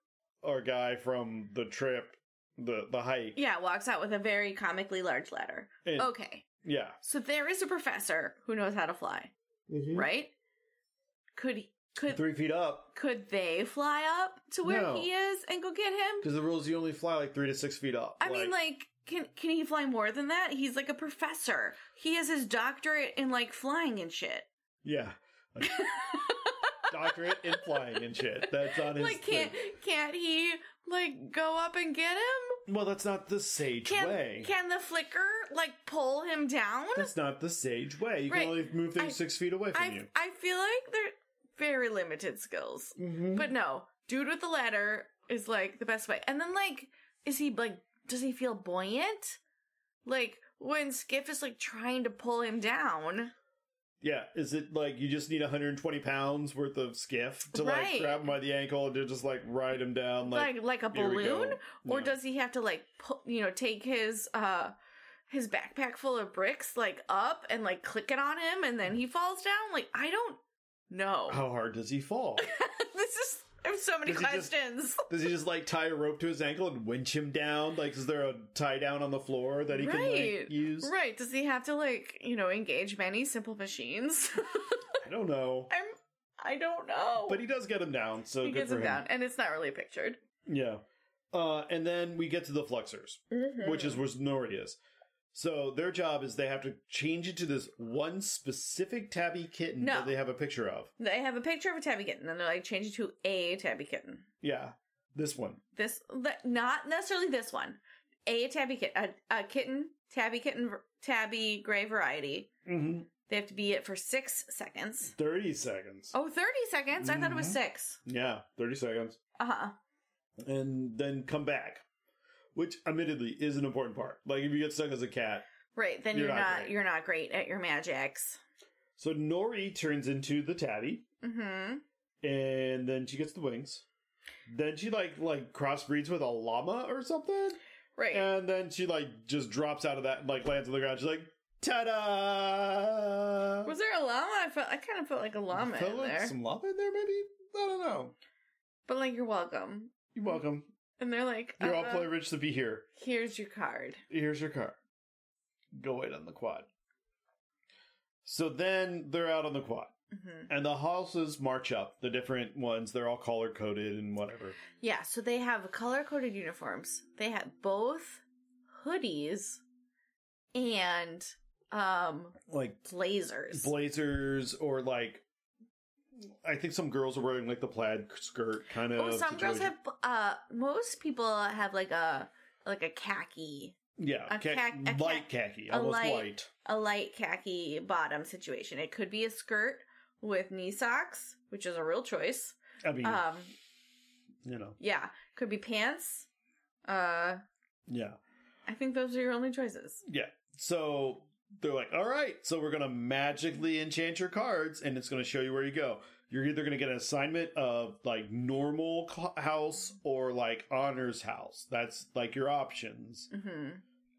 [SPEAKER 1] our guy from the trip, the the hike,
[SPEAKER 2] Yeah, walks out with a very comically large ladder.
[SPEAKER 1] and,
[SPEAKER 2] Okay.
[SPEAKER 1] yeah,
[SPEAKER 2] Mm-hmm.
[SPEAKER 1] Hmm?
[SPEAKER 2] So there is a professor who knows how to fly, right? Could Could
[SPEAKER 3] Three feet up.
[SPEAKER 2] could they fly up to where
[SPEAKER 1] No.
[SPEAKER 2] he is and go get him?
[SPEAKER 3] Because the rules you only fly like three to six feet up.
[SPEAKER 2] I mean, like, can can he fly more than that? He's like a professor. He has his doctorate in like flying and shit.
[SPEAKER 1] Yeah. Like, doctorate in flying and shit. That's on his.
[SPEAKER 2] Like, can't
[SPEAKER 1] thing.
[SPEAKER 2] can't he like go up and get him?
[SPEAKER 1] Well, that's not the sage
[SPEAKER 2] Can
[SPEAKER 1] way.
[SPEAKER 2] can the flicker like pull him down?
[SPEAKER 1] that's not the sage way. You
[SPEAKER 2] Right.
[SPEAKER 1] can only move things
[SPEAKER 2] I-
[SPEAKER 1] six feet away from
[SPEAKER 2] I
[SPEAKER 1] you.
[SPEAKER 2] I feel like they're very limited skills.
[SPEAKER 1] Mhm.
[SPEAKER 2] But no, dude with the ladder is like the best way. And then like, is he like? Does he feel buoyant? Like when Skiff is like trying to pull him down.
[SPEAKER 1] Yeah, is it like you just need 120 pounds worth of skiff to
[SPEAKER 2] Right.
[SPEAKER 1] like grab him by the ankle and to just like ride him down? Like,
[SPEAKER 2] like like a
[SPEAKER 1] here we go.
[SPEAKER 2] balloon or
[SPEAKER 1] Yeah.
[SPEAKER 2] does he have to like pu- you know take his uh his backpack full of bricks like up and like click it on him and then he falls down like i don't know
[SPEAKER 1] how hard does he fall?
[SPEAKER 2] this is i have so many
[SPEAKER 1] Does he just-
[SPEAKER 2] questions
[SPEAKER 1] does he just like tie a rope to his ankle and winch him down? Like, is there a tie down on the floor that he can
[SPEAKER 2] Right.
[SPEAKER 1] like use?
[SPEAKER 2] right does he have to like you know engage many simple machines
[SPEAKER 1] I don't know,
[SPEAKER 2] i'm i don't know
[SPEAKER 1] but he does get him down. So
[SPEAKER 2] He
[SPEAKER 1] good
[SPEAKER 2] gets
[SPEAKER 1] for
[SPEAKER 2] him down and it's not really pictured
[SPEAKER 1] Yeah. Uh, and then we get to the Fluxers, which
[SPEAKER 2] Hmm.
[SPEAKER 1] is where Nori is. So their job is they have to change it to this one specific tabby kitten
[SPEAKER 2] No.
[SPEAKER 1] that they have a picture of.
[SPEAKER 2] they have a picture of a tabby kitten and they're like change it to a tabby kitten
[SPEAKER 1] Yeah, this one.
[SPEAKER 2] this th- not necessarily this one a tabby kit a, a kitten tabby kitten ver- tabby gray variety
[SPEAKER 1] Mm-hmm.
[SPEAKER 2] they have to be it for six seconds
[SPEAKER 1] 30 seconds.
[SPEAKER 2] oh 30 seconds i thought
[SPEAKER 1] Mm-hmm.
[SPEAKER 2] it was six
[SPEAKER 1] Yeah, 30 seconds.
[SPEAKER 2] uh-huh
[SPEAKER 1] And then come back, which admittedly is an important part. Like if you get stuck as a cat.
[SPEAKER 2] right then you're,
[SPEAKER 1] You're
[SPEAKER 2] not,
[SPEAKER 1] not great.
[SPEAKER 2] you're not great at your magics
[SPEAKER 1] So Nori turns into the tabby,
[SPEAKER 2] mm-hmm
[SPEAKER 1] and then she gets the wings. Then she like like crossbreeds with a llama or something,
[SPEAKER 2] right
[SPEAKER 1] and then she like just drops out of that and like lands on the ground. She's like, "Ta-da!"
[SPEAKER 2] was there a llama i felt i kind of felt like a llama
[SPEAKER 1] Felt
[SPEAKER 2] in
[SPEAKER 1] like
[SPEAKER 2] there
[SPEAKER 1] Some llama in there, maybe. I don't know.
[SPEAKER 2] but like you're welcome
[SPEAKER 1] You're welcome.
[SPEAKER 2] and they're like
[SPEAKER 1] You're all
[SPEAKER 2] uh,
[SPEAKER 1] play rich to be here.
[SPEAKER 2] here's your card
[SPEAKER 1] here's your car. Go wait on the quad. So then they're out on the quad,
[SPEAKER 2] hmm
[SPEAKER 1] and the houses march up. The different ones, they're all color coded and whatever.
[SPEAKER 2] yeah so they have color coded uniforms they have both hoodies and um
[SPEAKER 1] Like
[SPEAKER 2] blazers.
[SPEAKER 1] blazers, or like, I think some girls are wearing like the plaid skirt kind of.
[SPEAKER 2] oh, some girls
[SPEAKER 1] situation.
[SPEAKER 2] have. Uh, most people have like a like a khaki,
[SPEAKER 1] yeah,
[SPEAKER 2] a
[SPEAKER 1] kha-
[SPEAKER 2] khac- a
[SPEAKER 1] light
[SPEAKER 2] khac-
[SPEAKER 1] khaki,
[SPEAKER 2] a
[SPEAKER 1] almost
[SPEAKER 2] light-
[SPEAKER 1] white.
[SPEAKER 2] a light khaki bottom situation. It could be a skirt with knee socks, which is a real choice.
[SPEAKER 1] I mean,
[SPEAKER 2] Um,
[SPEAKER 1] you know,
[SPEAKER 2] yeah, could be pants. Uh,
[SPEAKER 1] yeah.
[SPEAKER 2] I think those are your only choices.
[SPEAKER 1] So they're like, all right, so we're going to magically enchant your cards and it's going to show you where you go. You're either going to get an assignment of like normal cl- house or like honors house. That's like your options.
[SPEAKER 2] hmm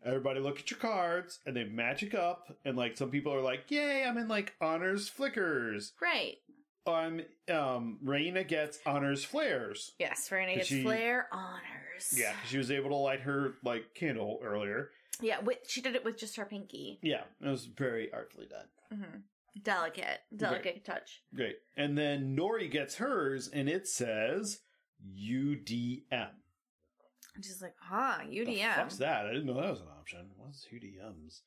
[SPEAKER 1] Everybody look at your cards and they magic up. And like some people are like, yay, I'm in like honors flickers.
[SPEAKER 2] Right.
[SPEAKER 1] I'm, um, Raina gets honors flares.
[SPEAKER 2] Yes, Verena
[SPEAKER 1] But
[SPEAKER 2] gets
[SPEAKER 1] she-
[SPEAKER 2] flair honors.
[SPEAKER 1] Yeah. 'cause She was able to light her like candle earlier.
[SPEAKER 2] Yeah. With, she did it with just her pinky.
[SPEAKER 1] Yeah. It was very artfully done.
[SPEAKER 2] hmm Delicate, delicate touch.
[SPEAKER 1] Great. And then Nori gets hers, and it says UDM.
[SPEAKER 2] I'm just like, "Ah, huh,
[SPEAKER 1] The
[SPEAKER 2] UDM.
[SPEAKER 1] fuck's that? I didn't know that was an option. What's UDMs?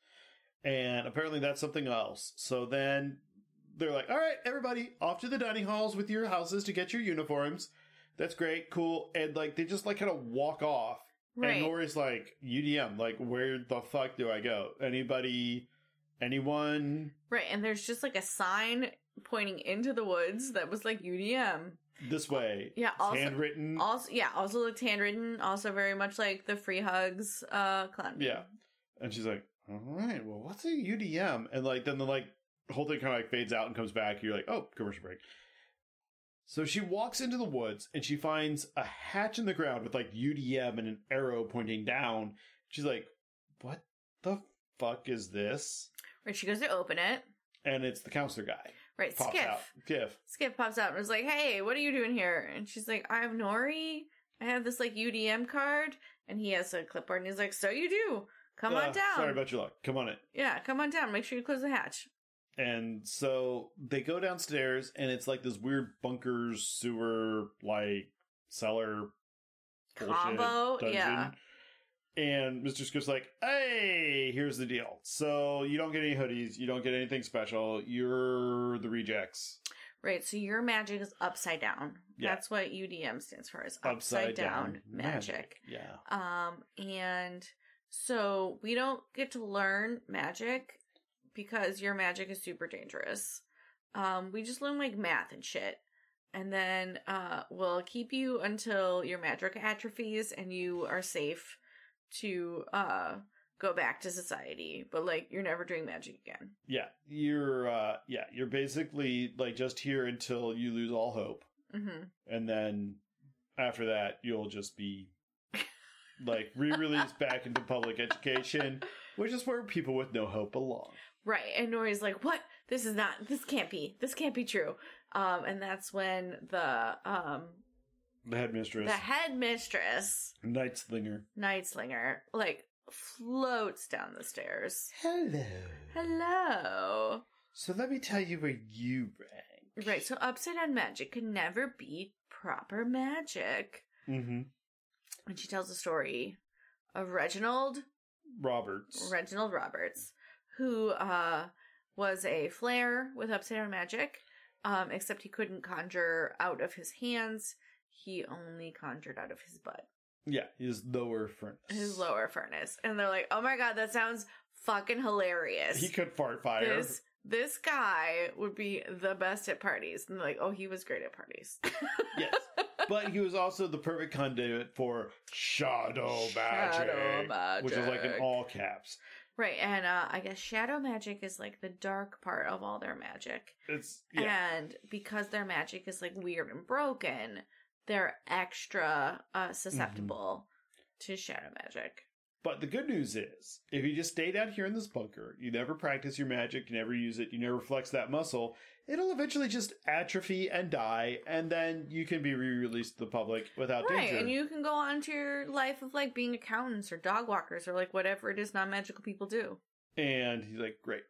[SPEAKER 1] And apparently that's something else. So then they're like, all right, everybody, off to the dining halls with your houses to get your uniforms. That's great, cool. And like they just like kind of walk off.
[SPEAKER 2] Right.
[SPEAKER 1] And Nori's like, UDM, like where the fuck do I go? Anybody anyone?
[SPEAKER 2] Right, and there's just like a sign pointing into the woods that was like UDM.
[SPEAKER 1] This way.
[SPEAKER 2] Yeah,
[SPEAKER 1] It's
[SPEAKER 2] also-
[SPEAKER 1] handwritten.
[SPEAKER 2] Also, yeah, also looked handwritten. Also, very much like the free hugs uh clown.
[SPEAKER 1] Yeah. Mm-hmm. And she's like, all right, well, what's a UDM? And like, then the like whole thing kind of like fades out and comes back. You're like, oh, commercial break. So she walks into the woods and she finds a hatch in the ground with like UDM and an arrow pointing down. She's like, what the fuck is this?
[SPEAKER 2] Right, she goes to open it.
[SPEAKER 1] And it's the counselor guy.
[SPEAKER 2] Right,
[SPEAKER 1] Pops
[SPEAKER 2] Skiff.
[SPEAKER 1] out. Skiff.
[SPEAKER 2] Skiff pops out and was like, "Hey, what are you doing here?" And she's like, "I'm Nori. I have this like UDM card." And he has a clipboard, and he's like, "So you do? Come
[SPEAKER 1] Uh,
[SPEAKER 2] on down.
[SPEAKER 1] Sorry about your luck. Come on it.
[SPEAKER 2] yeah, come on down. Make sure you close the hatch."
[SPEAKER 1] And so they go downstairs, and it's like this weird bunkers, sewer, like cellar bullshit
[SPEAKER 2] Combo,
[SPEAKER 1] dungeon.
[SPEAKER 2] yeah.
[SPEAKER 1] And Mr. Scoop's like, hey, here's the deal. So you don't get any hoodies, you don't get anything special, you're the rejects.
[SPEAKER 2] Right, so your magic is upside down.
[SPEAKER 1] Yeah.
[SPEAKER 2] That's what UDM stands for, is upside, down, magic.
[SPEAKER 1] Yeah.
[SPEAKER 2] Um, and so we don't get to learn magic because your magic is super dangerous. Um, we just learn like math and shit. And then uh we'll keep you until your magic atrophies and you are safe to uh go back to society. But like you're never doing magic again.
[SPEAKER 1] Yeah. You're uh yeah, you're basically like just here until you lose all hope.
[SPEAKER 2] Mm-hmm.
[SPEAKER 1] And then after that you'll just be like re-released back into public education, which is where people with no hope belong.
[SPEAKER 2] Right. And Nori's like, what? This is not, this can't be, this can't be true. Um, and that's when the, um,
[SPEAKER 1] The headmistress,
[SPEAKER 2] the headmistress,
[SPEAKER 1] night slinger.
[SPEAKER 2] Nightslinger, like floats down the stairs.
[SPEAKER 1] Hello.
[SPEAKER 2] Hello.
[SPEAKER 1] So let me tell you where you rang.
[SPEAKER 2] Right. So upside down magic can never be proper magic.
[SPEAKER 1] Mm-hmm.
[SPEAKER 2] And she tells the story of Reginald
[SPEAKER 1] Roberts.
[SPEAKER 2] Reginald Roberts, who uh, was a flair with upside down magic, um, except he couldn't conjure out of his hands. He only conjured out of his butt,
[SPEAKER 1] Yeah, his lower furnace.
[SPEAKER 2] his lower furnace. And they're like, oh my god, that sounds fucking hilarious.
[SPEAKER 1] He could fart fire.
[SPEAKER 2] this, this guy would be the best at parties. And they're like, oh, he was great at parties.
[SPEAKER 1] yes. But he was also the perfect conduit for shadow Oh, magic,
[SPEAKER 2] Shadow magic.
[SPEAKER 1] which is like in all caps.
[SPEAKER 2] right. And uh, I guess shadow magic is like the dark part of all their magic.
[SPEAKER 1] It's yeah,
[SPEAKER 2] And because their magic is like weird and broken, they're extra uh, susceptible
[SPEAKER 1] Mm-hmm.
[SPEAKER 2] to shadow magic.
[SPEAKER 1] but the good news is, if you just stayed out here in this bunker, you never practice your magic, you never use it, you never flex that muscle, it'll eventually just atrophy and die, and then you can be re-released to the public without
[SPEAKER 2] right.
[SPEAKER 1] Uh, danger.
[SPEAKER 2] And you can go on to your life of like being accountants or dog walkers or like whatever it is non magical people do.
[SPEAKER 1] And he's like, great.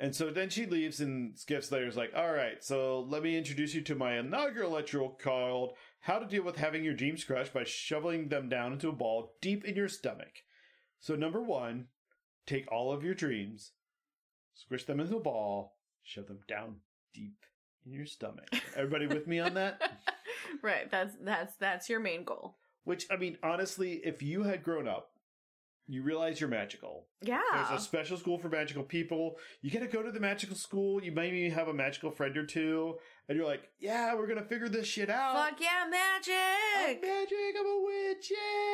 [SPEAKER 1] And so then she leaves, and Skip Slater's like, all right, so let me introduce you to my inaugural lecture called How to Deal with Having Your Dreams Crushed by Shoveling Them Down into a Ball Deep in Your Stomach. So, number one, take all of your dreams, squish them into a ball, shove them down deep in your stomach. Everybody with me on that?
[SPEAKER 2] right. That's that's that's your main goal.
[SPEAKER 1] Which, I mean, honestly, if you had grown up, you realize you're magical.
[SPEAKER 2] Yeah.
[SPEAKER 1] There's a special school for magical people. You gotta go to the magical school. You maybe have a magical friend or two, and you're like, "Yeah, we're gonna figure this shit out."
[SPEAKER 2] Fuck yeah,
[SPEAKER 1] I'm
[SPEAKER 2] magic!
[SPEAKER 1] magic! I'm a witch!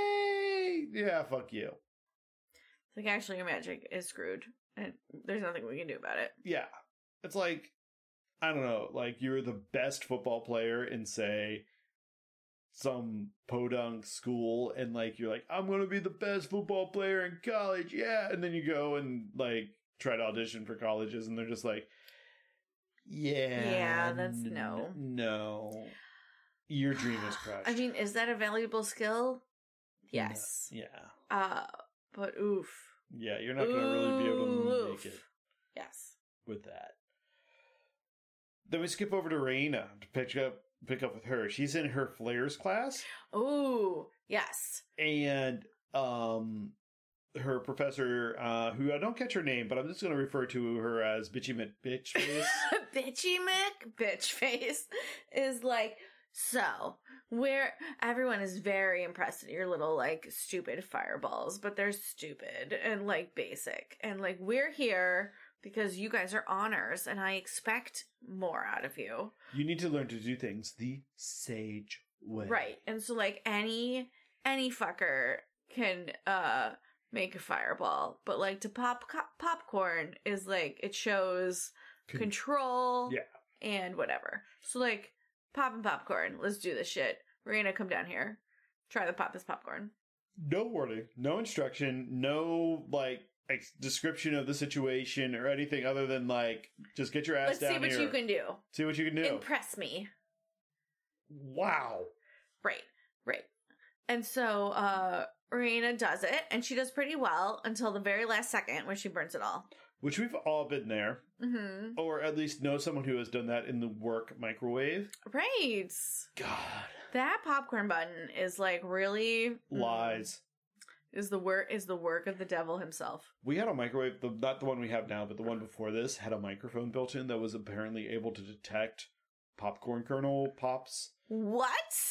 [SPEAKER 1] Yay! Yeah, fuck you.
[SPEAKER 2] It's Like actually, your magic is screwed, and there's nothing we can do about it.
[SPEAKER 1] Yeah, it's like I don't know. Like you're the best football player in say some podunk school, and like you're like, "I'm gonna be the best football player in college." Yeah, and then you go and like try to audition for colleges, and they're just like. Yeah.
[SPEAKER 2] Yeah, that's
[SPEAKER 1] n-
[SPEAKER 2] no.
[SPEAKER 1] No. Your dream is crushed.
[SPEAKER 2] I mean, is that a valuable skill? Yes.
[SPEAKER 1] Yeah.
[SPEAKER 2] Uh, but oof.
[SPEAKER 1] Yeah, you're not going to really be able to
[SPEAKER 2] Oof.
[SPEAKER 1] make it
[SPEAKER 2] Yes.
[SPEAKER 1] with that. Then we skip over to Raina to pick up pick up with her. She's in her flares class,
[SPEAKER 2] Ooh, yes.
[SPEAKER 1] and um, her professor, uh, who I don't catch her name, but I'm just going to refer to her as Bitchy Mit Bitch Face.
[SPEAKER 2] Bitchy Mick, bitch face, is like, so, where everyone is very impressed at your little, like, stupid fireballs, but they're stupid and, like, basic. And, like, we're here because you guys are honors and I expect more out of you.
[SPEAKER 1] you need to learn to do things the sage way,
[SPEAKER 2] Right. And so like any any fucker can uh make a fireball, but like to pop co- popcorn is like it shows
[SPEAKER 1] Con-
[SPEAKER 2] control
[SPEAKER 1] Yeah.
[SPEAKER 2] and whatever. So like popping popcorn, let's do this shit. We're gonna come down here. Try to pop this popcorn.
[SPEAKER 1] no warning, no instruction, no like ex- description of the situation or anything other than like just get your ass
[SPEAKER 2] Let's
[SPEAKER 1] down
[SPEAKER 2] see what
[SPEAKER 1] here.
[SPEAKER 2] you can do.
[SPEAKER 1] see what you can do.
[SPEAKER 2] Impress me.
[SPEAKER 1] wow.
[SPEAKER 2] Right, right. And so uh Raina does it and she does pretty well until the very last second where she burns it all.
[SPEAKER 1] which we've all been there,
[SPEAKER 2] Mm-hmm.
[SPEAKER 1] or at least know someone who has done that in the work microwave.
[SPEAKER 2] Right.
[SPEAKER 1] God,
[SPEAKER 2] That popcorn button is like really
[SPEAKER 1] lies.
[SPEAKER 2] is the work is the work of the devil himself.
[SPEAKER 1] We had a microwave, the, not the one we have now, but the one before this had a microphone built in that was apparently able to detect popcorn kernel pops.
[SPEAKER 2] What?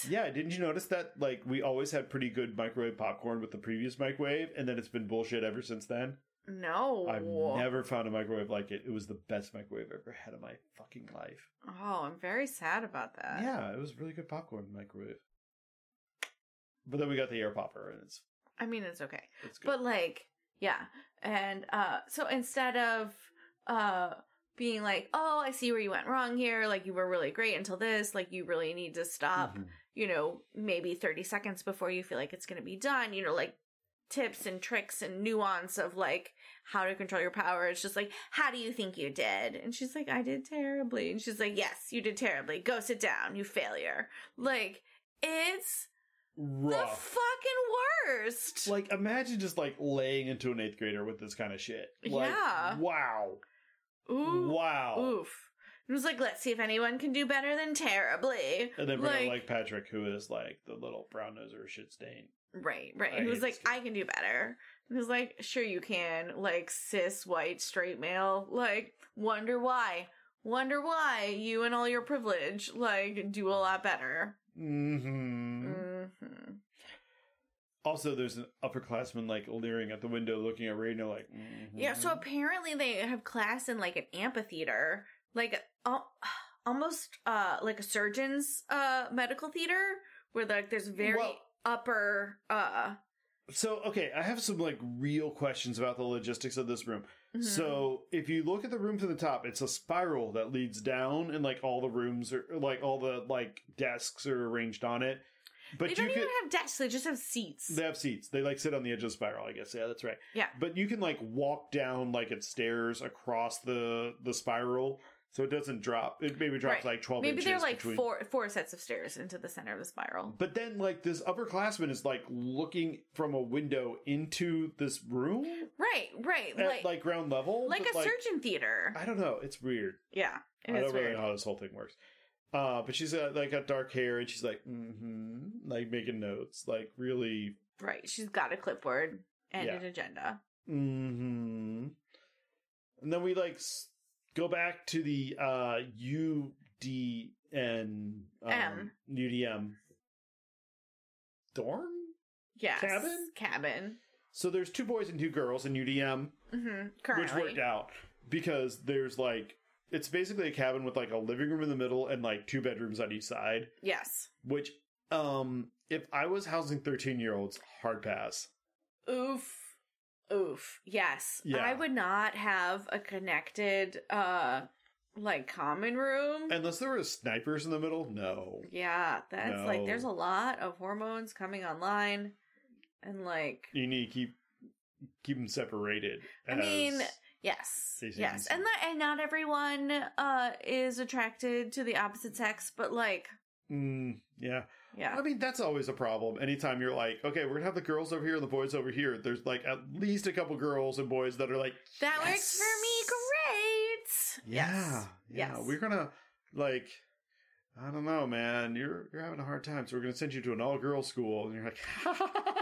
[SPEAKER 1] Yeah, didn't you notice that? Like, we always had pretty good microwave popcorn with the previous microwave, and then it's been bullshit ever since then.
[SPEAKER 2] No.
[SPEAKER 1] I've never found a microwave like it. It was the best microwave I ever had in my fucking life.
[SPEAKER 2] Oh, I'm very sad about that.
[SPEAKER 1] yeah, it was really good popcorn microwave. But then we got the air popper, and it's
[SPEAKER 2] I mean, it's okay.
[SPEAKER 1] it's good.
[SPEAKER 2] But like, yeah. And uh so instead of uh being like, "Oh, I see where you went wrong here. Like you were really great until this. Like you really need to stop."
[SPEAKER 1] Mhm.
[SPEAKER 2] you know, maybe 30 seconds before you feel like it's going to be done, you know, like tips and tricks and nuance of like how to control your power. It's just like, how do you think you did? And she's like, I did terribly. And she's like, yes, you did terribly. Go sit down, you failure. Like, it's the
[SPEAKER 1] rough.
[SPEAKER 2] fucking worst.
[SPEAKER 1] like, imagine just like laying into an eighth grader with this kind of shit. Like,
[SPEAKER 2] Yeah.
[SPEAKER 1] Wow.
[SPEAKER 2] Ooh,
[SPEAKER 1] Wow.
[SPEAKER 2] Oof. It was like, let's see if anyone can do better than terribly.
[SPEAKER 1] And then bring like,
[SPEAKER 2] Like-
[SPEAKER 1] like Patrick, who is like the little brown noser shit stain.
[SPEAKER 2] Right, right.
[SPEAKER 1] I
[SPEAKER 2] And he
[SPEAKER 1] hate
[SPEAKER 2] was like,
[SPEAKER 1] this kid.
[SPEAKER 2] I can do better. And he was like, sure you can. Like, cis, white, straight male. Like, wonder why. Wonder why you and all your privilege, like, do a lot better.
[SPEAKER 1] hmm
[SPEAKER 2] Mm-hmm.
[SPEAKER 1] Also, there's an upperclassman like leering at the window, looking at Rainer, like, mhm.
[SPEAKER 2] Yeah, so apparently they have class in, like, an amphitheater. Like, al- almost, uh, like a surgeon's, uh, medical theater. Where, like, there's very
[SPEAKER 1] Well-
[SPEAKER 2] upper, uh...
[SPEAKER 1] So, okay, I have some like real questions about the logistics of this room.
[SPEAKER 2] mhm.
[SPEAKER 1] So, if you look at the room from the top, it's a spiral that leads down, and like all the rooms are like all the like desks are arranged on it. But
[SPEAKER 2] they
[SPEAKER 1] you
[SPEAKER 2] don't
[SPEAKER 1] could
[SPEAKER 2] even have desks, they just have seats.
[SPEAKER 1] they have seats. They like sit on the edge of the spiral, I guess. Yeah, that's right.
[SPEAKER 2] Yeah.
[SPEAKER 1] But you can like walk down like it's stairs across the the spiral, so it doesn't drop. It maybe drops
[SPEAKER 2] Right.
[SPEAKER 1] like twelve.
[SPEAKER 2] Maybe
[SPEAKER 1] inches
[SPEAKER 2] there are like
[SPEAKER 1] between-
[SPEAKER 2] four four sets of stairs into the center of the spiral.
[SPEAKER 1] But then, like this upperclassman is like looking from a window into this room
[SPEAKER 2] Right, right.
[SPEAKER 1] at
[SPEAKER 2] Like
[SPEAKER 1] like,
[SPEAKER 2] like,
[SPEAKER 1] ground level,
[SPEAKER 2] a
[SPEAKER 1] but,
[SPEAKER 2] surgeon theater.
[SPEAKER 1] I don't know. It's weird.
[SPEAKER 2] yeah. It
[SPEAKER 1] I
[SPEAKER 2] is
[SPEAKER 1] don't really
[SPEAKER 2] weird.
[SPEAKER 1] know how this whole thing works. Uh, but she's got like got dark hair, and she's like, mm-hmm, like making notes, like really,
[SPEAKER 2] Right. She's got a clipboard and
[SPEAKER 1] Yeah.
[SPEAKER 2] an agenda.
[SPEAKER 1] mm-hmm. And then we like s- go back to the uh UDN um,
[SPEAKER 2] M.
[SPEAKER 1] UDM dorm.
[SPEAKER 2] Yes.
[SPEAKER 1] Cabin?
[SPEAKER 2] Cabin.
[SPEAKER 1] So there's two boys and two girls in UDM.
[SPEAKER 2] Mm-hmm. Currently.
[SPEAKER 1] Which worked out because there's like it's basically a cabin with like a living room in the middle and like two bedrooms on each side.
[SPEAKER 2] Yes.
[SPEAKER 1] Which, um, if I was housing thirteen year olds, hard pass.
[SPEAKER 2] Oof. Oof. Yes.
[SPEAKER 1] Yeah.
[SPEAKER 2] I would not have a connected uh like common room.
[SPEAKER 1] Unless there were snipers in the middle, no.
[SPEAKER 2] yeah, that's like
[SPEAKER 1] No.
[SPEAKER 2] there's a lot of hormones coming online and like
[SPEAKER 1] You need to keep keep them separated.
[SPEAKER 2] I mean,
[SPEAKER 1] as-
[SPEAKER 2] yes,
[SPEAKER 1] They seem
[SPEAKER 2] yes,
[SPEAKER 1] decent.
[SPEAKER 2] and that, and not everyone uh is attracted to the opposite sex, but like,
[SPEAKER 1] Mm, yeah.
[SPEAKER 2] yeah,
[SPEAKER 1] I mean, that's always a problem. Anytime you're like, okay, we're gonna have the girls over here and the boys over here. There's like at least a couple girls and boys that are like,
[SPEAKER 2] that works for
[SPEAKER 1] Yes.
[SPEAKER 2] me great.
[SPEAKER 1] Yeah. Yeah.
[SPEAKER 2] Yes.
[SPEAKER 1] We're gonna like I don't know, man. You're you're having a hard time, so we're gonna send you to an all girl school and you're like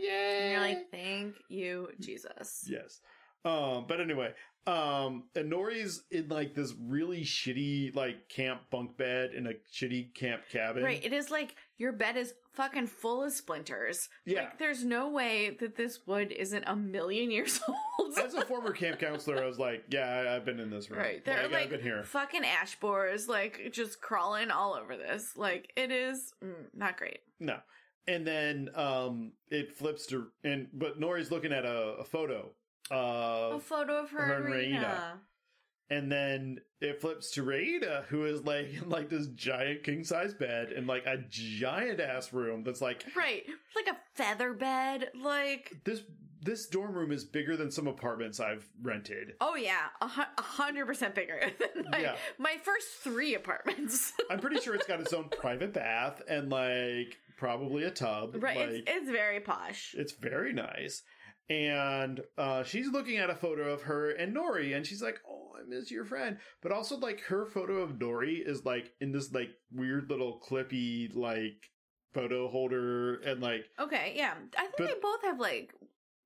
[SPEAKER 1] Yay.
[SPEAKER 2] And you're like, thank you, Jesus.
[SPEAKER 1] Yes. Um, but anyway, um and Nori's in like this really shitty like camp bunk bed in a shitty camp cabin.
[SPEAKER 2] Right, it is like your bed is fucking full of splinters.
[SPEAKER 1] Yeah.
[SPEAKER 2] Like, there's no way that this wood isn't a million years old.
[SPEAKER 1] as a former camp counselor, I was like, "Yeah, I, I've been in this room.
[SPEAKER 2] Right, there are
[SPEAKER 1] Like, I've
[SPEAKER 2] like
[SPEAKER 1] been here.
[SPEAKER 2] fucking ash borers, like just crawling all over this. Like it is mm, not great.
[SPEAKER 1] No. And then um it flips to and but Nori's looking at a, a photo of
[SPEAKER 2] a photo of her,
[SPEAKER 1] her and
[SPEAKER 2] and
[SPEAKER 1] Raina.
[SPEAKER 2] Raina.
[SPEAKER 1] And then it flips to Raida, who is like in like this giant king size bed and like a giant ass room that's like
[SPEAKER 2] Right. Like a feather bed. Like,
[SPEAKER 1] this this dorm room is bigger than some apartments I've rented.
[SPEAKER 2] oh yeah, a hu- a hundred percent bigger than my,
[SPEAKER 1] Yeah.
[SPEAKER 2] my first three apartments.
[SPEAKER 1] I'm pretty sure it's got its own private bath and like probably a tub.
[SPEAKER 2] right.
[SPEAKER 1] Like,
[SPEAKER 2] it's, it's very posh.
[SPEAKER 1] it's very nice. and uh, she's looking at a photo of her and Nori, and she's like, "Oh, I miss your friend." But also, like her photo of Nori is like in this like weird little clippy like photo holder, and like
[SPEAKER 2] Okay, yeah. I think
[SPEAKER 1] But-
[SPEAKER 2] they both have like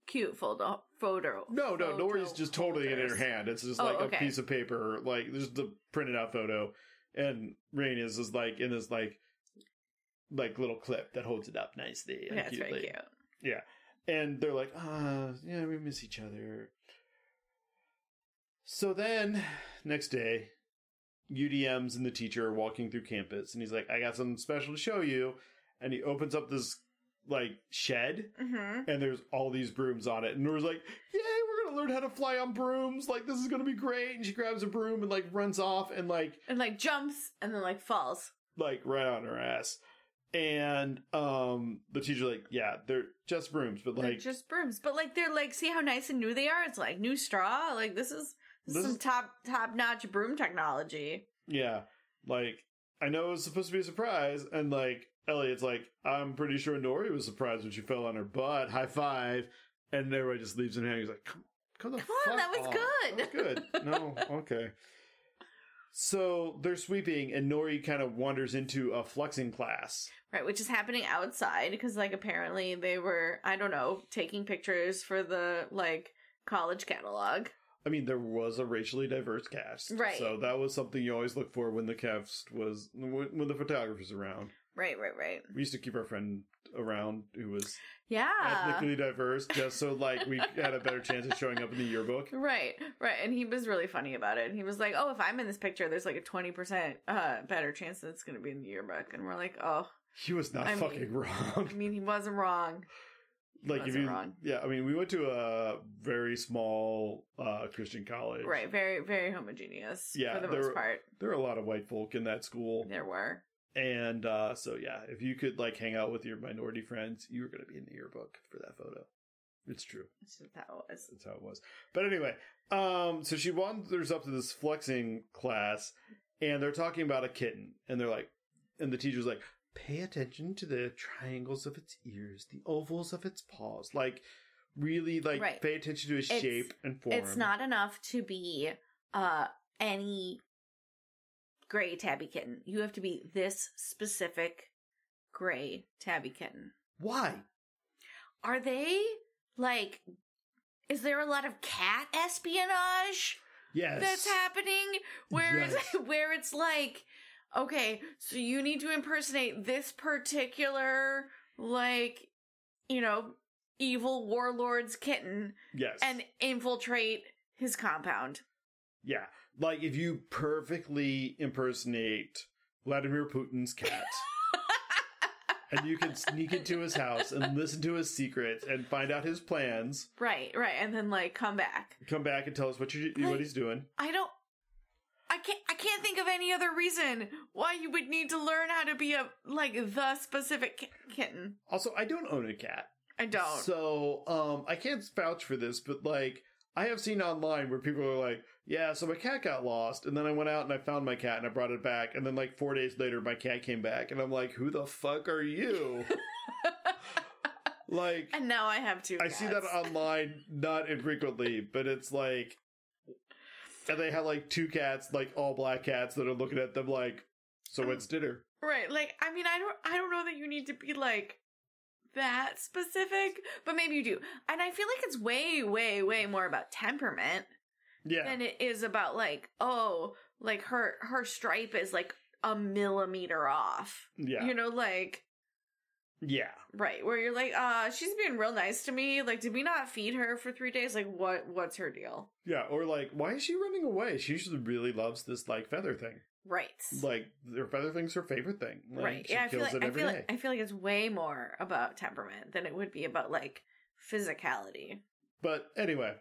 [SPEAKER 2] cute photo photo.
[SPEAKER 1] no, no,
[SPEAKER 2] photo
[SPEAKER 1] Nori's just totally in her
[SPEAKER 2] holders.
[SPEAKER 1] hand. It's just
[SPEAKER 2] Oh,
[SPEAKER 1] like
[SPEAKER 2] okay.
[SPEAKER 1] a piece of paper, like there's the printed out photo, and Rain is just like in this like like little clip that holds it up nicely.
[SPEAKER 2] Yeah,
[SPEAKER 1] and
[SPEAKER 2] it's very
[SPEAKER 1] cutely.
[SPEAKER 2] cute.
[SPEAKER 1] and they're like, ah, yeah, we miss each other. So then, next day, UDM's and the teacher are walking through campus, and he's like, I got something special to show you. And he opens up this, like, shed,
[SPEAKER 2] Mm-hmm.
[SPEAKER 1] and there's all these brooms on it. And Nora's like, Yay, we're gonna learn how to fly on brooms. Like, this is gonna be great. And she grabs a broom and, like, runs off and, like,
[SPEAKER 2] And like jumps and then like falls.
[SPEAKER 1] like right on her ass. And um the teacher's like, Yeah, they're just brooms, but
[SPEAKER 2] They're
[SPEAKER 1] like
[SPEAKER 2] just brooms. But like they're like see how nice and new they are? It's like new straw. Like this is this,
[SPEAKER 1] This
[SPEAKER 2] is some
[SPEAKER 1] is-
[SPEAKER 2] top top notch broom technology.
[SPEAKER 1] Yeah. Like, I know it was supposed to be a surprise, and like Elliot's like, I'm pretty sure Nori was surprised when she fell on her butt. High five. And everybody just leaves him hanging. He's like, Come, come, the
[SPEAKER 2] Come on,
[SPEAKER 1] fuck
[SPEAKER 2] that was
[SPEAKER 1] off.
[SPEAKER 2] good.
[SPEAKER 1] That was good. No, okay. So they're sweeping, and Nori kind of wanders into a flexing class.
[SPEAKER 2] Right, which is happening outside because like apparently they were, I don't know, taking pictures for the like college catalog.
[SPEAKER 1] I mean, there was a racially diverse cast,
[SPEAKER 2] Right.
[SPEAKER 1] So that was something you always look for when the cast was when, when the photographer's around.
[SPEAKER 2] Right, right, right.
[SPEAKER 1] We used to keep our friend around who was
[SPEAKER 2] Yeah.
[SPEAKER 1] ethnically diverse just so like we had a better chance of showing up in the yearbook
[SPEAKER 2] Right, right. And he was really funny about it. And he was like, Oh, if I'm in this picture, there's like a 20% uh, better chance that it's going to be in the yearbook. And we're like, Oh,
[SPEAKER 1] he was not
[SPEAKER 2] I mean-
[SPEAKER 1] fucking wrong
[SPEAKER 2] I mean, he wasn't wrong.
[SPEAKER 1] like if
[SPEAKER 2] wasn't
[SPEAKER 1] you
[SPEAKER 2] wrong.
[SPEAKER 1] yeah i mean we went to a very small uh christian college
[SPEAKER 2] Right, very, very homogeneous
[SPEAKER 1] Yeah,
[SPEAKER 2] for the
[SPEAKER 1] there
[SPEAKER 2] most
[SPEAKER 1] were-
[SPEAKER 2] part.
[SPEAKER 1] there were a lot of white folk in that school
[SPEAKER 2] There were.
[SPEAKER 1] and uh so yeah if you could like hang out with your minority friends you were going to be in the yearbook for that photo it's true
[SPEAKER 2] That's just how it was.
[SPEAKER 1] that's how it was but anyway um so she wanders up to this flexing class and they're talking about a kitten and they're like and the teacher's like pay attention to the triangles of its ears the ovals of its paws like really like
[SPEAKER 2] Right.
[SPEAKER 1] pay attention to its,
[SPEAKER 2] It's-
[SPEAKER 1] shape and form
[SPEAKER 2] It's not enough to be uh any gray tabby kitten. You have to be this specific gray tabby kitten.
[SPEAKER 1] why
[SPEAKER 2] Are they like is there a lot of cat espionage
[SPEAKER 1] yes
[SPEAKER 2] that's happening where
[SPEAKER 1] Yes.
[SPEAKER 2] it's, where it's like okay, so you need to impersonate this particular like you know evil warlord's kitten
[SPEAKER 1] yes
[SPEAKER 2] and infiltrate his compound.
[SPEAKER 1] yeah like if you perfectly impersonate vladimir putin's cat and you can sneak into his house and listen to his secrets and find out his plans
[SPEAKER 2] Right, right, and then like come back.
[SPEAKER 1] come back and tell us what you what
[SPEAKER 2] Like-
[SPEAKER 1] he's doing.
[SPEAKER 2] I don't. I can't. I can't think of any other reason why you would need to learn how to be a like the specific ki- kitten.
[SPEAKER 1] Also, I don't own a cat,
[SPEAKER 2] I don't.
[SPEAKER 1] so um, I can't vouch for this. But like, I have seen online where people are like, "Yeah, so my cat got lost, and then I went out and I found my cat and I brought it back, and then like four days later, my cat came back, and I'm like, who the fuck are you?" like,
[SPEAKER 2] and now I have two.
[SPEAKER 1] I see that uh,
[SPEAKER 2] cats.
[SPEAKER 1] online not infrequently, but it's like, and they have like two cats, like all black cats, that are looking at them like,
[SPEAKER 2] Oh.
[SPEAKER 1] "So it's dinner."
[SPEAKER 2] right. Like I mean, I don't. I don't know that you need to be like that specific, but maybe you do. And I feel like it's way, way, way more about temperament
[SPEAKER 1] Yeah,
[SPEAKER 2] than it is about like oh, like her her stripe is like a millimeter off.
[SPEAKER 1] yeah,
[SPEAKER 2] You know, like
[SPEAKER 1] yeah.
[SPEAKER 2] Right, where you're like, uh, she's being real nice to me. Like, did we not feed her for three days? Like, what? What's her deal?
[SPEAKER 1] Yeah, or like, why is she running away? She usually really loves this like feather thing.
[SPEAKER 2] Right,
[SPEAKER 1] Like her feather thing's her favorite thing. Like,
[SPEAKER 2] right.
[SPEAKER 1] She
[SPEAKER 2] Yeah, I feel
[SPEAKER 1] kills
[SPEAKER 2] like
[SPEAKER 1] it
[SPEAKER 2] I
[SPEAKER 1] every
[SPEAKER 2] feel
[SPEAKER 1] day.
[SPEAKER 2] like I feel like it's way more about temperament than it would be about like physicality.
[SPEAKER 1] But anyway,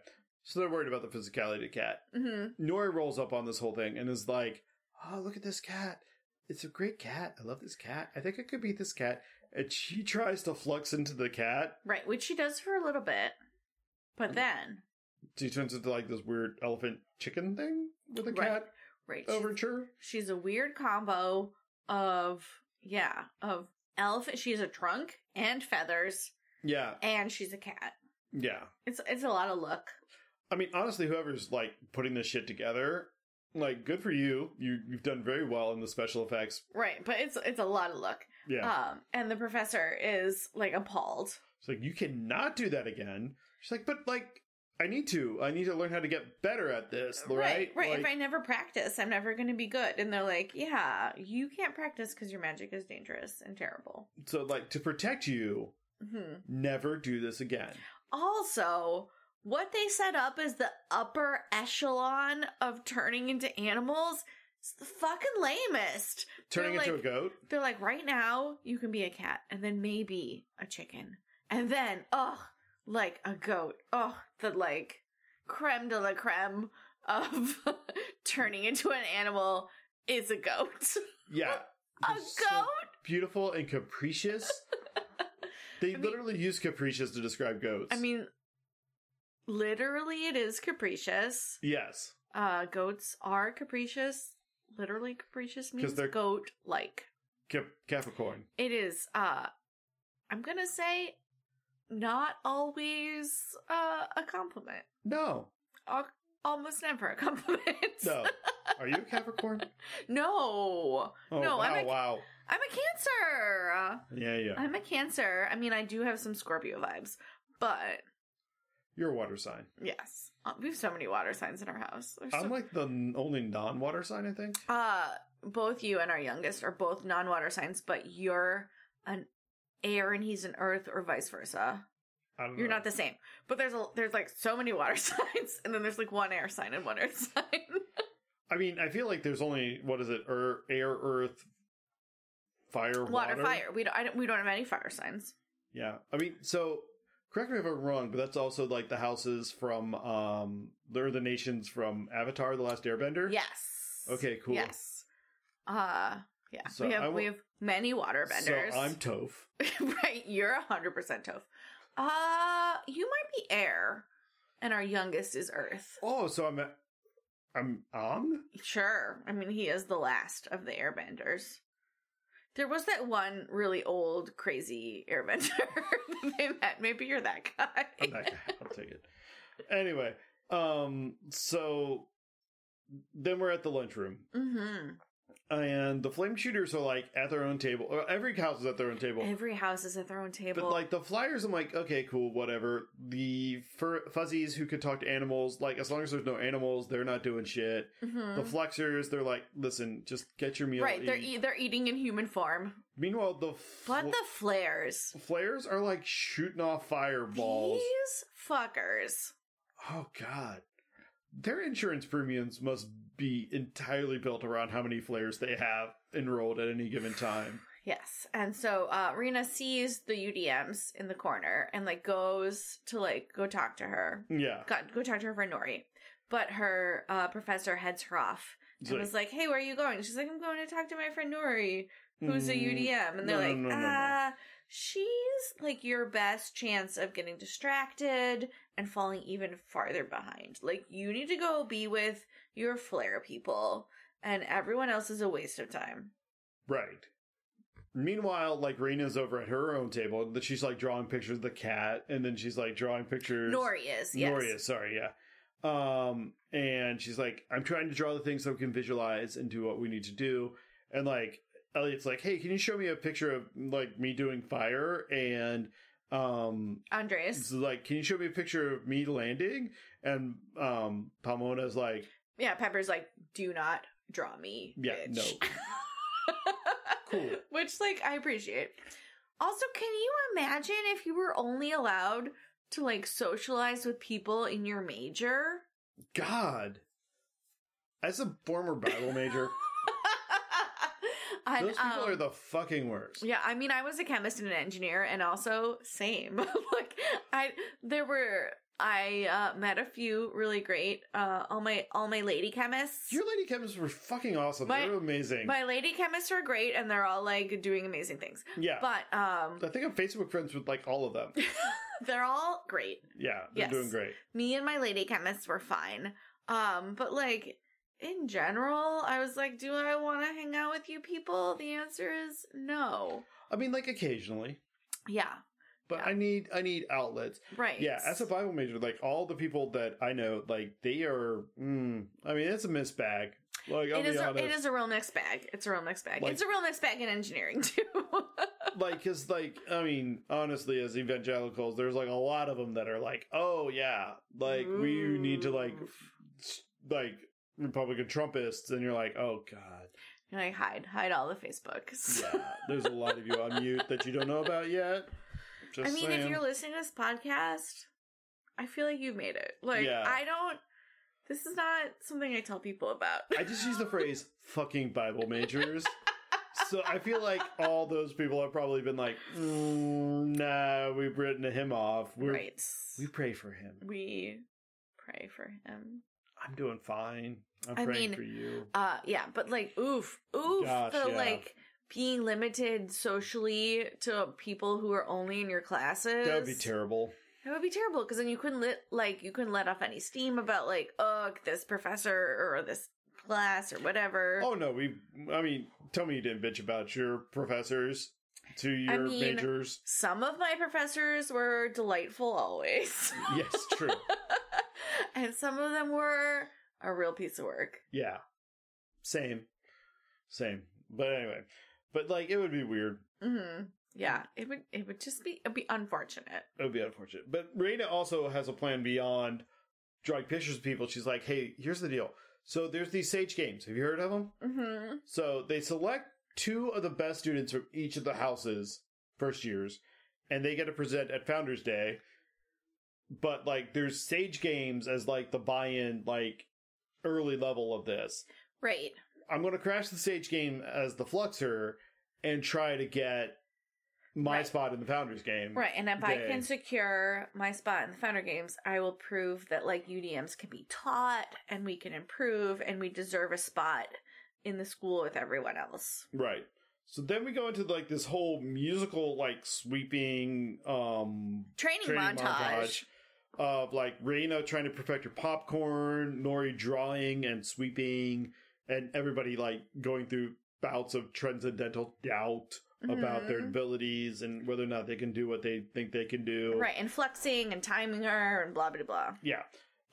[SPEAKER 1] so they're worried about the physicality of the cat.
[SPEAKER 2] hmm
[SPEAKER 1] Nori rolls up on this whole thing and is like, Oh, look at this cat. It's a great cat. I love this cat. I think I could beat this cat. And she tries to flux into the cat.
[SPEAKER 2] Right, which she does for a little bit, but then
[SPEAKER 1] She turns into like this weird elephant chicken thing with a
[SPEAKER 2] Right.
[SPEAKER 1] cat
[SPEAKER 2] right, she-
[SPEAKER 1] overture.
[SPEAKER 2] she's a weird combo of yeah of elephant. She's a trunk and feathers,
[SPEAKER 1] Yeah.
[SPEAKER 2] and she's a cat.
[SPEAKER 1] Yeah.
[SPEAKER 2] It's it's a lot of luck.
[SPEAKER 1] I mean, honestly, whoever's like putting this shit together, like, good for you. You you've done very well in the special effects.
[SPEAKER 2] Right, but it's it's a lot of luck.
[SPEAKER 1] Yeah.
[SPEAKER 2] Um and the professor is like appalled.
[SPEAKER 1] It's like you cannot do that again. She's like, but like, I need to. I need to learn how to get better at this, right?
[SPEAKER 2] Right.
[SPEAKER 1] Like,
[SPEAKER 2] if I never practice, I'm never going to be good. And they're like, "Yeah, you can't practice cuz your magic is dangerous and terrible."
[SPEAKER 1] so like to protect you,
[SPEAKER 2] hmm
[SPEAKER 1] never do this again.
[SPEAKER 2] Also, what they set up as the upper echelon of turning into animals is the fucking lamest.
[SPEAKER 1] Turning
[SPEAKER 2] They're
[SPEAKER 1] into
[SPEAKER 2] like-
[SPEAKER 1] a goat.
[SPEAKER 2] They're like, right now, you can be a cat, and then maybe a chicken, and then, ugh, like a goat. Ugh, the like creme de la creme of turning into an animal is a goat.
[SPEAKER 1] Yeah.
[SPEAKER 2] a
[SPEAKER 1] They're so
[SPEAKER 2] goat?
[SPEAKER 1] beautiful and capricious. they
[SPEAKER 2] mean-
[SPEAKER 1] literally use capricious to describe goats.
[SPEAKER 2] I mean, literally, it is capricious.
[SPEAKER 1] yes.
[SPEAKER 2] Uh, goats are capricious. Literally, capricious means
[SPEAKER 1] they're-
[SPEAKER 2] goat like.
[SPEAKER 1] Cap- Capricorn.
[SPEAKER 2] It is, uh, I'm gonna say, not always uh, a compliment.
[SPEAKER 1] No.
[SPEAKER 2] Al- almost never a compliment.
[SPEAKER 1] No. Are you a Capricorn?
[SPEAKER 2] No.
[SPEAKER 1] Oh,
[SPEAKER 2] No,
[SPEAKER 1] wow,
[SPEAKER 2] I'm a-
[SPEAKER 1] wow.
[SPEAKER 2] I'm a Cancer. Uh,
[SPEAKER 1] Yeah, yeah.
[SPEAKER 2] I'm a Cancer. I mean, I do have some Scorpio vibes, but
[SPEAKER 1] You're a water sign.
[SPEAKER 2] yes, Uh, we have so many water signs in our house. There's so
[SPEAKER 1] I'm like the n- only non-water sign, I think.
[SPEAKER 2] Uh, both you and our youngest are both non-water signs, but you're an air and he's an earth, or vice versa.
[SPEAKER 1] I don't
[SPEAKER 2] You're
[SPEAKER 1] know.
[SPEAKER 2] not the same. But there's a there's like so many water signs, and then there's like one air sign and one earth sign.
[SPEAKER 1] I mean, I feel like there's only what is it? Er, air, earth, fire,
[SPEAKER 2] Water, fire. We don't, I don't we don't have any fire signs.
[SPEAKER 1] Yeah. I mean, so correct me if I'm wrong, but that's also like the houses from um they're the nations from Avatar the Last Airbender.
[SPEAKER 2] Yes.
[SPEAKER 1] Okay, cool.
[SPEAKER 2] Yes. Uh yeah.
[SPEAKER 1] So
[SPEAKER 2] we have
[SPEAKER 1] I will-
[SPEAKER 2] we have many water benders.
[SPEAKER 1] So I'm Toph.
[SPEAKER 2] right, you're hundred percent Toph. Uh you might be air, and our youngest is earth.
[SPEAKER 1] Oh, so I'm a- I'm Ang?
[SPEAKER 2] Sure. I mean, he is the last of the airbenders. There was that one really old, crazy airbender that they met. Maybe you're that guy.
[SPEAKER 1] I'm that guy. I'll take it. Anyway, um so then we're at the lunchroom.
[SPEAKER 2] hmm
[SPEAKER 1] And the flame shooters are like at their own table. Or Every house is at their own table.
[SPEAKER 2] Every house is at their own table.
[SPEAKER 1] But like the flyers, I'm like, okay, cool, whatever. The fur- fuzzies who could talk to animals, like as long as there's no animals, they're not doing shit.
[SPEAKER 2] Mhm.
[SPEAKER 1] The flexers, they're like, listen, just get your meal.
[SPEAKER 2] right, they're
[SPEAKER 1] eat."
[SPEAKER 2] e- they're eating in human form.
[SPEAKER 1] Meanwhile, the, fl-
[SPEAKER 2] But the flares,
[SPEAKER 1] flares are like shooting off fireballs.
[SPEAKER 2] these fuckers.
[SPEAKER 1] Oh god, their insurance premiums must be entirely built around how many flares they have enrolled at any given time.
[SPEAKER 2] Yes, and so uh, Rena sees the UDMs in the corner and like goes to like go talk to her.
[SPEAKER 1] Yeah,
[SPEAKER 2] got go talk to her for Nori. But her uh, professor heads her off and
[SPEAKER 1] It's like,
[SPEAKER 2] was like, "Hey, where are you going?" She's like, "I'm going to talk to my friend Nori, who's a
[SPEAKER 1] mm,
[SPEAKER 2] UDM." And they're
[SPEAKER 1] no,
[SPEAKER 2] like,
[SPEAKER 1] no, no, no, no.
[SPEAKER 2] "Ah, she's like your best chance of getting distracted and falling even farther behind. Like, you need to go be with your flare people, and everyone else is a waste of time."
[SPEAKER 1] Right. Meanwhile, like Rena's over at her own table, that she's like drawing pictures of the cat, and then she's like drawing pictures.
[SPEAKER 2] Nori is yes.
[SPEAKER 1] Nori is, sorry, yeah. Um, and she's like, I'm trying to draw the thing so we can visualize and do what we need to do. And like Elliot's like, Hey, can you show me a picture of like me doing fire? And um
[SPEAKER 2] Andres.
[SPEAKER 1] it's like, can you show me a picture of me landing? And um Pomona's like,
[SPEAKER 2] Yeah, Pepper's like, do not draw me.
[SPEAKER 1] Yeah,
[SPEAKER 2] bitch."
[SPEAKER 1] no. Cool.
[SPEAKER 2] Which, like, I appreciate. Also, can you imagine if you were only allowed to, like, socialize with people in your major?
[SPEAKER 1] God. As a former Bible major,
[SPEAKER 2] And,
[SPEAKER 1] Those people
[SPEAKER 2] um,
[SPEAKER 1] are the fucking worst.
[SPEAKER 2] Yeah, I mean, I was a chemist and an engineer, and also same. like, I there were I uh, met a few really great uh, all my all my lady chemists.
[SPEAKER 1] Your lady chemists were fucking awesome.
[SPEAKER 2] My-
[SPEAKER 1] they were amazing.
[SPEAKER 2] my lady chemists are great, and they're all like doing amazing things.
[SPEAKER 1] yeah.
[SPEAKER 2] But um,
[SPEAKER 1] I think I'm Facebook friends with like all of them.
[SPEAKER 2] they're all great.
[SPEAKER 1] Yeah, they're
[SPEAKER 2] Yes.
[SPEAKER 1] doing great.
[SPEAKER 2] me and my lady chemists were fine. Um, but like in general, I was like, do I want to hang out with you people? The answer is no.
[SPEAKER 1] I mean, like occasionally,
[SPEAKER 2] Yeah.
[SPEAKER 1] but
[SPEAKER 2] Yeah.
[SPEAKER 1] I need I need outlets.
[SPEAKER 2] Right.
[SPEAKER 1] Yeah, as a Bible major, like all the people that I know, like they are. Mm, I mean, it's a mixed bag. Like I'll
[SPEAKER 2] it
[SPEAKER 1] be
[SPEAKER 2] is, a,
[SPEAKER 1] honest,
[SPEAKER 2] it is a real mixed bag. It's a real mixed bag.
[SPEAKER 1] Like-
[SPEAKER 2] it's a real mixed bag in engineering too.
[SPEAKER 1] like because like I mean, honestly, as evangelicals, there's like a lot of them that are like, oh yeah, like we need to like
[SPEAKER 2] Oof.
[SPEAKER 1] s- like Republican Trumpists, and you're like, oh god,
[SPEAKER 2] You're like hide, hide all the Facebooks.
[SPEAKER 1] yeah. There's a lot of you on mute that you don't know about yet. Just
[SPEAKER 2] I mean, if
[SPEAKER 1] saying.
[SPEAKER 2] you're listening to this podcast, I feel like you've made it. Like
[SPEAKER 1] Yeah.
[SPEAKER 2] I don't. This is not something I tell people about.
[SPEAKER 1] I just use the phrase "fucking Bible majors." So I feel like all those people have probably been like, mm, "Nah, we've written him off. We're,
[SPEAKER 2] right.
[SPEAKER 1] We pray for him.
[SPEAKER 2] we pray for him.
[SPEAKER 1] I'm doing fine. I'm
[SPEAKER 2] I
[SPEAKER 1] praying
[SPEAKER 2] mean,
[SPEAKER 1] for you."
[SPEAKER 2] Uh yeah, but like oof, oof
[SPEAKER 1] Gosh,
[SPEAKER 2] the
[SPEAKER 1] yeah.
[SPEAKER 2] like being limited socially to people who are only in your classes.
[SPEAKER 1] That would be terrible.
[SPEAKER 2] That would be terrible because then you couldn't let like you couldn't let off any steam about like ugh this professor or this class or whatever.
[SPEAKER 1] Oh no, we. I mean, tell me you didn't bitch about your professors to your
[SPEAKER 2] mean-
[SPEAKER 1] majors.
[SPEAKER 2] Some of my professors were delightful always,
[SPEAKER 1] Yes, true.
[SPEAKER 2] and some of them were a real piece of work.
[SPEAKER 1] yeah, same, same. But anyway, but like it would be weird
[SPEAKER 2] hmm Yeah, it would it would just be it'd be unfortunate.
[SPEAKER 1] It would be unfortunate. But Raina also has a plan beyond drawing pictures of people. She's like, hey, here's the deal. So there's these Sage games. Have you heard of them?
[SPEAKER 2] hmm
[SPEAKER 1] So they select two of the best students from each of the houses, first years, and they get to present at Founders Day. But like, there's Sage games as like the buy-in, like early level of this.
[SPEAKER 2] Right.
[SPEAKER 1] I'm going to crash the Sage game as the Fluxer and try to get my
[SPEAKER 2] Right.
[SPEAKER 1] spot in the Founders game.
[SPEAKER 2] Right, and if I
[SPEAKER 1] day.
[SPEAKER 2] can secure my spot in the Founder Games, I will prove that like UDMs can be taught and we can improve and we deserve a spot in the school with everyone else.
[SPEAKER 1] Right. So then we go into like this whole musical like sweeping um
[SPEAKER 2] Training,
[SPEAKER 1] Training
[SPEAKER 2] montage.
[SPEAKER 1] montage. of like Reina trying to perfect her popcorn, Nori drawing and sweeping, and everybody like going through bouts of transcendental doubt about their
[SPEAKER 2] Mhm.
[SPEAKER 1] abilities and whether or not they can do what they think they can do.
[SPEAKER 2] right and flexing and timing her and blah blah blah.
[SPEAKER 1] Yeah.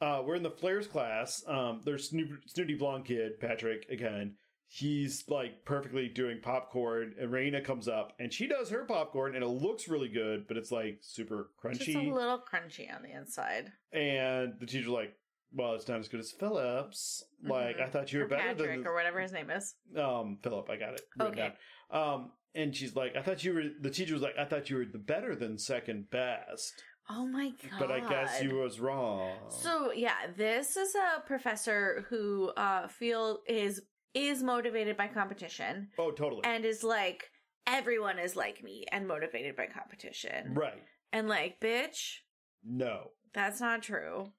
[SPEAKER 1] Uh, we're in the Flares class. Um, there's Snoop, Snooty Blonde Kid, Patrick, again. He's like perfectly doing popcorn, and Raina comes up and she does her popcorn, and it looks really good, but it's like super
[SPEAKER 2] Just a
[SPEAKER 1] crunchy.
[SPEAKER 2] little crunchy on the inside.
[SPEAKER 1] and the teacher's like, Well, it's not as good as Phillips. Like,
[SPEAKER 2] Mhm.
[SPEAKER 1] I thought you were
[SPEAKER 2] Or
[SPEAKER 1] better
[SPEAKER 2] Patrick
[SPEAKER 1] than
[SPEAKER 2] or whatever his name is.
[SPEAKER 1] um Philip, I got it. written
[SPEAKER 2] Okay.
[SPEAKER 1] down. Um, and she's like, I thought you were the teacher was like, I thought you were the better than second best.
[SPEAKER 2] Oh my god!
[SPEAKER 1] But I guess you was wrong.
[SPEAKER 2] So yeah, this is a professor who uh feel is is motivated by competition.
[SPEAKER 1] Oh totally.
[SPEAKER 2] and is like everyone is like me and motivated by competition
[SPEAKER 1] right.
[SPEAKER 2] and like bitch
[SPEAKER 1] No.
[SPEAKER 2] that's not true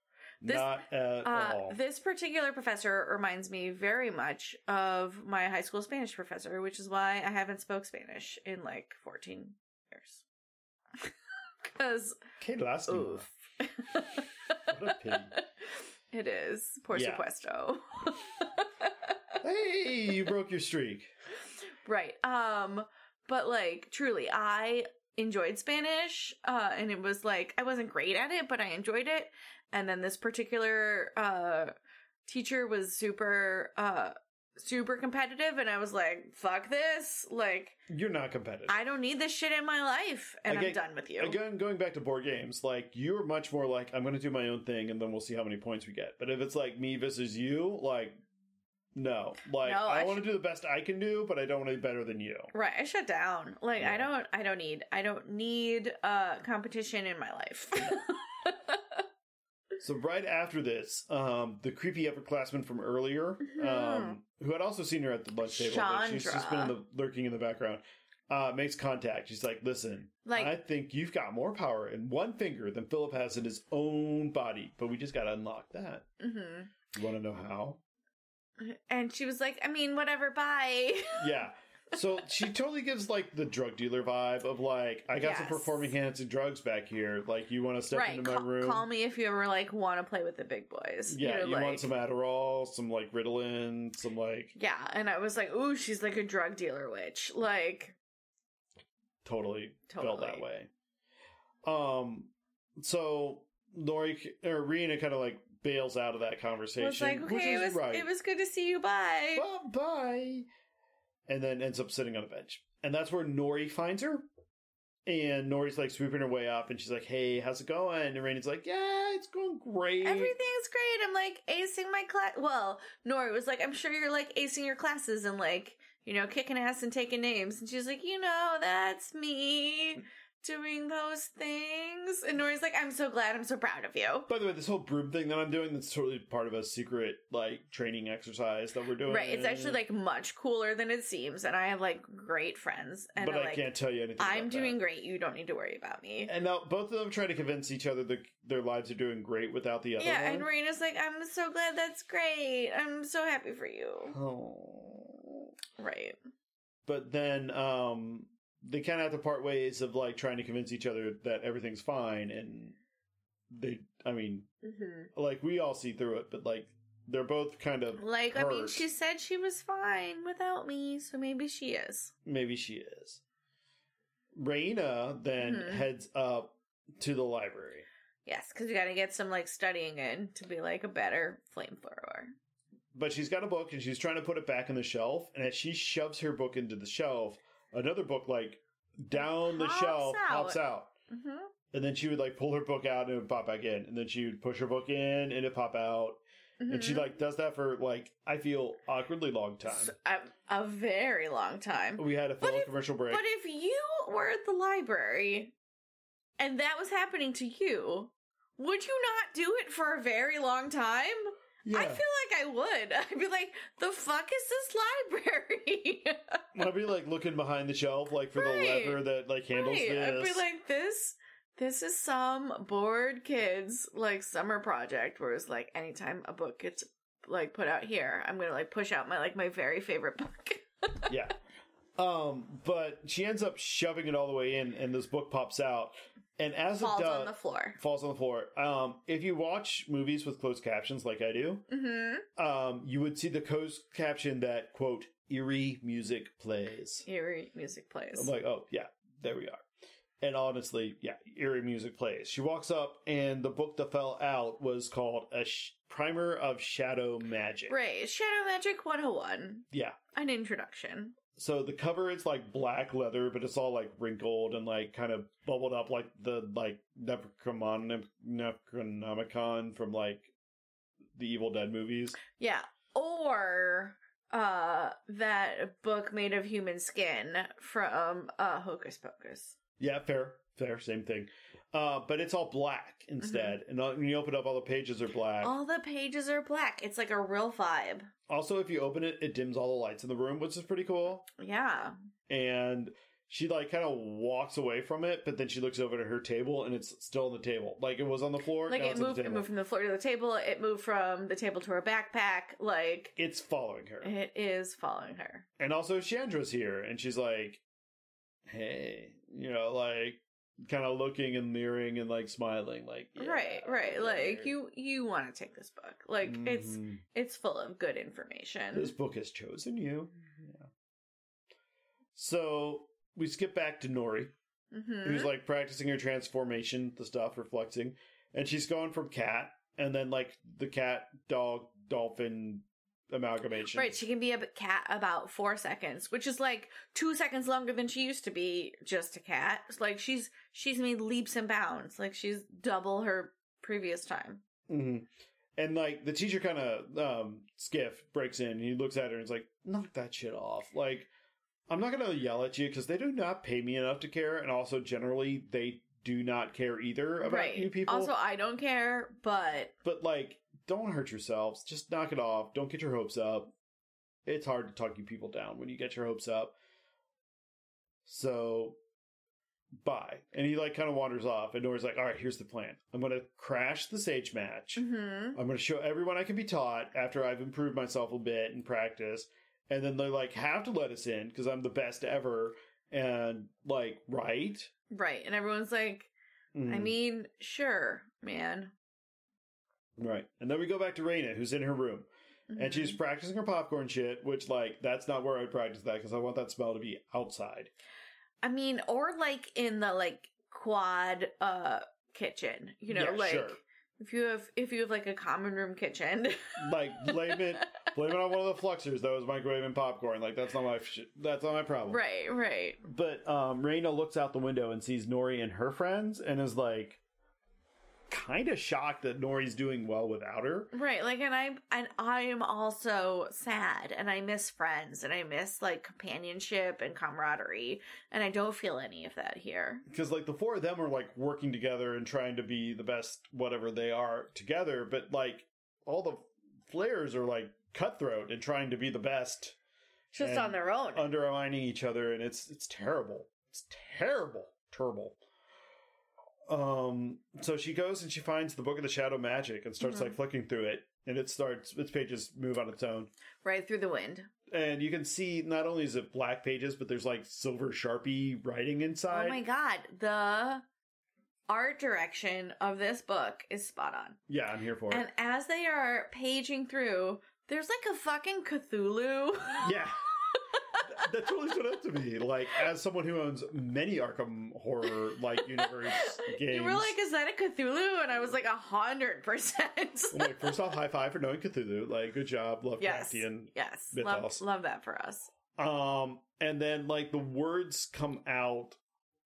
[SPEAKER 2] This-
[SPEAKER 1] Not at
[SPEAKER 2] uh,
[SPEAKER 1] all.
[SPEAKER 2] this particular professor reminds me very much of my high school spanish professor which is why i haven't spoke spanish in like 14 years because
[SPEAKER 1] Okay, last
[SPEAKER 2] oof
[SPEAKER 1] What a pity.
[SPEAKER 2] it is por
[SPEAKER 1] Yeah.
[SPEAKER 2] supuesto
[SPEAKER 1] Hey, you broke your streak.
[SPEAKER 2] Right. Um but like truly I enjoyed Spanish uh and it was like I wasn't great at it but I enjoyed it and then this particular uh teacher was super uh super competitive and I was like fuck this like
[SPEAKER 1] You're not competitive.
[SPEAKER 2] I don't need this shit in my life and I'm
[SPEAKER 1] Again-
[SPEAKER 2] done with you.
[SPEAKER 1] Again, going back to board games, like you're much more like I'm going to do my own thing, and then we'll see how many points we get. But if it's like me versus you, like no, like
[SPEAKER 2] No,
[SPEAKER 1] I,
[SPEAKER 2] I
[SPEAKER 1] want to do the best I can do, but I don't want to be better than you.
[SPEAKER 2] Right, I shut down. Like
[SPEAKER 1] Yeah.
[SPEAKER 2] I don't I don't need I don't need uh competition in my life.
[SPEAKER 1] So right after this, um, the creepy upperclassman from earlier, um, who had also seen her at the lunch table, but she's just been in
[SPEAKER 2] Mm-hmm. Chandra.
[SPEAKER 1] the, lurking in the background, uh, makes contact. She's like, "Listen,
[SPEAKER 2] like
[SPEAKER 1] I think you've got more power in one finger than Philip has in his own body, but we just got to unlock that.
[SPEAKER 2] mhm.
[SPEAKER 1] You want to know how?
[SPEAKER 2] And she was like, I mean, whatever, bye.
[SPEAKER 1] Yeah. So she totally gives like the drug dealer vibe of like, I got some
[SPEAKER 2] Yes.
[SPEAKER 1] performing hands and drugs back here. Like, you want to step into my
[SPEAKER 2] ca-
[SPEAKER 1] room?
[SPEAKER 2] Call me if you ever like want to play with the big boys.
[SPEAKER 1] yeah,
[SPEAKER 2] know,
[SPEAKER 1] you
[SPEAKER 2] like-
[SPEAKER 1] want some Adderall, some like Ritalin, some like
[SPEAKER 2] Yeah, and I was like, ooh, she's like a drug dealer witch. Like
[SPEAKER 1] totally, felt
[SPEAKER 2] Totally.
[SPEAKER 1] that way. Um, so Lori c- or Rena kind of like bails out of that
[SPEAKER 2] I
[SPEAKER 1] conversation.
[SPEAKER 2] was like,
[SPEAKER 1] which
[SPEAKER 2] okay, it was
[SPEAKER 1] is right.
[SPEAKER 2] it was good to see you. Bye.
[SPEAKER 1] Well, bye. And then ends up sitting on a bench. And that's where Nori finds her. And Nori's like swooping her way up and she's like, Hey, how's it going? And Rainey's like, Yeah, it's going great.
[SPEAKER 2] Everything's great. I'm like acing my class. Well, Nora was like, I'm sure you're like acing your classes and like, you know, kicking ass and taking names. And she's like, you know, that's me doing those things. And Nora's like, I'm so glad. I'm so proud of you.
[SPEAKER 1] By the way, this whole broom thing that I'm doing, that's totally part of a secret like training exercise that we're doing.
[SPEAKER 2] Right. It's
[SPEAKER 1] Mm.
[SPEAKER 2] actually like much cooler than it seems. And I have like great friends. And
[SPEAKER 1] But
[SPEAKER 2] I'm
[SPEAKER 1] I
[SPEAKER 2] like,
[SPEAKER 1] can't tell you anything.
[SPEAKER 2] I'm
[SPEAKER 1] about that.
[SPEAKER 2] doing great. You don't need to worry about me.
[SPEAKER 1] And now both of them try to convince each other that their lives are doing great without the other
[SPEAKER 2] yeah.
[SPEAKER 1] one.
[SPEAKER 2] And Marina's like, I'm so glad. That's great. I'm so happy for you.
[SPEAKER 1] Oh.
[SPEAKER 2] Right.
[SPEAKER 1] but then um they kind of have to part ways of like trying to convince each other that everything's fine and they i mean
[SPEAKER 2] hmm
[SPEAKER 1] like we all see through it but like they're both kind of
[SPEAKER 2] Like, I mean,
[SPEAKER 1] hurt.
[SPEAKER 2] she said she was fine without me, so maybe she is.
[SPEAKER 1] maybe she is Raina then
[SPEAKER 2] Mhm.
[SPEAKER 1] heads up to the library
[SPEAKER 2] Yes, because you got to get some like studying in to be like a better flamethrower.
[SPEAKER 1] but she's got a book and she's trying to put it back on the shelf and as she shoves her book into the shelf another book like down the
[SPEAKER 2] Pops
[SPEAKER 1] shelf
[SPEAKER 2] out.
[SPEAKER 1] pops out
[SPEAKER 2] Mm-hmm.
[SPEAKER 1] and then she would like pull her book out and it would pop back in and then she would push her book in and it'd pop out and
[SPEAKER 2] Mm-hmm.
[SPEAKER 1] she like does that for like I feel awkwardly long time.
[SPEAKER 2] a, a very long time.
[SPEAKER 1] we had a
[SPEAKER 2] But
[SPEAKER 1] full
[SPEAKER 2] if-
[SPEAKER 1] commercial break.
[SPEAKER 2] But if you were at the library and that was happening to you, would you not do it for a very long time? I feel like I would. I'd be like, the fuck is this library?
[SPEAKER 1] I'd be like looking behind the shelf, like for
[SPEAKER 2] Right.
[SPEAKER 1] the lever that like handles
[SPEAKER 2] Right. I'd
[SPEAKER 1] this.
[SPEAKER 2] be like, this this is some bored kids like summer project where it's like anytime a book gets like put out here, I'm gonna like push out my like my very favorite book.
[SPEAKER 1] yeah. Um, but she ends up shoving it all the way in, and this book pops out, and as
[SPEAKER 2] Falls
[SPEAKER 1] it does,
[SPEAKER 2] on the floor.
[SPEAKER 1] falls on the floor. Um, if you watch movies with closed captions like I do,
[SPEAKER 2] Mm-hmm.
[SPEAKER 1] um, you would see the closed caption that quote eerie music plays.
[SPEAKER 2] Eerie music plays.
[SPEAKER 1] I'm like, oh yeah, there we are. And honestly, yeah, eerie music plays. She walks up, and the book that fell out was called "A Sh- Primer of Shadow Magic."
[SPEAKER 2] right. Shadow Magic 101.
[SPEAKER 1] Yeah.
[SPEAKER 2] An introduction.
[SPEAKER 1] So the cover is like black leather, but it's all like wrinkled and like kind of bubbled up, like the like Necromon- Necronomicon from like the Evil Dead movies.
[SPEAKER 2] Yeah. Or uh that book made of human skin from uh Hocus Pocus.
[SPEAKER 1] Yeah, fair, fair, same thing. Uh, but it's all black instead, and uh, when you open up, all the pages are black.
[SPEAKER 2] All the pages are black. It's like a real vibe.
[SPEAKER 1] Also, if you open it, it dims all the lights in the room, which is pretty cool.
[SPEAKER 2] Yeah.
[SPEAKER 1] And she like kind of walks away from it, but then she looks over to her table, and it's still on the table, like it was on the floor.
[SPEAKER 2] Like
[SPEAKER 1] now
[SPEAKER 2] it
[SPEAKER 1] it's on the
[SPEAKER 2] moved, it
[SPEAKER 1] table.
[SPEAKER 2] moved from the floor to the table. It moved from the table to her backpack. Like
[SPEAKER 1] It's following her,
[SPEAKER 2] it is following her.
[SPEAKER 1] and also Chandra's here, and she's like, "Hey," you know, like kind of looking and leering and like smiling, like "Yeah,
[SPEAKER 2] right, right. Like
[SPEAKER 1] whatever."
[SPEAKER 2] you, you want to take this book. Like it's
[SPEAKER 1] Mhm.
[SPEAKER 2] it's full of good information.
[SPEAKER 1] this book has chosen you.
[SPEAKER 2] Mm-hmm.
[SPEAKER 1] Yeah. So we skip back to Nori.
[SPEAKER 2] hmm
[SPEAKER 1] who's like practicing her transformation, the stuff, reflecting. And she's going from cat and then like the cat, dog, dolphin amalgamation.
[SPEAKER 2] Right, she can be a b- cat about four seconds, which is like two seconds longer than she used to be. Just a cat. It's like she's she's made leaps and bounds. Like she's double her previous time.
[SPEAKER 1] hmm And like the teacher kind of um, skiff breaks in and he looks at her and is like, knock that shit off. Like, I'm not going to yell at you because they do not pay me enough to care. And also, generally, they do not care either about
[SPEAKER 2] right.
[SPEAKER 1] you people.
[SPEAKER 2] Also, I don't care, but
[SPEAKER 1] but like, don't hurt yourselves. Just knock it off. Don't get your hopes up. It's hard to talk you people down when you get your hopes up. So, bye. And he like kind of wanders off, and Nora's like, "All right, here's the plan. I'm gonna crash the sage match.
[SPEAKER 2] hmm
[SPEAKER 1] I'm gonna show everyone I can be taught after I've improved myself a bit and practice, and then they like have to let us in because I'm the best ever." And like, right?
[SPEAKER 2] right. And everyone's like, I
[SPEAKER 1] Mm,
[SPEAKER 2] mean, sure, man.
[SPEAKER 1] right. And then we go back to Raina, who's in her room.
[SPEAKER 2] Mm-hmm.
[SPEAKER 1] and she's practicing her popcorn shit, which like that's not where I would practice that because I want that smell to be outside.
[SPEAKER 2] I mean, or like in the like quad uh kitchen. You know,
[SPEAKER 1] Yeah,
[SPEAKER 2] like
[SPEAKER 1] sure.
[SPEAKER 2] if you have if you have like a common room kitchen.
[SPEAKER 1] Like blame it, blame it on one of the fluxers that was microwaving popcorn. Like that's not my sh- that's not my problem.
[SPEAKER 2] right, right.
[SPEAKER 1] But um, Raina looks out the window and sees Nori and her friends, and is like, kind of shocked that Nori's doing well without her.
[SPEAKER 2] Right, like and I'm and I am also sad and I miss friends and I miss like companionship and camaraderie and I don't feel any of that here.
[SPEAKER 1] because like the four of them are like working together and trying to be the best whatever they are together but like all the flares are like cutthroat and trying to be the best
[SPEAKER 2] Just
[SPEAKER 1] And
[SPEAKER 2] on their own.
[SPEAKER 1] undermining each other and it's it's terrible it's terrible terrible um so she goes and she finds the book of the shadow magic and starts
[SPEAKER 2] Mhm.
[SPEAKER 1] like flicking through it and it starts its pages move on its own
[SPEAKER 2] right through the wind.
[SPEAKER 1] and you can see not only is it black pages but there's like silver sharpie writing inside
[SPEAKER 2] Oh my god, the art direction of this book is spot on.
[SPEAKER 1] yeah i'm here for it
[SPEAKER 2] And as they are paging through, there's like a fucking Cthulhu.
[SPEAKER 1] Yeah. That- that totally stood out to me. Like, as someone who owns many Arkham horror like universe games,
[SPEAKER 2] You were like, is that a Cthulhu? And I was like, a hundred percent.
[SPEAKER 1] I'm like, first off, high five for knowing Cthulhu. Like, good job,
[SPEAKER 2] Yes.
[SPEAKER 1] Lovecraftian.
[SPEAKER 2] Yes. Love,
[SPEAKER 1] Mythos.
[SPEAKER 2] love that for us.
[SPEAKER 1] Um, and then like the words come out.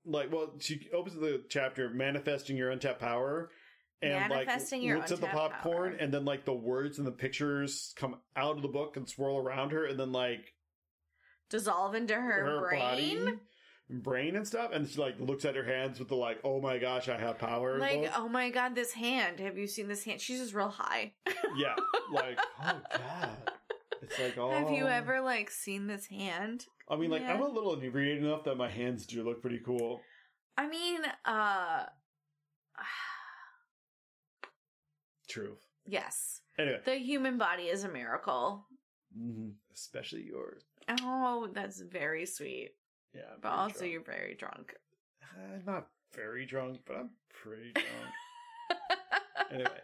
[SPEAKER 1] Like, well, she opens the chapter manifesting your untapped power. And
[SPEAKER 2] Manifesting
[SPEAKER 1] like
[SPEAKER 2] your
[SPEAKER 1] looks at the
[SPEAKER 2] untapped
[SPEAKER 1] popcorn,
[SPEAKER 2] power.
[SPEAKER 1] and then like the words and the pictures come out of the book and swirl around her, and then like
[SPEAKER 2] Dissolve into her, brain.
[SPEAKER 1] body, brain and stuff, and she like looks at her hands with the like, oh my gosh, I have power.
[SPEAKER 2] Like,
[SPEAKER 1] look.
[SPEAKER 2] oh my god, this hand. Have you seen this hand? She's just real high.
[SPEAKER 1] yeah, like oh god, it's like all.
[SPEAKER 2] Have you ever like seen this hand?
[SPEAKER 1] I mean, like
[SPEAKER 2] yeah.
[SPEAKER 1] I'm a little inebriated enough that my hands do look pretty cool.
[SPEAKER 2] I mean, uh
[SPEAKER 1] True.
[SPEAKER 2] yes.
[SPEAKER 1] Anyway,
[SPEAKER 2] The human body is a miracle.
[SPEAKER 1] Mhm. especially yours.
[SPEAKER 2] Oh, that's very sweet.
[SPEAKER 1] Yeah, I'm
[SPEAKER 2] But
[SPEAKER 1] pretty
[SPEAKER 2] also
[SPEAKER 1] drunk.
[SPEAKER 2] you're very drunk.
[SPEAKER 1] I'm not very drunk, but I'm pretty drunk. anyway.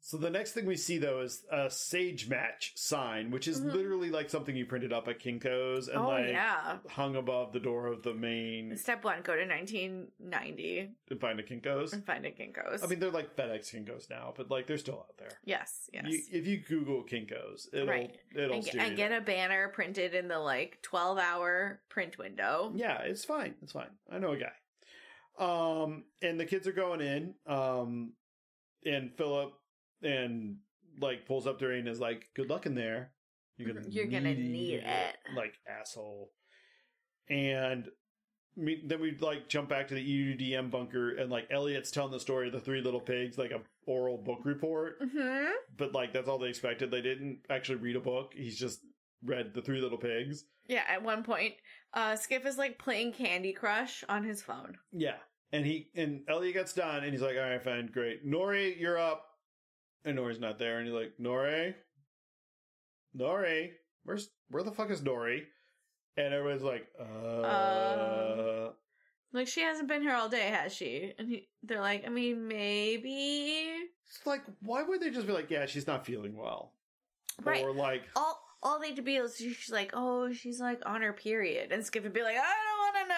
[SPEAKER 1] So the next thing we see though is a sage match sign, which is
[SPEAKER 2] Mhm.
[SPEAKER 1] literally like something you printed up at Kinko's and
[SPEAKER 2] oh
[SPEAKER 1] like
[SPEAKER 2] yeah.
[SPEAKER 1] hung above the door of the main
[SPEAKER 2] Step one, go to nineteen ninety
[SPEAKER 1] and find a Kinko's.
[SPEAKER 2] and find a Kinko's.
[SPEAKER 1] I mean, they're like FedEx Kinko's now, but like they're still out there.
[SPEAKER 2] yes, yes.
[SPEAKER 1] You, if you Google Kinko's, it'll
[SPEAKER 2] Right.
[SPEAKER 1] it'll
[SPEAKER 2] and,
[SPEAKER 1] steer
[SPEAKER 2] and
[SPEAKER 1] you
[SPEAKER 2] get
[SPEAKER 1] there.
[SPEAKER 2] a banner printed in the like 12 hour print window.
[SPEAKER 1] Yeah, it's fine. It's fine. I know a guy. Um, and the kids are going in. Um, and Philip and like pulls up to her and is like, "Good luck in there. You're gonna
[SPEAKER 2] You're gonna need it.
[SPEAKER 1] Like asshole. And me, then we like jump back to the E EUDM bunker and like Elliot's telling the story of the three little pigs, like a oral book report.
[SPEAKER 2] hmm
[SPEAKER 1] But like that's all they expected. They didn't actually read a book. He's just read the three little pigs.
[SPEAKER 2] Yeah, at one point, uh, Skip is like playing Candy Crush on his phone.
[SPEAKER 1] Yeah. And he and Elliot gets done and he's like, All right, fine, great. Nori, you're up. And Nori's not there. And he's like, Nori? Nori? Where's where the fuck is Nori? And everybody's like, uh,
[SPEAKER 2] Uh. Like, she hasn't been here all day, has she? And he, they're like, I mean, maybe.
[SPEAKER 1] It's like, why would they just be like, Yeah, she's not feeling well?
[SPEAKER 2] Right.
[SPEAKER 1] Or like
[SPEAKER 2] All, all they to be is she's like, oh, she's like on her period. And Skip would be like, I don't want to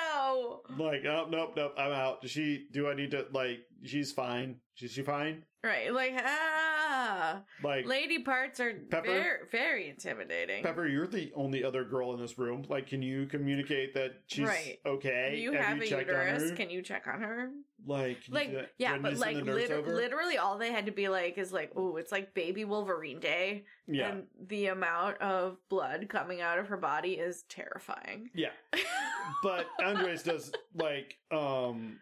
[SPEAKER 2] know.
[SPEAKER 1] like, oh nope, nope, I'm out. Does she do I need to like she's fine. She's she fine?
[SPEAKER 2] Right. Like, ah.
[SPEAKER 1] Like
[SPEAKER 2] Lady parts are
[SPEAKER 1] Pepper?
[SPEAKER 2] very, very intimidating.
[SPEAKER 1] Pepper, you're the only other girl in this room. Like, can you communicate that she's
[SPEAKER 2] Right.
[SPEAKER 1] okay?
[SPEAKER 2] you
[SPEAKER 1] Have
[SPEAKER 2] have,
[SPEAKER 1] you
[SPEAKER 2] a
[SPEAKER 1] checked on
[SPEAKER 2] uterus.
[SPEAKER 1] her?
[SPEAKER 2] Can you check on her?
[SPEAKER 1] Like, can you
[SPEAKER 2] Like,
[SPEAKER 1] do that?
[SPEAKER 2] yeah,
[SPEAKER 1] When
[SPEAKER 2] but
[SPEAKER 1] you send
[SPEAKER 2] like,
[SPEAKER 1] the nurse
[SPEAKER 2] liter-
[SPEAKER 1] over?
[SPEAKER 2] literally, all they had to be like is like, oh, it's like baby Wolverine day,
[SPEAKER 1] yeah,
[SPEAKER 2] and the amount of blood coming out of her body is terrifying.
[SPEAKER 1] yeah. But Andres does like, um,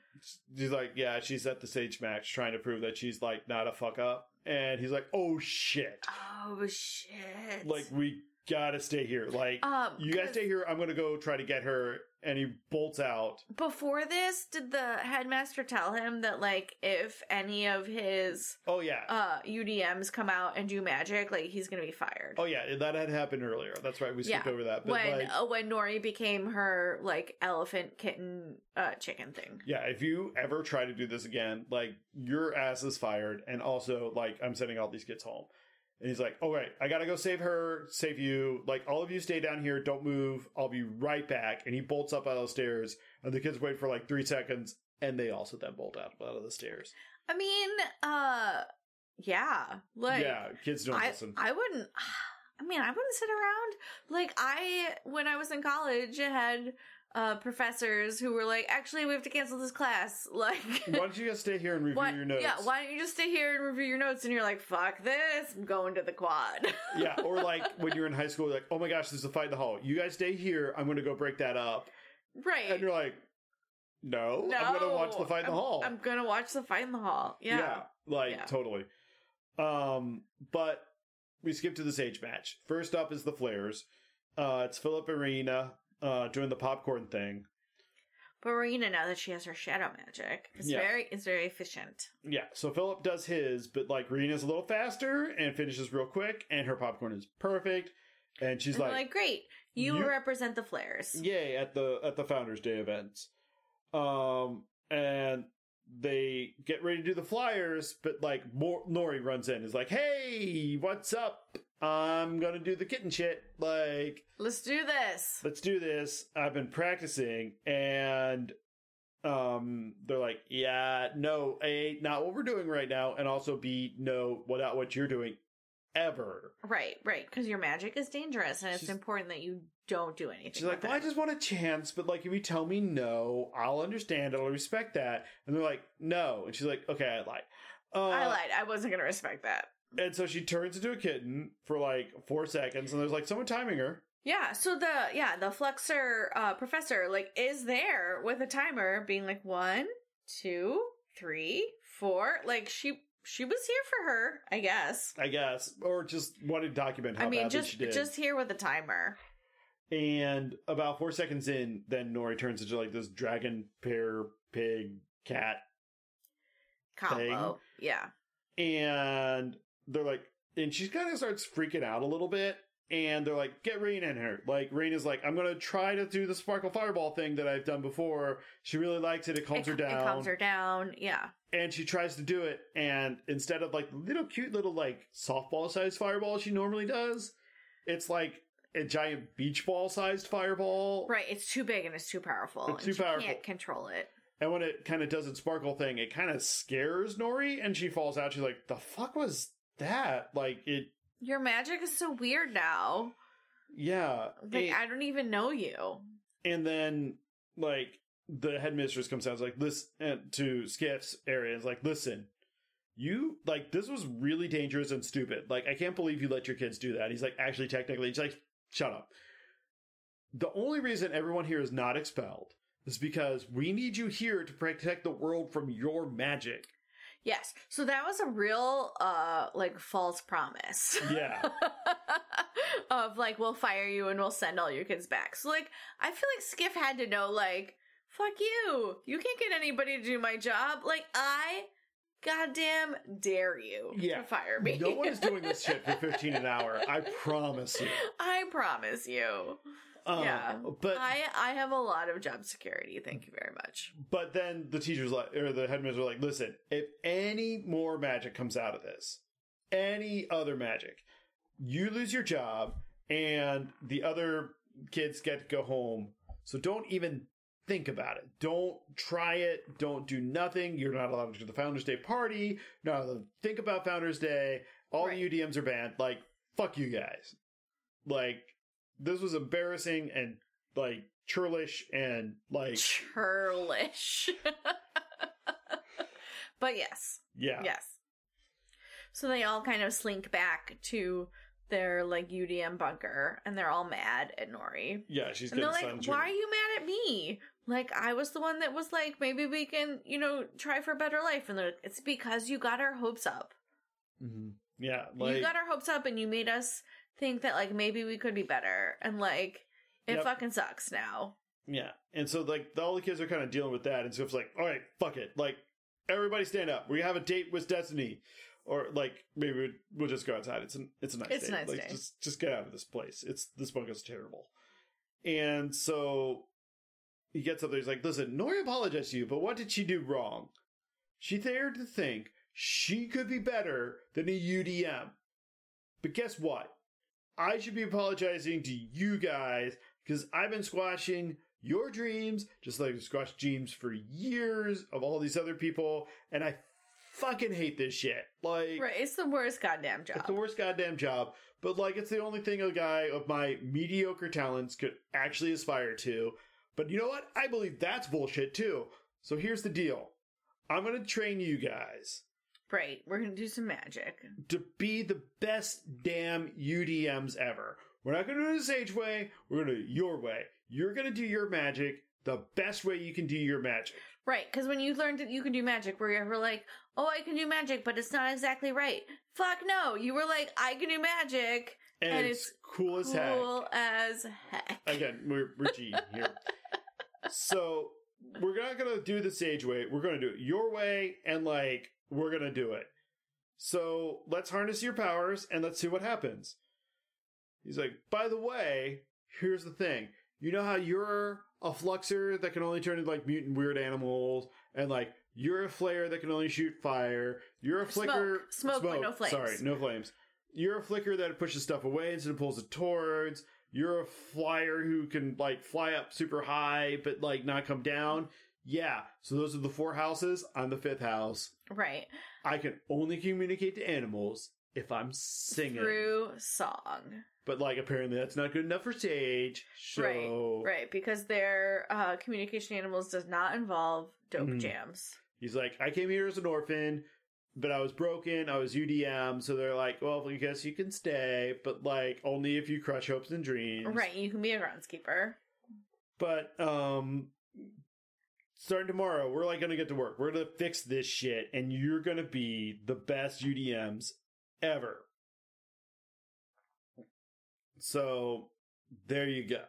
[SPEAKER 1] she's like, yeah, she's at the sage match trying to prove that she's like not a fuck up, and he's like, oh shit,
[SPEAKER 2] oh shit!
[SPEAKER 1] like we gotta stay here, like.
[SPEAKER 2] um,
[SPEAKER 1] you guys
[SPEAKER 2] 'cause
[SPEAKER 1] stay here. I'm gonna go try to get her, and he bolts out.
[SPEAKER 2] Before this, did the headmaster tell him that like if any of his
[SPEAKER 1] Oh yeah,
[SPEAKER 2] uh UDMs come out and do magic, like he's gonna be fired?
[SPEAKER 1] oh yeah, that had happened earlier. That's right, we skipped
[SPEAKER 2] Yeah.
[SPEAKER 1] over that. But
[SPEAKER 2] when
[SPEAKER 1] like,
[SPEAKER 2] uh, when Nori became her like elephant kitten uh chicken thing.
[SPEAKER 1] Yeah, if you ever try to do this again, like your ass is fired, and also like I'm sending all these kids home. And he's like, "All right, I gotta go save her, save you. Like, all of you stay down here, don't move. I'll be right back." And he bolts up out of the stairs, and the kids wait for like three seconds, and they also then bolt out out of the stairs.
[SPEAKER 2] I mean, uh, yeah, like
[SPEAKER 1] yeah, kids don't
[SPEAKER 2] I,
[SPEAKER 1] listen.
[SPEAKER 2] I wouldn't. I mean, I wouldn't sit around. Like I, when I was in college, had uh, professors who were like, "Actually, we have to cancel this class." Like,
[SPEAKER 1] why don't you guys stay here and review
[SPEAKER 2] why-
[SPEAKER 1] your notes?
[SPEAKER 2] Yeah, why don't you just stay here and review your notes? And you're like, "Fuck this! I'm going to the quad."
[SPEAKER 1] yeah, or like when you're in high school, like, oh my gosh, there's a fight in the hall. You guys stay here. I'm going to go break that up. And
[SPEAKER 2] right.
[SPEAKER 1] you're like, "Oh." no,
[SPEAKER 2] no,
[SPEAKER 1] I'm going to watch the fight in the
[SPEAKER 2] I'm-
[SPEAKER 1] hall.
[SPEAKER 2] I'm gonna watch the fight in the hall. Yeah.
[SPEAKER 1] like
[SPEAKER 2] Yeah.
[SPEAKER 1] totally. Um, but we skip to this age match. First up is the Flares. Uh, it's Philip Arena uh, doing the popcorn thing.
[SPEAKER 2] But Marina, now that she has her shadow magic, is
[SPEAKER 1] Yeah.
[SPEAKER 2] very is very efficient.
[SPEAKER 1] Yeah, so Philip does his, but like Rena's a little faster and finishes real quick, and her popcorn is perfect. And she's
[SPEAKER 2] And they're
[SPEAKER 1] like,
[SPEAKER 2] like, "Great, you,
[SPEAKER 1] you-
[SPEAKER 2] represent the flares."
[SPEAKER 1] Yay at the at the Founders Day events. Um and they get ready to do the flyers, but like Mor- Nori runs in is like, "Hey, what's up? I'm going to do the kitten shit. Like,
[SPEAKER 2] Let's do this.
[SPEAKER 1] let's do this. I've been practicing." And um they're like, "Yeah, no, A, not what we're doing right now, and also B, no, what not what you're doing ever."
[SPEAKER 2] Right, right, because your magic is dangerous, and it's
[SPEAKER 1] She's-
[SPEAKER 2] important that you don't do anything.
[SPEAKER 1] She's like,
[SPEAKER 2] with
[SPEAKER 1] well, I
[SPEAKER 2] it.
[SPEAKER 1] just want a chance, but like, if you tell me no, I'll understand. I'll respect that. And they're like, no. And she's like, okay, I lied. Uh,
[SPEAKER 2] I lied. I wasn't gonna respect that.
[SPEAKER 1] And so she turns into a kitten for like four seconds, and there's like someone timing her.
[SPEAKER 2] Yeah. So the yeah the flexor uh, professor like is there with a timer, being like one, two, three, four. Like she she was here for her, I guess.
[SPEAKER 1] I guess, or just wanted to document how
[SPEAKER 2] I mean,
[SPEAKER 1] badly
[SPEAKER 2] just
[SPEAKER 1] she did.
[SPEAKER 2] just here with a timer.
[SPEAKER 1] And about four seconds in, then Nori turns into like this dragon, pear, pig, cat,
[SPEAKER 2] combo. Yeah.
[SPEAKER 1] and they're like, and she kind of starts freaking out a little bit. And they're like, get Rain in here. Like, Rain is like, I'm going to try to do the sparkle fireball thing that I've done before. She really likes it. It calms
[SPEAKER 2] it,
[SPEAKER 1] her down.
[SPEAKER 2] It calms her down. Yeah.
[SPEAKER 1] And she tries to do it. And instead of like little cute little like softball sized fireball she normally does, it's like a giant beach ball sized fireball.
[SPEAKER 2] Right. It's too big and it's too powerful.
[SPEAKER 1] It's
[SPEAKER 2] and
[SPEAKER 1] too
[SPEAKER 2] she
[SPEAKER 1] powerful.
[SPEAKER 2] Can't control it.
[SPEAKER 1] And when it kind of does its sparkle thing, it kind of scares Nori and she falls out. She's like, the fuck was that? Like, it,
[SPEAKER 2] Your magic is so weird now.
[SPEAKER 1] yeah.
[SPEAKER 2] Like
[SPEAKER 1] It-
[SPEAKER 2] I don't even know you.
[SPEAKER 1] and then like the headmistress comes out and is like listen and to skiff's area and is like listen you like this was really dangerous and stupid like i can't believe you let your kids do that he's like actually technically he's like shut up the only reason everyone here is not expelled is because we need you here to protect the world from your magic
[SPEAKER 2] Yes. So that was a real uh like false promise.
[SPEAKER 1] yeah
[SPEAKER 2] of like we'll fire you and we'll send all your kids back. So like I feel like Skiff had to know like fuck you. You can't get anybody to do my job. Like I goddamn dare you
[SPEAKER 1] Yeah.
[SPEAKER 2] to fire me.
[SPEAKER 1] no one is doing this shit for 15 an hour i promise you
[SPEAKER 2] I promise you.
[SPEAKER 1] Uh,
[SPEAKER 2] Yeah.
[SPEAKER 1] but
[SPEAKER 2] I I have a lot of job security. Thank you very much.
[SPEAKER 1] But then the teacher's like, or the headmaster's like, listen, if any more magic comes out of this, any other magic, you lose your job and the other kids get to go home. So don't even think about it. Don't try it. Don't do nothing. You're not allowed to do the Founders Day party. You're not allowed to think about Founders Day. All
[SPEAKER 2] Right.
[SPEAKER 1] the UDMs are banned. Like, fuck you guys. Like, this was embarrassing and like churlish and like,
[SPEAKER 2] Churlish. but yes.
[SPEAKER 1] yeah.
[SPEAKER 2] Yes. So they all kind of slink back to their like UDM bunker and they're all mad at Nori.
[SPEAKER 1] Yeah, she's
[SPEAKER 2] And
[SPEAKER 1] getting
[SPEAKER 2] they're like,
[SPEAKER 1] censored.
[SPEAKER 2] why are you mad at me? Like I was the one that was like, maybe we can, you know, try for a better life. And they're like, it's because you got our hopes up.
[SPEAKER 1] Mhm. Yeah, like
[SPEAKER 2] you got our hopes up and you made us think that like maybe we could be better. And like it
[SPEAKER 1] Yep.
[SPEAKER 2] fucking sucks now.
[SPEAKER 1] yeah, and so like all the kids are kind of dealing with that, and Swift's like, all right, fuck it, like everybody stand up, we have a date with destiny, or like maybe we'd- we'll just go outside. It's an it's a nice
[SPEAKER 2] It's a
[SPEAKER 1] day.
[SPEAKER 2] nice
[SPEAKER 1] like,
[SPEAKER 2] day.
[SPEAKER 1] Just just get out of this place. It's this bunker's terrible, and so he gets up there. He's like, listen, Nori apologized to you, but what did she do wrong? She dared to think she could be better than a UDM. But guess what? I should be apologizing to you guys because I've been squashing your dreams, just like I squashed dreams for years of all these other people, and I fucking hate this shit. Like,
[SPEAKER 2] Right, it's the worst goddamn job.
[SPEAKER 1] it's the worst goddamn job, but like it's the only thing a guy of my mediocre talents could actually aspire to. But you know what? I believe that's bullshit too. So here's the deal. I'm going to train you guys
[SPEAKER 2] right, we're gonna do some magic.
[SPEAKER 1] to be the best damn UDMs ever. We're not going to do the sage way. We're going to do it your way. You're going to do your magic the best way you can do your magic.
[SPEAKER 2] Right, because when you learned that you can do magic, were you ever like, oh, I can do magic, but it's not exactly right? Fuck no, you were like, I can do magic.
[SPEAKER 1] And,
[SPEAKER 2] And
[SPEAKER 1] it's,
[SPEAKER 2] it's
[SPEAKER 1] cool as heck.
[SPEAKER 2] Cool as heck.
[SPEAKER 1] again, we're, we're G here. So we're not gonna do the sage way. We're gonna do it your way, and like we're gonna do it. So let's harness your powers and let's see what happens. He's like, by the way, here's the thing. You know how you're a fluxer that can only turn into like mutant weird animals, and like you're a flare that can only shoot fire. You're a flicker,
[SPEAKER 2] Smoke. Smoke, but no flames.
[SPEAKER 1] Sorry, no flames. You're a flicker that pushes stuff away instead of pulls it towards. You're a flyer who can like fly up super high but like not come down. Yeah, so those are the four houses. I'm the fifth house.
[SPEAKER 2] Right.
[SPEAKER 1] I can only communicate to animals if I'm singing.
[SPEAKER 2] Through song.
[SPEAKER 1] But like apparently that's not good enough for Sage. So
[SPEAKER 2] Right. Right. Because their uh, communication animals does not involve dope
[SPEAKER 1] Mhm.
[SPEAKER 2] jams.
[SPEAKER 1] he's like, I came here as an orphan, but I was broken. I was UDM, so they're like, well, I guess you can stay, but like only if you crush hopes and dreams.
[SPEAKER 2] Right. You can be a groundskeeper.
[SPEAKER 1] But um starting tomorrow, we're like gonna get to work. We're gonna fix this shit, and you're gonna be the best UDMs ever. So there you go.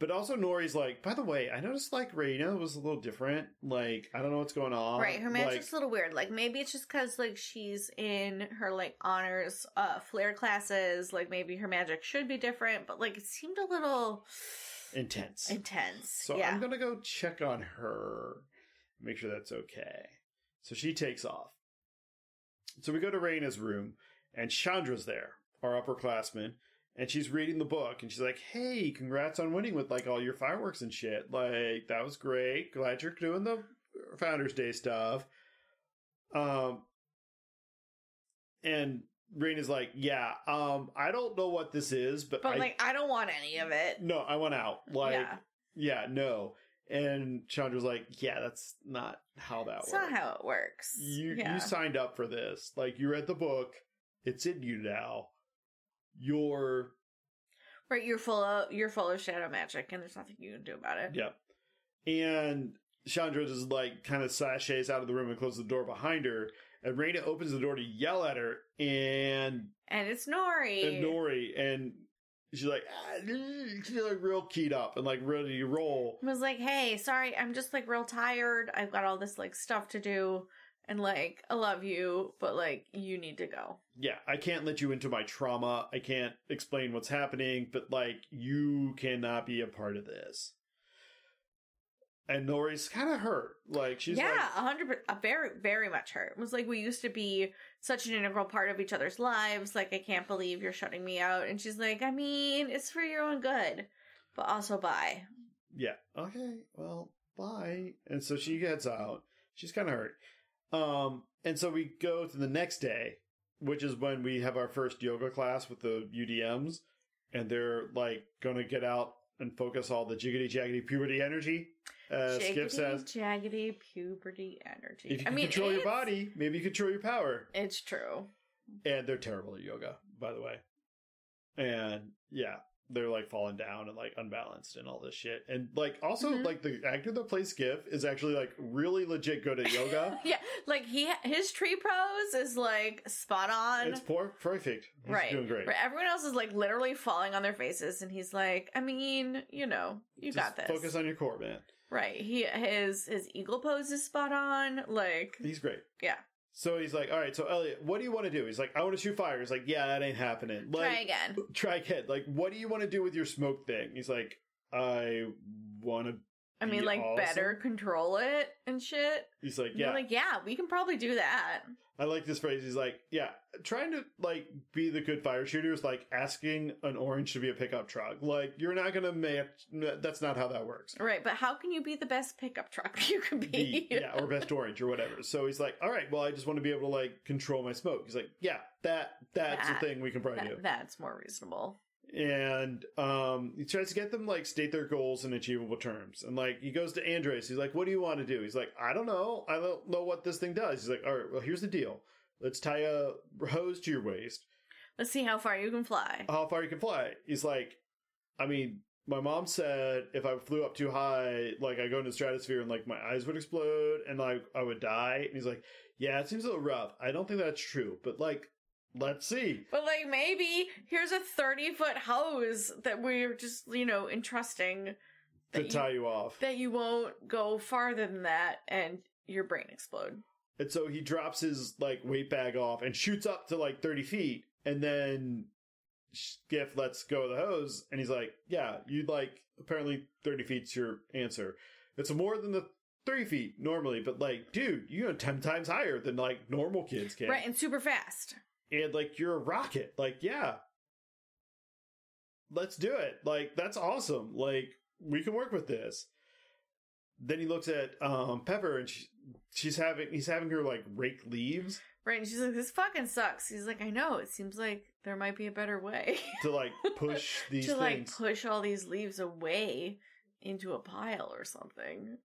[SPEAKER 1] But also Nori's like, by the way, I noticed like Raina was a little different. Like, I don't know what's going on.
[SPEAKER 2] Right, her magic's
[SPEAKER 1] Uh, Like,
[SPEAKER 2] a little weird. Like maybe it's just because like she's in her like honors uh flair classes. Like maybe her magic should be different, but like it seemed a little
[SPEAKER 1] intense.
[SPEAKER 2] intense.
[SPEAKER 1] So
[SPEAKER 2] yeah,
[SPEAKER 1] I'm gonna go check on her, make sure that's okay. So she takes off. So we go to Raina's room, and Chandra's there, our upperclassman, and she's reading the book, and she's like, "Hey, congrats on winning with like all your fireworks and shit. Like that was great. Glad you're doing the Founder's Day stuff." Um, and Raina's like, "Yeah, um, I don't know what this is, but,
[SPEAKER 2] but
[SPEAKER 1] I,
[SPEAKER 2] like I don't want any of it.
[SPEAKER 1] no, I want out. Like,
[SPEAKER 2] yeah,
[SPEAKER 1] yeah, no. And Chandra's like, yeah, that's not how that
[SPEAKER 2] it's
[SPEAKER 1] works.
[SPEAKER 2] not how it works.
[SPEAKER 1] you
[SPEAKER 2] yeah,
[SPEAKER 1] you signed up for this. Like you read the book. It's in you now. You're
[SPEAKER 2] right. You're full of you're full of shadow magic, and there's nothing you can do about it.
[SPEAKER 1] yeah. And Chandra just like kind of sashays out of the room and closes the door behind her. And Raina opens the door to yell at her and,
[SPEAKER 2] And it's Nori.
[SPEAKER 1] and Nori and she's like ah, she's like real keyed up and like ready to roll.
[SPEAKER 2] was like, "Hey, sorry, I'm just like real tired. I've got all this like stuff to do, and like I love you, but like you need to go."
[SPEAKER 1] yeah, I can't let you into my trauma. I can't explain what's happening, but like, you cannot be a part of this. And Nori's kind of hurt. Like, she's
[SPEAKER 2] yeah,
[SPEAKER 1] like,
[SPEAKER 2] a hundred, per- uh, very, very much hurt. It was like we used to be such an integral part of each other's lives. Like I can't believe you're shutting me out. And she's like, I mean, it's for your own good, but also bye.
[SPEAKER 1] yeah, okay, well, bye. And so she gets out. She's kind of hurt. Um, and so we go to the next day, which is when we have our first yoga class with the UDMs, and they're like going to get out and focus all the jiggity jaggity puberty energy. Uh, Skip
[SPEAKER 2] Jiggity,
[SPEAKER 1] says,
[SPEAKER 2] jaggedy puberty energy.
[SPEAKER 1] If you
[SPEAKER 2] I
[SPEAKER 1] can
[SPEAKER 2] mean,
[SPEAKER 1] control your
[SPEAKER 2] it's-
[SPEAKER 1] body, maybe you control your power.
[SPEAKER 2] It's true.
[SPEAKER 1] And they're terrible at yoga, by the way. And yeah, they're like falling down and like unbalanced and all this shit. And like also
[SPEAKER 2] Mhm.
[SPEAKER 1] like the actor that plays Skiff is actually like really legit good at yoga.
[SPEAKER 2] Yeah, like he his tree pose is like spot on.
[SPEAKER 1] it's poor, perfect. He's
[SPEAKER 2] right.
[SPEAKER 1] doing great.
[SPEAKER 2] Right. Everyone else is like literally falling on their faces, and he's like, I mean, you know, you
[SPEAKER 1] Just
[SPEAKER 2] got this.
[SPEAKER 1] Focus on your core, man.
[SPEAKER 2] Right. He his his eagle pose is spot on. Like
[SPEAKER 1] He's great.
[SPEAKER 2] Yeah.
[SPEAKER 1] So he's like, all right, so Elliot, what do you want to do? He's like, I want to shoot fire. He's like, yeah, that ain't happening. Like,
[SPEAKER 2] try again.
[SPEAKER 1] try again. Like, what do you want to do with your smoke thing? He's like, I want to
[SPEAKER 2] I mean,
[SPEAKER 1] be
[SPEAKER 2] like
[SPEAKER 1] awesome.
[SPEAKER 2] better control it and shit.
[SPEAKER 1] He's like,
[SPEAKER 2] And
[SPEAKER 1] yeah,
[SPEAKER 2] They're like, yeah, we can probably do that.
[SPEAKER 1] I like this phrase. He's like, yeah, trying to like be the good fire shooter is like asking an orange to be a pickup truck. Like you're not gonna make. That's not how that works.
[SPEAKER 2] Right, but how can you be the best pickup truck you can be?
[SPEAKER 1] Be- yeah, or best orange or whatever. So he's like, all right, well, I just want to be able to like control my smoke. He's like, yeah, that that's
[SPEAKER 2] That-
[SPEAKER 1] a thing we can probably do.
[SPEAKER 2] That- that's more reasonable.
[SPEAKER 1] and um, he tries to get them like state their goals in achievable terms. And like he goes to Andres, he's like, "What do you want to do?" He's like, "I don't know. I don't know what this thing does." He's like, "All right, well, here's the deal. Let's tie a hose to your waist.
[SPEAKER 2] Let's see how far you can fly.
[SPEAKER 1] How far you can fly?" He's like, "I mean, my mom said if I flew up too high, like I go into the stratosphere and like my eyes would explode and like I would die." And he's like, "Yeah, it seems a little rough. I don't think that's true, but like, let's see."
[SPEAKER 2] But like maybe here's a 30 foot hose that we're just, you know, entrusting
[SPEAKER 1] To
[SPEAKER 2] that,
[SPEAKER 1] tie
[SPEAKER 2] you,
[SPEAKER 1] you off.
[SPEAKER 2] that you won't go farther than that and your brain explode.
[SPEAKER 1] And so he drops his like weight bag off and shoots up to like 30 feet. And then Skiff lets go of the hose. And he's like, yeah, you'd like, apparently 30 feet's your answer. It's more than the three feet normally, but like, dude, you know, 10 times higher than like normal kids can.
[SPEAKER 2] Right, and super fast.
[SPEAKER 1] And like, you're a rocket. Like, yeah, let's do it. Like, that's awesome. Like, we can work with this. Then he looks at um, Pepper and she, she's having, he's having her like rake leaves.
[SPEAKER 2] Right, and she's like, this fucking sucks. He's like, I know, it seems like there might be a better way
[SPEAKER 1] to like push these
[SPEAKER 2] to like
[SPEAKER 1] things.
[SPEAKER 2] push all these leaves away into a pile or something.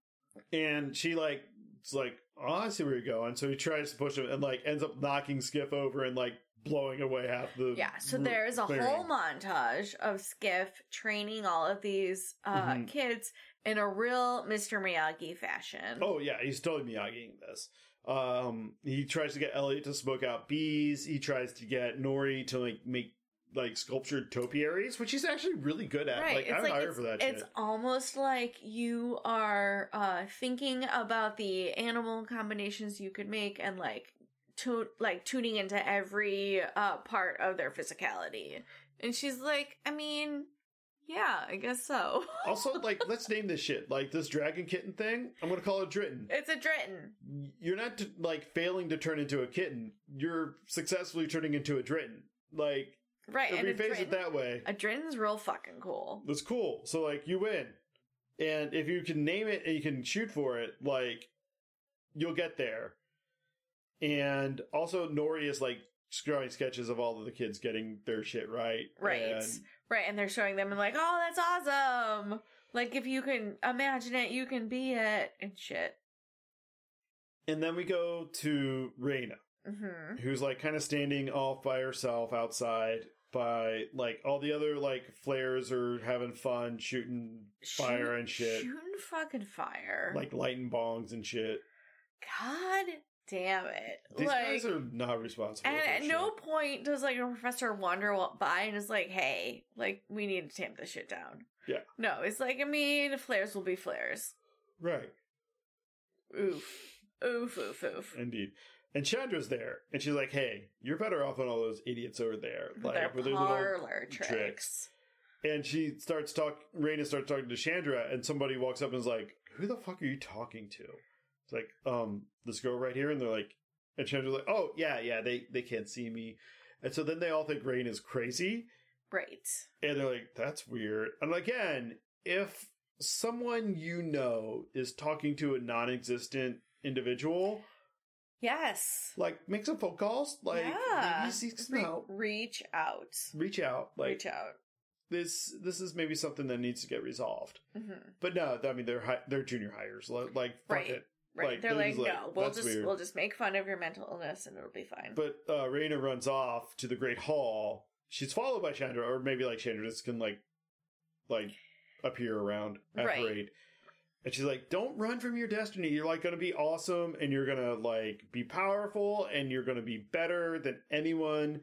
[SPEAKER 1] and she like it's like, oh, I see where you're going. So he tries to push him and like ends up knocking Skiff over and like blowing away half the
[SPEAKER 2] Yeah, so
[SPEAKER 1] roo-
[SPEAKER 2] there's a
[SPEAKER 1] clearing.
[SPEAKER 2] whole montage of Skiff training all of these uh,
[SPEAKER 1] Mhm.
[SPEAKER 2] kids in a real Mr. Miyagi fashion.
[SPEAKER 1] Oh yeah, he's totally Miyagiing this. Um, he tries to get Elliot to smoke out bees. He tries to get Nori to like make like sculptured topiaries, which he's actually really good at.
[SPEAKER 2] Right.
[SPEAKER 1] Like
[SPEAKER 2] it's
[SPEAKER 1] I'm
[SPEAKER 2] like
[SPEAKER 1] hired
[SPEAKER 2] it's,
[SPEAKER 1] for that
[SPEAKER 2] it's
[SPEAKER 1] shit.
[SPEAKER 2] almost like you are uh thinking about the animal combinations you could make and like to like tuning into every uh part of their physicality. And she's like, I mean, yeah, I guess so.
[SPEAKER 1] also, like, let's name this shit. Like this dragon kitten thing. I'm gonna call it Dritten.
[SPEAKER 2] it's a Dritten.
[SPEAKER 1] you're not t- like failing to turn into a kitten. You're successfully turning into a Dritten. Like
[SPEAKER 2] Right.
[SPEAKER 1] if
[SPEAKER 2] And
[SPEAKER 1] you
[SPEAKER 2] a
[SPEAKER 1] face it
[SPEAKER 2] Dritten,
[SPEAKER 1] that way,
[SPEAKER 2] a Dritten's real fucking cool.
[SPEAKER 1] that's cool. So like you win, and if you can name it and you can shoot for it, like you'll get there. And also, Nori is like drawing sketches of all of the kids getting their shit right.
[SPEAKER 2] Right.
[SPEAKER 1] And
[SPEAKER 2] Right, and they're showing them and like, oh that's awesome. Like if you can imagine it, you can be it and shit.
[SPEAKER 1] and then we go to Reina.
[SPEAKER 2] hmm
[SPEAKER 1] who's like kind of standing all by herself outside by like all the other like flares are having fun shooting fire
[SPEAKER 2] Shoot-
[SPEAKER 1] and shit
[SPEAKER 2] Shooting fucking fire.
[SPEAKER 1] like lighting bongs and shit
[SPEAKER 2] God damn it.
[SPEAKER 1] these
[SPEAKER 2] like,
[SPEAKER 1] guys are not responsible
[SPEAKER 2] and
[SPEAKER 1] for
[SPEAKER 2] at
[SPEAKER 1] shit.
[SPEAKER 2] no point does like a professor wander wa- by and is like, hey, like we need to tamp this shit down.
[SPEAKER 1] Yeah.
[SPEAKER 2] No, it's like, I mean, flares will be flares.
[SPEAKER 1] right
[SPEAKER 2] Oof. Oof, oof, oof.
[SPEAKER 1] indeed and chandra's there and she's like hey you're better off than all those idiots over there like
[SPEAKER 2] Their
[SPEAKER 1] with their little-
[SPEAKER 2] parlor tricks.
[SPEAKER 1] tricks. and she starts talk Raina starts talking to Chandra and somebody walks up and is like, Who the fuck are you talking to? It's like, um, this girl right here, and they're like and Chandra's like, Oh yeah, yeah, they they can't see me. And so then they all think Rain is crazy,
[SPEAKER 2] Right.
[SPEAKER 1] and they're like, That's weird. And again, if someone you know is talking to a non existent individual,
[SPEAKER 2] Yes.
[SPEAKER 1] like make some phone calls, like
[SPEAKER 2] Yeah.
[SPEAKER 1] maybe seek some
[SPEAKER 2] Re-
[SPEAKER 1] help.
[SPEAKER 2] reach out.
[SPEAKER 1] Reach out. Like
[SPEAKER 2] reach out.
[SPEAKER 1] this this is maybe something that needs to get resolved.
[SPEAKER 2] hmm
[SPEAKER 1] But no, I mean they're hi- they're junior hires. Li- Like fuck
[SPEAKER 2] Right.
[SPEAKER 1] it.
[SPEAKER 2] Right.
[SPEAKER 1] Like,
[SPEAKER 2] They're
[SPEAKER 1] they're
[SPEAKER 2] like,
[SPEAKER 1] just like,
[SPEAKER 2] no, we'll
[SPEAKER 1] "That's
[SPEAKER 2] just
[SPEAKER 1] weird."
[SPEAKER 2] we'll just make fun of your mental illness and it'll be fine.
[SPEAKER 1] But uh Raina runs off to the Great Hall. She's followed by Chandra, or maybe like Chandra just can like like appear around at
[SPEAKER 2] Right.
[SPEAKER 1] parade. And she's like, "Don't run from your destiny. You're like going to be awesome, and you're going to like be powerful, and you're going to be better than anyone."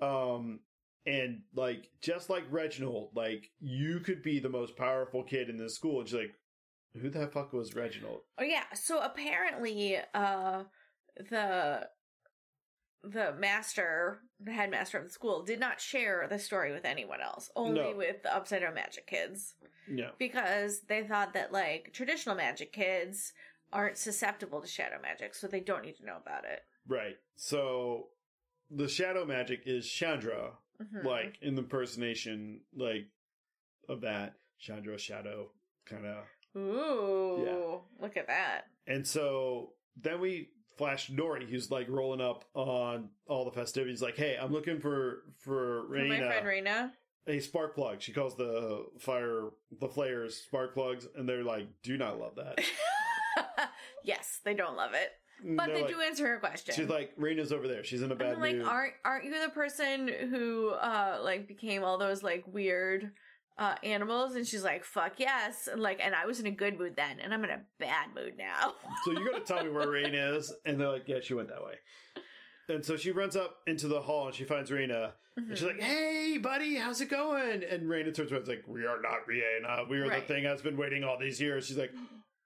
[SPEAKER 1] Um, and like just like Reginald, like you could be the most powerful kid in this school. And she's like, "Who the fuck was Reginald?"
[SPEAKER 2] Oh yeah, so apparently uh the the master, the headmaster of the school, did not share the story with anyone else, only
[SPEAKER 1] No.
[SPEAKER 2] with the Upside Down Magic Kids,
[SPEAKER 1] Yeah.
[SPEAKER 2] because they thought that like traditional magic kids aren't susceptible to shadow magic, so they don't need to know about it.
[SPEAKER 1] Right. So the shadow magic is Chandra,
[SPEAKER 2] Mhm.
[SPEAKER 1] like in the impersonation, like of that Chandra shadow kind of.
[SPEAKER 2] ooh, look at that.
[SPEAKER 1] And so then we flash Nori, who's like rolling up on all the festivities, like, "Hey, I'm looking for for
[SPEAKER 2] For My friend
[SPEAKER 1] Raina
[SPEAKER 2] Raina.
[SPEAKER 1] a spark plug." She calls the fire the flares spark plugs, and they're like, "Do not love that."
[SPEAKER 2] yes, they don't love it, but
[SPEAKER 1] They're
[SPEAKER 2] they
[SPEAKER 1] like-
[SPEAKER 2] do answer her question.
[SPEAKER 1] She's like, "Raina's over there. She's in a bad
[SPEAKER 2] I'm like,
[SPEAKER 1] mood."
[SPEAKER 2] aren't aren't you the person who uh like became all those like weird uh animals? And she's like, fuck yes. And like, and I was in a good mood then, and I'm in a bad mood now.
[SPEAKER 1] so you gotta tell me where Rain is. And they're like, yeah, she went that way. And so she runs up into the hall and she finds Raina. And she's like,
[SPEAKER 2] Mm-hmm.
[SPEAKER 1] hey, buddy, how's it going? And Raina turns around and like, we are not Raina. We are
[SPEAKER 2] Right. Mm-hmm.
[SPEAKER 1] the thing that's been waiting all these years. She's like,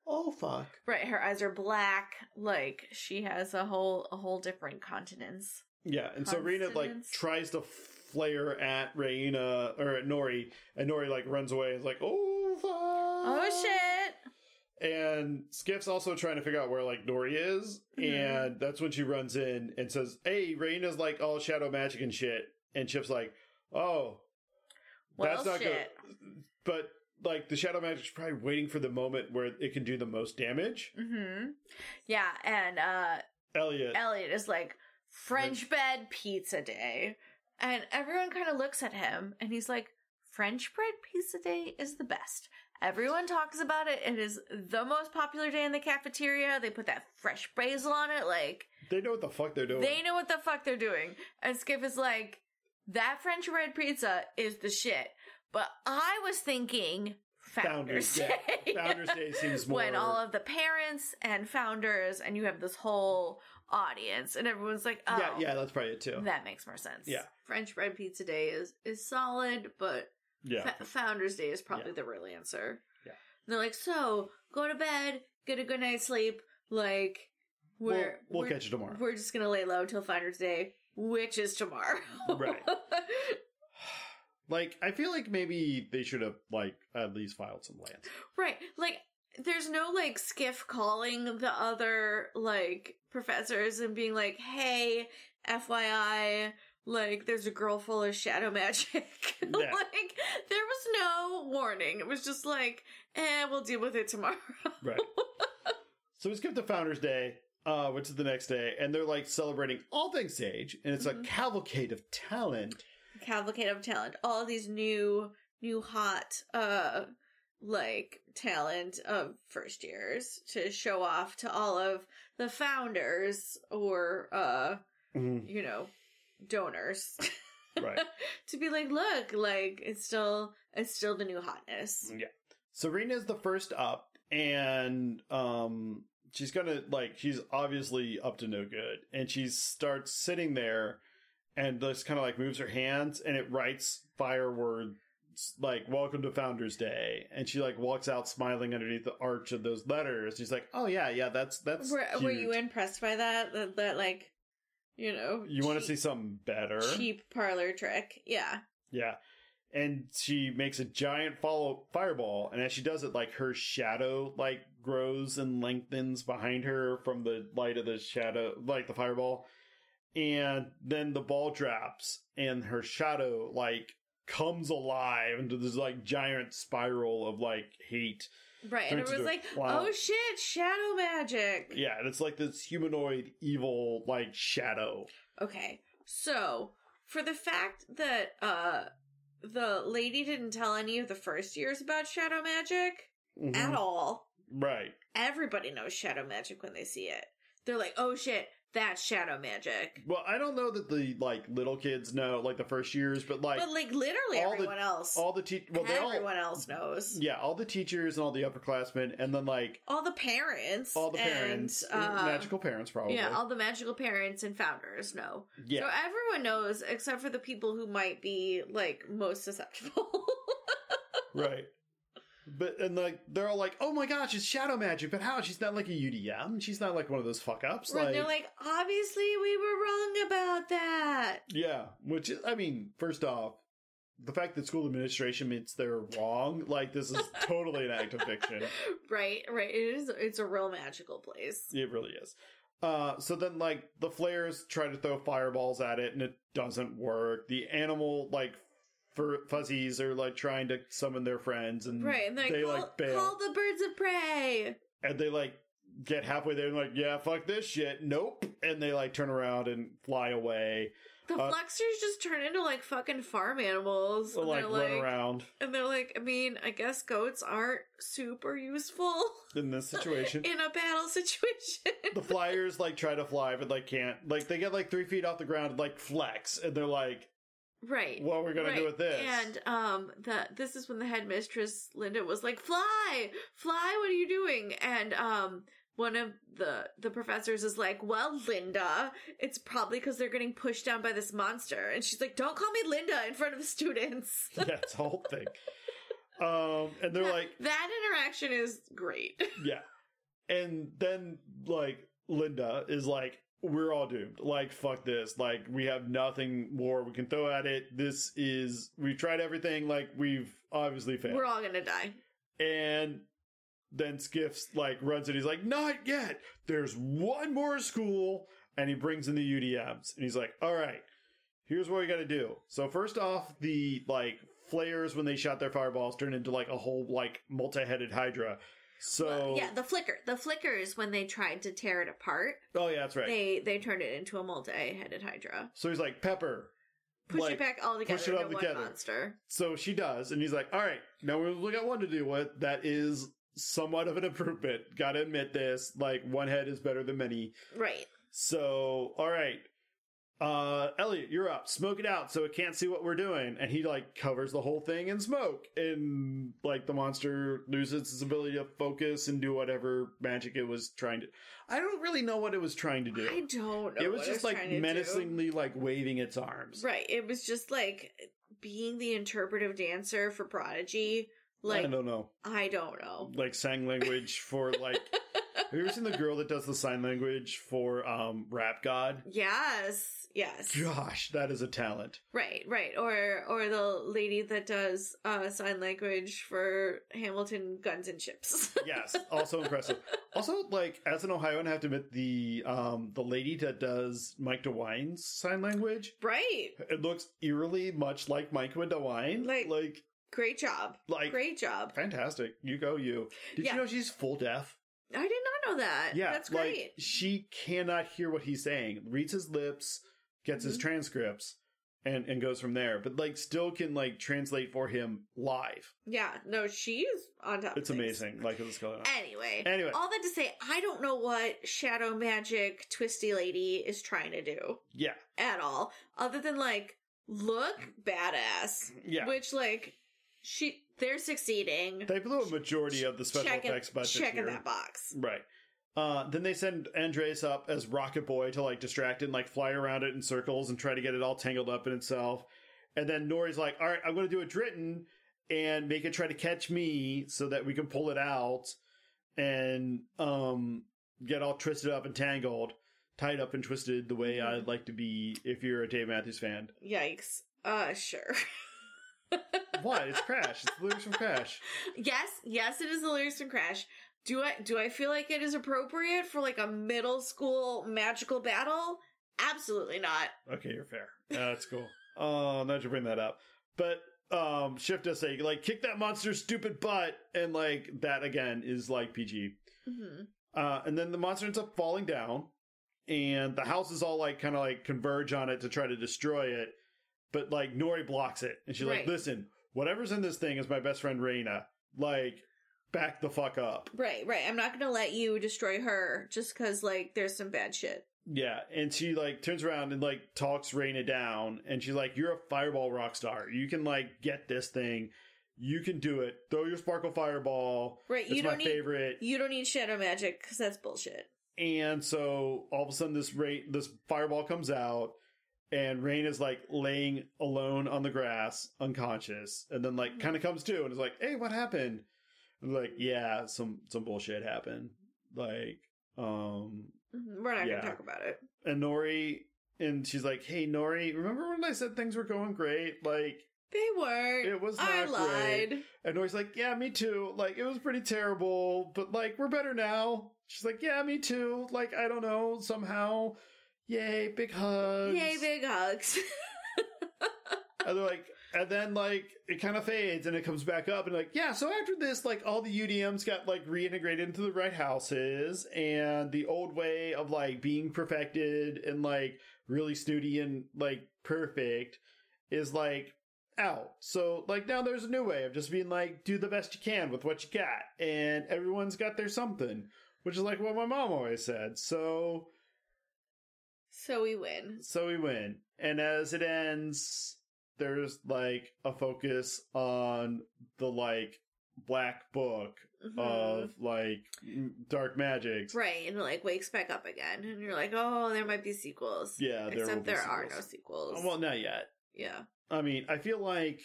[SPEAKER 1] oh, fuck.
[SPEAKER 2] right, her eyes are black, like she has a whole a whole different continence.
[SPEAKER 1] Yeah. And so Raina, like,
[SPEAKER 2] Consonants.
[SPEAKER 1] tries to flare at Raina or at Nori. And Nori, like, runs away and is like, oh, fuck.
[SPEAKER 2] Oh shit.
[SPEAKER 1] And Skiff's also trying to figure out where like Nori is,
[SPEAKER 2] Mhm.
[SPEAKER 1] and that's when she runs in and says, "Hey, Raina's like all shadow magic and shit." And Chip's like, "Oh,
[SPEAKER 2] Well
[SPEAKER 1] that's not
[SPEAKER 2] shit.
[SPEAKER 1] good." But like the shadow magic's probably waiting for the moment where it can do the most damage.
[SPEAKER 2] Mm-hmm. Yeah, and uh
[SPEAKER 1] Elliot,
[SPEAKER 2] Elliot is like French bread pizza day. And everyone kind of looks at him and he's like, French bread pizza day is the best. Everyone talks about it. It is the most popular day in the cafeteria. They put that fresh basil on it. Like,
[SPEAKER 1] they know what the fuck they're doing.
[SPEAKER 2] they know what the fuck they're doing. And Skip is like, that French bread pizza is the shit. But I was thinking Founders,
[SPEAKER 1] Founders Day.
[SPEAKER 2] Day.
[SPEAKER 1] Founders Day seems more
[SPEAKER 2] when all of the parents and founders and you have this whole audience and everyone's like oh
[SPEAKER 1] yeah, yeah, that's probably it too.
[SPEAKER 2] that makes more sense
[SPEAKER 1] Yeah.
[SPEAKER 2] french bread pizza day is is solid but
[SPEAKER 1] yeah,
[SPEAKER 2] Fa- founders day is probably
[SPEAKER 1] Yeah.
[SPEAKER 2] the real answer
[SPEAKER 1] Yeah.
[SPEAKER 2] And they're like so go to bed get a good night's sleep like
[SPEAKER 1] we'll,
[SPEAKER 2] we're
[SPEAKER 1] we'll
[SPEAKER 2] we're,
[SPEAKER 1] catch you tomorrow.
[SPEAKER 2] we're just gonna lay low till founders day which is tomorrow
[SPEAKER 1] Right. Like, I feel like maybe they should have like at least filed some lands.
[SPEAKER 2] Right. Like, there's no like skiff calling the other like professors and being like, hey, FYI, like there's a girl full of shadow magic. like, there was no warning. It was just like, eh, we'll deal with it tomorrow.
[SPEAKER 1] Right. so we skip to Founders Day, uh, which is the next day, and they're like celebrating all things sage, and it's a
[SPEAKER 2] Mhm.
[SPEAKER 1] cavalcade of talent.
[SPEAKER 2] Cavalcade of talent. All these new, new hot, uh, like talent of first years to show off to all of the founders or, uh, you know, donors
[SPEAKER 1] Mm-hmm. right.
[SPEAKER 2] to be like, look, like it's still it's still the new hotness.
[SPEAKER 1] Mm, Serena's the first up, and um, she's gonna like she's obviously up to no good, and she starts sitting there, and just kind of like moves her hands, and it writes fire words like "Welcome to Founders Day," and she like walks out smiling underneath the arch of those letters. She's like, "Oh yeah, yeah, that's that's."
[SPEAKER 2] Were, were
[SPEAKER 1] cute."
[SPEAKER 2] you impressed by that? That, that like, you know,
[SPEAKER 1] You want to
[SPEAKER 2] cheap-
[SPEAKER 1] see something better?
[SPEAKER 2] cheap parlor trick? Yeah,
[SPEAKER 1] Yeah. And she makes a giant follow fireball, and as she does it, like her shadow like grows and lengthens behind her from the light of the shadow, like the fireball. And then the ball drops, and her shadow like comes alive into this like giant spiral of like hate.
[SPEAKER 2] right. And
[SPEAKER 1] Turns
[SPEAKER 2] everyone's like,
[SPEAKER 1] into a cloud.
[SPEAKER 2] oh shit, shadow magic.
[SPEAKER 1] Yeah, and it's like this humanoid evil like shadow.
[SPEAKER 2] Okay, so for the fact that uh the lady didn't tell any of the first years about shadow magic
[SPEAKER 1] Mhm.
[SPEAKER 2] at all,
[SPEAKER 1] Right.
[SPEAKER 2] everybody knows shadow magic when they see it. They're like, oh shit, that's shadow magic.
[SPEAKER 1] Well, I don't know that the like little kids know, like the first years, but like
[SPEAKER 2] but like literally
[SPEAKER 1] all the-
[SPEAKER 2] everyone else,
[SPEAKER 1] all the teachers, well, they all,
[SPEAKER 2] everyone else knows.
[SPEAKER 1] Yeah, all the teachers and all the upperclassmen, and then like
[SPEAKER 2] All the parents,
[SPEAKER 1] all the
[SPEAKER 2] and,
[SPEAKER 1] parents,
[SPEAKER 2] uh,
[SPEAKER 1] magical parents, probably.
[SPEAKER 2] yeah, all the magical parents and founders know.
[SPEAKER 1] yeah.
[SPEAKER 2] So everyone knows except for the people who might be like most susceptible.
[SPEAKER 1] right. But and like they're all like, oh my gosh, it's shadow magic. But how? She's not like a UDM. She's not like one of those fuck ups.
[SPEAKER 2] Like,
[SPEAKER 1] Like,
[SPEAKER 2] they're like, obviously we were wrong about that.
[SPEAKER 1] yeah, which is, I mean, first off, the fact that school administration means they're wrong. Like this is totally an act of fiction.
[SPEAKER 2] Right, right. It is. It's a real magical place.
[SPEAKER 1] It really is. Uh, so then, like the flares try to throw fireballs at it, and it doesn't work. The animal like fur- fuzzies are like trying to summon their friends, and
[SPEAKER 2] Right, and they're like,
[SPEAKER 1] they
[SPEAKER 2] call,
[SPEAKER 1] like bail,
[SPEAKER 2] call the birds of prey.
[SPEAKER 1] and they like get halfway there and like, yeah, fuck this shit, nope, and they like turn around and fly away,
[SPEAKER 2] The
[SPEAKER 1] Uh,
[SPEAKER 2] Fluxers just turn into like fucking farm animals.
[SPEAKER 1] or,
[SPEAKER 2] and
[SPEAKER 1] like
[SPEAKER 2] they're
[SPEAKER 1] run
[SPEAKER 2] like,
[SPEAKER 1] around
[SPEAKER 2] and they're like, I mean, I guess goats aren't super useful
[SPEAKER 1] in this situation.
[SPEAKER 2] in a battle situation.
[SPEAKER 1] the flyers like try to fly, but like can't. Like they get like three feet off the ground, and, like flex, and they're like,
[SPEAKER 2] right.
[SPEAKER 1] what are we gonna do
[SPEAKER 2] Right.
[SPEAKER 1] with this?
[SPEAKER 2] And um, the this is when the headmistress Linda was like, "Fly, fly! What are you doing?" And um, one of the the professors is like, "Well, Linda, it's probably because they're getting pushed down by this monster." And she's like, "Don't call me Linda in front of the students."
[SPEAKER 1] That's the whole thing. Um, and they're like,
[SPEAKER 2] that interaction is great.
[SPEAKER 1] yeah. And then like Linda is like, we're all doomed. Like, fuck this. Like, we have nothing more we can throw at it. This is we've tried everything. Like, we've obviously failed.
[SPEAKER 2] We're all gonna die.
[SPEAKER 1] and then Skiffs like runs and he's like, not yet. There's one more school. And he brings in the UDMs and he's like, all right, here's what we got to do. So first off, the like flares when they shot their fireballs turned into like a whole like multi-headed Hydra. So
[SPEAKER 2] Well, yeah, the flicker, the flicker is when they tried to tear it apart.
[SPEAKER 1] oh yeah, that's right.
[SPEAKER 2] They they turned it into a multi-headed hydra.
[SPEAKER 1] so he's like, Pepper.
[SPEAKER 2] Push
[SPEAKER 1] like,
[SPEAKER 2] it back all together
[SPEAKER 1] it all
[SPEAKER 2] into
[SPEAKER 1] together.
[SPEAKER 2] one monster.
[SPEAKER 1] So she does, and he's like, all right, now we've only got one to do with. That is somewhat of an improvement. Gotta admit this. Like one head is better than many.
[SPEAKER 2] Right.
[SPEAKER 1] So, all right. Uh, Elliot, you're up. Smoke it out so it can't see what we're doing. And he like covers the whole thing in smoke. And like the monster loses its ability to focus and do whatever magic it was trying to. I don't really know what it was trying to
[SPEAKER 2] I
[SPEAKER 1] do.
[SPEAKER 2] don't know.
[SPEAKER 1] It was
[SPEAKER 2] what
[SPEAKER 1] just like
[SPEAKER 2] trying to do.
[SPEAKER 1] menacingly like waving its arms.
[SPEAKER 2] Right. It was just like being the interpretive dancer for Prodigy. Like, oh.
[SPEAKER 1] I don't know.
[SPEAKER 2] know.
[SPEAKER 1] Like sign language for like. Have you ever seen the girl that does the sign language for um Rap God?
[SPEAKER 2] Yes. Yes.
[SPEAKER 1] Gosh, that is a talent.
[SPEAKER 2] Right, right. Or or the lady that does uh sign language for Hamilton guns and ships.
[SPEAKER 1] yes also impressive also like as an ohioan i have to admit the um the lady that does mike dewine's sign language
[SPEAKER 2] right.
[SPEAKER 1] it looks eerily much like mike dewine
[SPEAKER 2] Like-
[SPEAKER 1] like
[SPEAKER 2] Great job.
[SPEAKER 1] like
[SPEAKER 2] Great job.
[SPEAKER 1] fantastic you go you did
[SPEAKER 2] Yeah.
[SPEAKER 1] you know she's full deaf
[SPEAKER 2] I did not know that.
[SPEAKER 1] yeah
[SPEAKER 2] That's
[SPEAKER 1] like
[SPEAKER 2] great.
[SPEAKER 1] she cannot hear what he's saying reads his lips gets his
[SPEAKER 2] Mhm.
[SPEAKER 1] transcripts and and goes from there but like still can like translate for him live
[SPEAKER 2] yeah. No, she's on top. of
[SPEAKER 1] it's
[SPEAKER 2] things.
[SPEAKER 1] amazing like what's going on
[SPEAKER 2] Anyway,
[SPEAKER 1] Anyway.
[SPEAKER 2] all that to say, I don't know what shadow magic twisty lady is trying to do
[SPEAKER 1] yeah
[SPEAKER 2] at all, other than like look badass,
[SPEAKER 1] yeah
[SPEAKER 2] which like she they're succeeding.
[SPEAKER 1] They blew a majority of the special
[SPEAKER 2] checking
[SPEAKER 1] effects budget
[SPEAKER 2] checking
[SPEAKER 1] here.
[SPEAKER 2] that box,
[SPEAKER 1] Right. Uh, then they send Andres up as Rocket Boy to like distract and like fly around it in circles and try to get it all tangled up in itself. And then Nori's like, "All right, I'm going to do a Dritten and make it try to catch me so that we can pull it out and um get all twisted up and tangled, tied up and twisted the way
[SPEAKER 2] Mhm.
[SPEAKER 1] I'd like to be if you're a Dave Matthews fan."
[SPEAKER 2] yikes. Uh, sure.
[SPEAKER 1] what? It's Crash. It's the lyrics from Crash.
[SPEAKER 2] yes, yes, it is the lyrics from Crash. Do I do I feel like it is appropriate for like a middle school magical battle? Absolutely not.
[SPEAKER 1] Okay, you're fair. Uh, That's cool. Oh, now that you bring that up. But um Shift does say, like, kick that monster's stupid butt, and like that again is like PG.
[SPEAKER 2] hmm
[SPEAKER 1] Uh and then the monster ends up falling down, and the house is all like kinda like converge on it to try to destroy it. But like Nori blocks it and she's
[SPEAKER 2] Right.
[SPEAKER 1] like, Listen, whatever's in this thing is my best friend Reina. Like, back the fuck up.
[SPEAKER 2] Right, right. I'm not gonna let you destroy her just because like there's some bad shit.
[SPEAKER 1] Yeah, and she like turns around and like talks Raina down, and she's like, "You're a fireball rock star. You can like get this thing. You can do it. Throw your sparkle fireball.
[SPEAKER 2] Right,
[SPEAKER 1] It's
[SPEAKER 2] you
[SPEAKER 1] my
[SPEAKER 2] don't need
[SPEAKER 1] favorite."
[SPEAKER 2] you don't need shadow magic because that's bullshit.
[SPEAKER 1] And so all of a sudden, this rain, this fireball comes out, and Rain is like laying alone on the grass, unconscious, and then like kind of comes to and is like, "Hey, what happened?" And like, yeah, some some bullshit happened. Like, um,
[SPEAKER 2] Mm-hmm. We're not
[SPEAKER 1] Yeah.
[SPEAKER 2] going to talk about it.
[SPEAKER 1] and Nori, and she's like, "Hey, Nori, remember when I said things were going great? Like,
[SPEAKER 2] They weren't.
[SPEAKER 1] It was
[SPEAKER 2] I
[SPEAKER 1] not
[SPEAKER 2] lied.
[SPEAKER 1] And Nori's like, yeah, me too. Like, it was pretty terrible, but like, we're better now. She's like, yeah, me too. Like, I don't know, somehow. Yay, big hugs.
[SPEAKER 2] Yay, big hugs.
[SPEAKER 1] And they're like, and then like, it kind of fades and it comes back up and like, yeah, so after this, like, all the UDMs got like reintegrated into the right houses and the old way of like being perfected and like really snooty and like perfect is like, out. So like now there's a new way of just being like, do the best you can with what you got, and everyone's got their something, which is like what my mom always said. So
[SPEAKER 2] so we win.
[SPEAKER 1] so we win, and as it ends, there's like a focus on the like black book
[SPEAKER 2] Mhm.
[SPEAKER 1] of like m- dark magics.
[SPEAKER 2] right, and it like wakes back up again, and you're like, oh, there might be sequels.
[SPEAKER 1] Yeah, there will
[SPEAKER 2] Except
[SPEAKER 1] be
[SPEAKER 2] there are no
[SPEAKER 1] sequels.
[SPEAKER 2] sequels.
[SPEAKER 1] Well, not yet.
[SPEAKER 2] yeah.
[SPEAKER 1] I mean, I feel like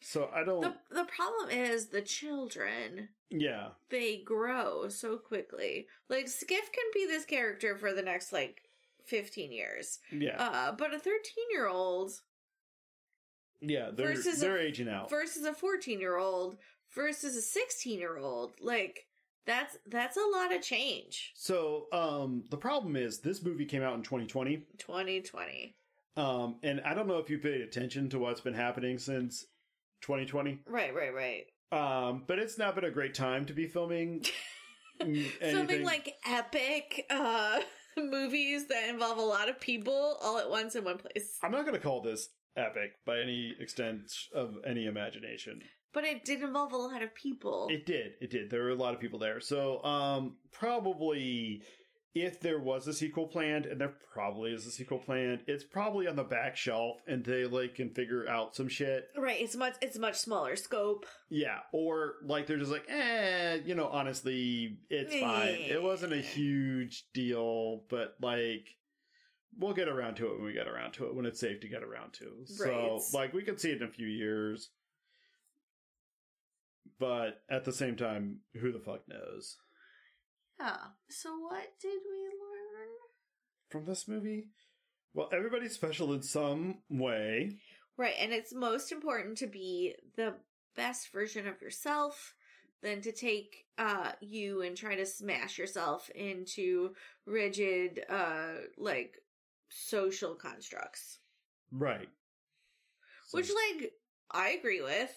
[SPEAKER 1] so I don't.
[SPEAKER 2] The the problem is the children.
[SPEAKER 1] yeah,
[SPEAKER 2] They grow so quickly. Like Skiff can be this character for the next like fifteen years.
[SPEAKER 1] yeah,
[SPEAKER 2] Uh, but a thirteen year old
[SPEAKER 1] yeah. They're
[SPEAKER 2] versus a-
[SPEAKER 1] they're aging out.
[SPEAKER 2] versus a fourteen year old versus a sixteen year old, like that's that's a lot of change.
[SPEAKER 1] So um the problem is this movie came out in 2020.
[SPEAKER 2] Twenty twenty.
[SPEAKER 1] Um and I don't know if you paid attention to what's been happening since 2020.
[SPEAKER 2] Right, right, right.
[SPEAKER 1] Um but it's not been a great time to be filming m- anything.
[SPEAKER 2] Something like epic uh movies that involve a lot of people all at once in one place.
[SPEAKER 1] I'm not going to call this epic by any extent of any imagination.
[SPEAKER 2] But it did involve a lot of people.
[SPEAKER 1] It did. It did. There were a lot of people there. So, um, probably if there was a sequel planned, and there probably is a sequel planned, it's probably on the back shelf, and they like can figure out some shit.
[SPEAKER 2] Right, it's much it's a much smaller scope.
[SPEAKER 1] Yeah, or like they're just like, eh, you know, honestly, it's fine. It wasn't a huge deal, but like we'll get around to it when we get around to it when it's safe to get around to. So
[SPEAKER 2] Right.
[SPEAKER 1] like we could see it in a few years. But at the same time, who the fuck knows?
[SPEAKER 2] Yeah. So what did we learn?
[SPEAKER 1] From this movie? Well, everybody's special in some way.
[SPEAKER 2] Right, and it's most important to be the best version of yourself than to take uh you and try to smash yourself into rigid uh like social constructs.
[SPEAKER 1] Right. So-
[SPEAKER 2] Which like I agree with.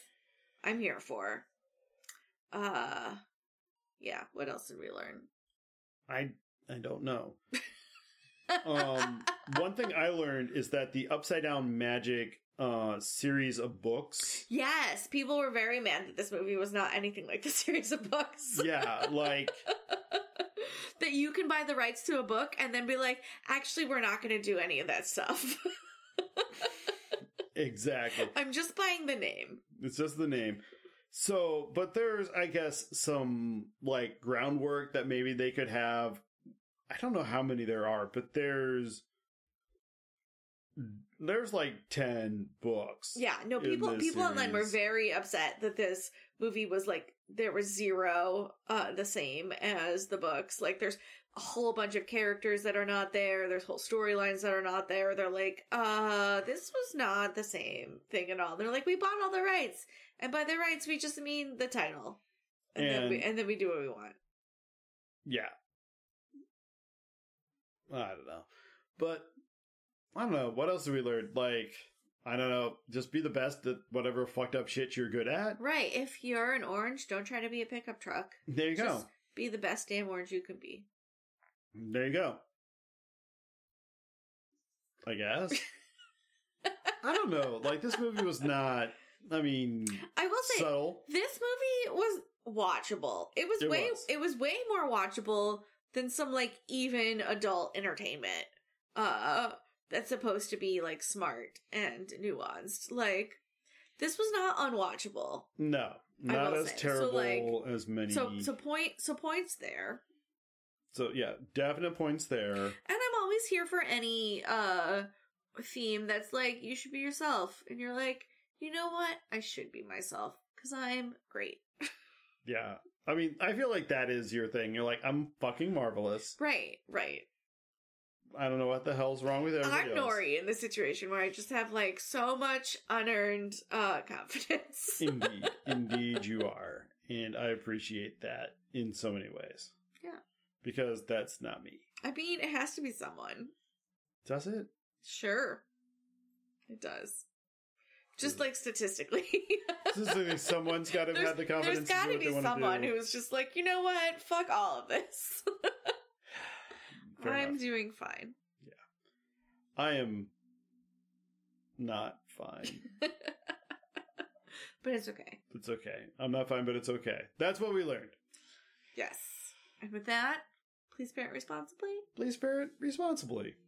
[SPEAKER 2] I'm here for. Uh yeah, what else did we learn?
[SPEAKER 1] I I don't know. um, one thing I learned is that the Upside Down Magic uh, series of books.
[SPEAKER 2] Yes, people were very mad that this movie was not anything like the series of books.
[SPEAKER 1] Yeah, like
[SPEAKER 2] that you can buy the rights to a book and then be like, actually, we're not going to do any of that stuff.
[SPEAKER 1] exactly.
[SPEAKER 2] I'm just buying the name.
[SPEAKER 1] It's just the name. So, but there's I guess some like groundwork that maybe they could have. I don't know how many there are, but there's there's like 10 books.
[SPEAKER 2] Yeah, no,
[SPEAKER 1] In
[SPEAKER 2] people
[SPEAKER 1] this
[SPEAKER 2] people online were
[SPEAKER 1] series.
[SPEAKER 2] very upset that this movie was like there was zero uh the same as the books. Like there's a whole bunch of characters that are not there, there's whole storylines that are not there. They're like, uh, this was not the same thing at all. They're like, we bought all the rights. And by the rights we just mean the title. And, then
[SPEAKER 1] And-
[SPEAKER 2] we and then we do what we want.
[SPEAKER 1] Yeah. I don't know. But I don't know. What else did we learn? Like, I don't know. Just be the best at whatever fucked up shit you're good at.
[SPEAKER 2] Right. If you're an orange, don't try to be a pickup truck.
[SPEAKER 1] There you go.
[SPEAKER 2] Just- Be the best damn orange you can be.
[SPEAKER 1] There you go. I guess. I don't know. Like, this movie was not, I mean,
[SPEAKER 2] I will say
[SPEAKER 1] subtle.
[SPEAKER 2] this movie was watchable. It was
[SPEAKER 1] It
[SPEAKER 2] way
[SPEAKER 1] was.
[SPEAKER 2] it was way more watchable than some like even adult entertainment. Uh that's supposed to be like smart and nuanced. Like this was not unwatchable.
[SPEAKER 1] No.
[SPEAKER 2] I
[SPEAKER 1] Not
[SPEAKER 2] will
[SPEAKER 1] as
[SPEAKER 2] say. So,
[SPEAKER 1] terrible as many.
[SPEAKER 2] So
[SPEAKER 1] So,
[SPEAKER 2] so point so points there.
[SPEAKER 1] yeah, definite points there.
[SPEAKER 2] And I'm always here for any uh theme that's like you should be yourself and you're like, "You know what? I should be myself cuz I'm great."
[SPEAKER 1] Yeah. I mean, I feel like that is your thing. You're like, I'm fucking marvelous.
[SPEAKER 2] Right, right.
[SPEAKER 1] I don't know what the hell's wrong with everybody
[SPEAKER 2] I'm
[SPEAKER 1] else.
[SPEAKER 2] Nori in this situation where I just have like so much unearned uh confidence.
[SPEAKER 1] indeed, indeed, you are, and I appreciate that in so many ways.
[SPEAKER 2] Yeah.
[SPEAKER 1] Because that's not me.
[SPEAKER 2] I mean, it has to be someone.
[SPEAKER 1] Does it?
[SPEAKER 2] Sure. It does. Just like statistically.
[SPEAKER 1] This is like someone's got to have
[SPEAKER 2] There's-
[SPEAKER 1] had the confidence.
[SPEAKER 2] There's got to
[SPEAKER 1] to do
[SPEAKER 2] be
[SPEAKER 1] what they
[SPEAKER 2] someone
[SPEAKER 1] do.
[SPEAKER 2] who's just like, you know what? Fuck all of this.
[SPEAKER 1] Fair
[SPEAKER 2] I'm
[SPEAKER 1] enough.
[SPEAKER 2] doing fine.
[SPEAKER 1] I am not fine.
[SPEAKER 2] But it's okay.
[SPEAKER 1] It's okay. I'm not fine, but it's okay. That's what we learned.
[SPEAKER 2] Yes. And with that, please parent responsibly.
[SPEAKER 1] Please parent responsibly.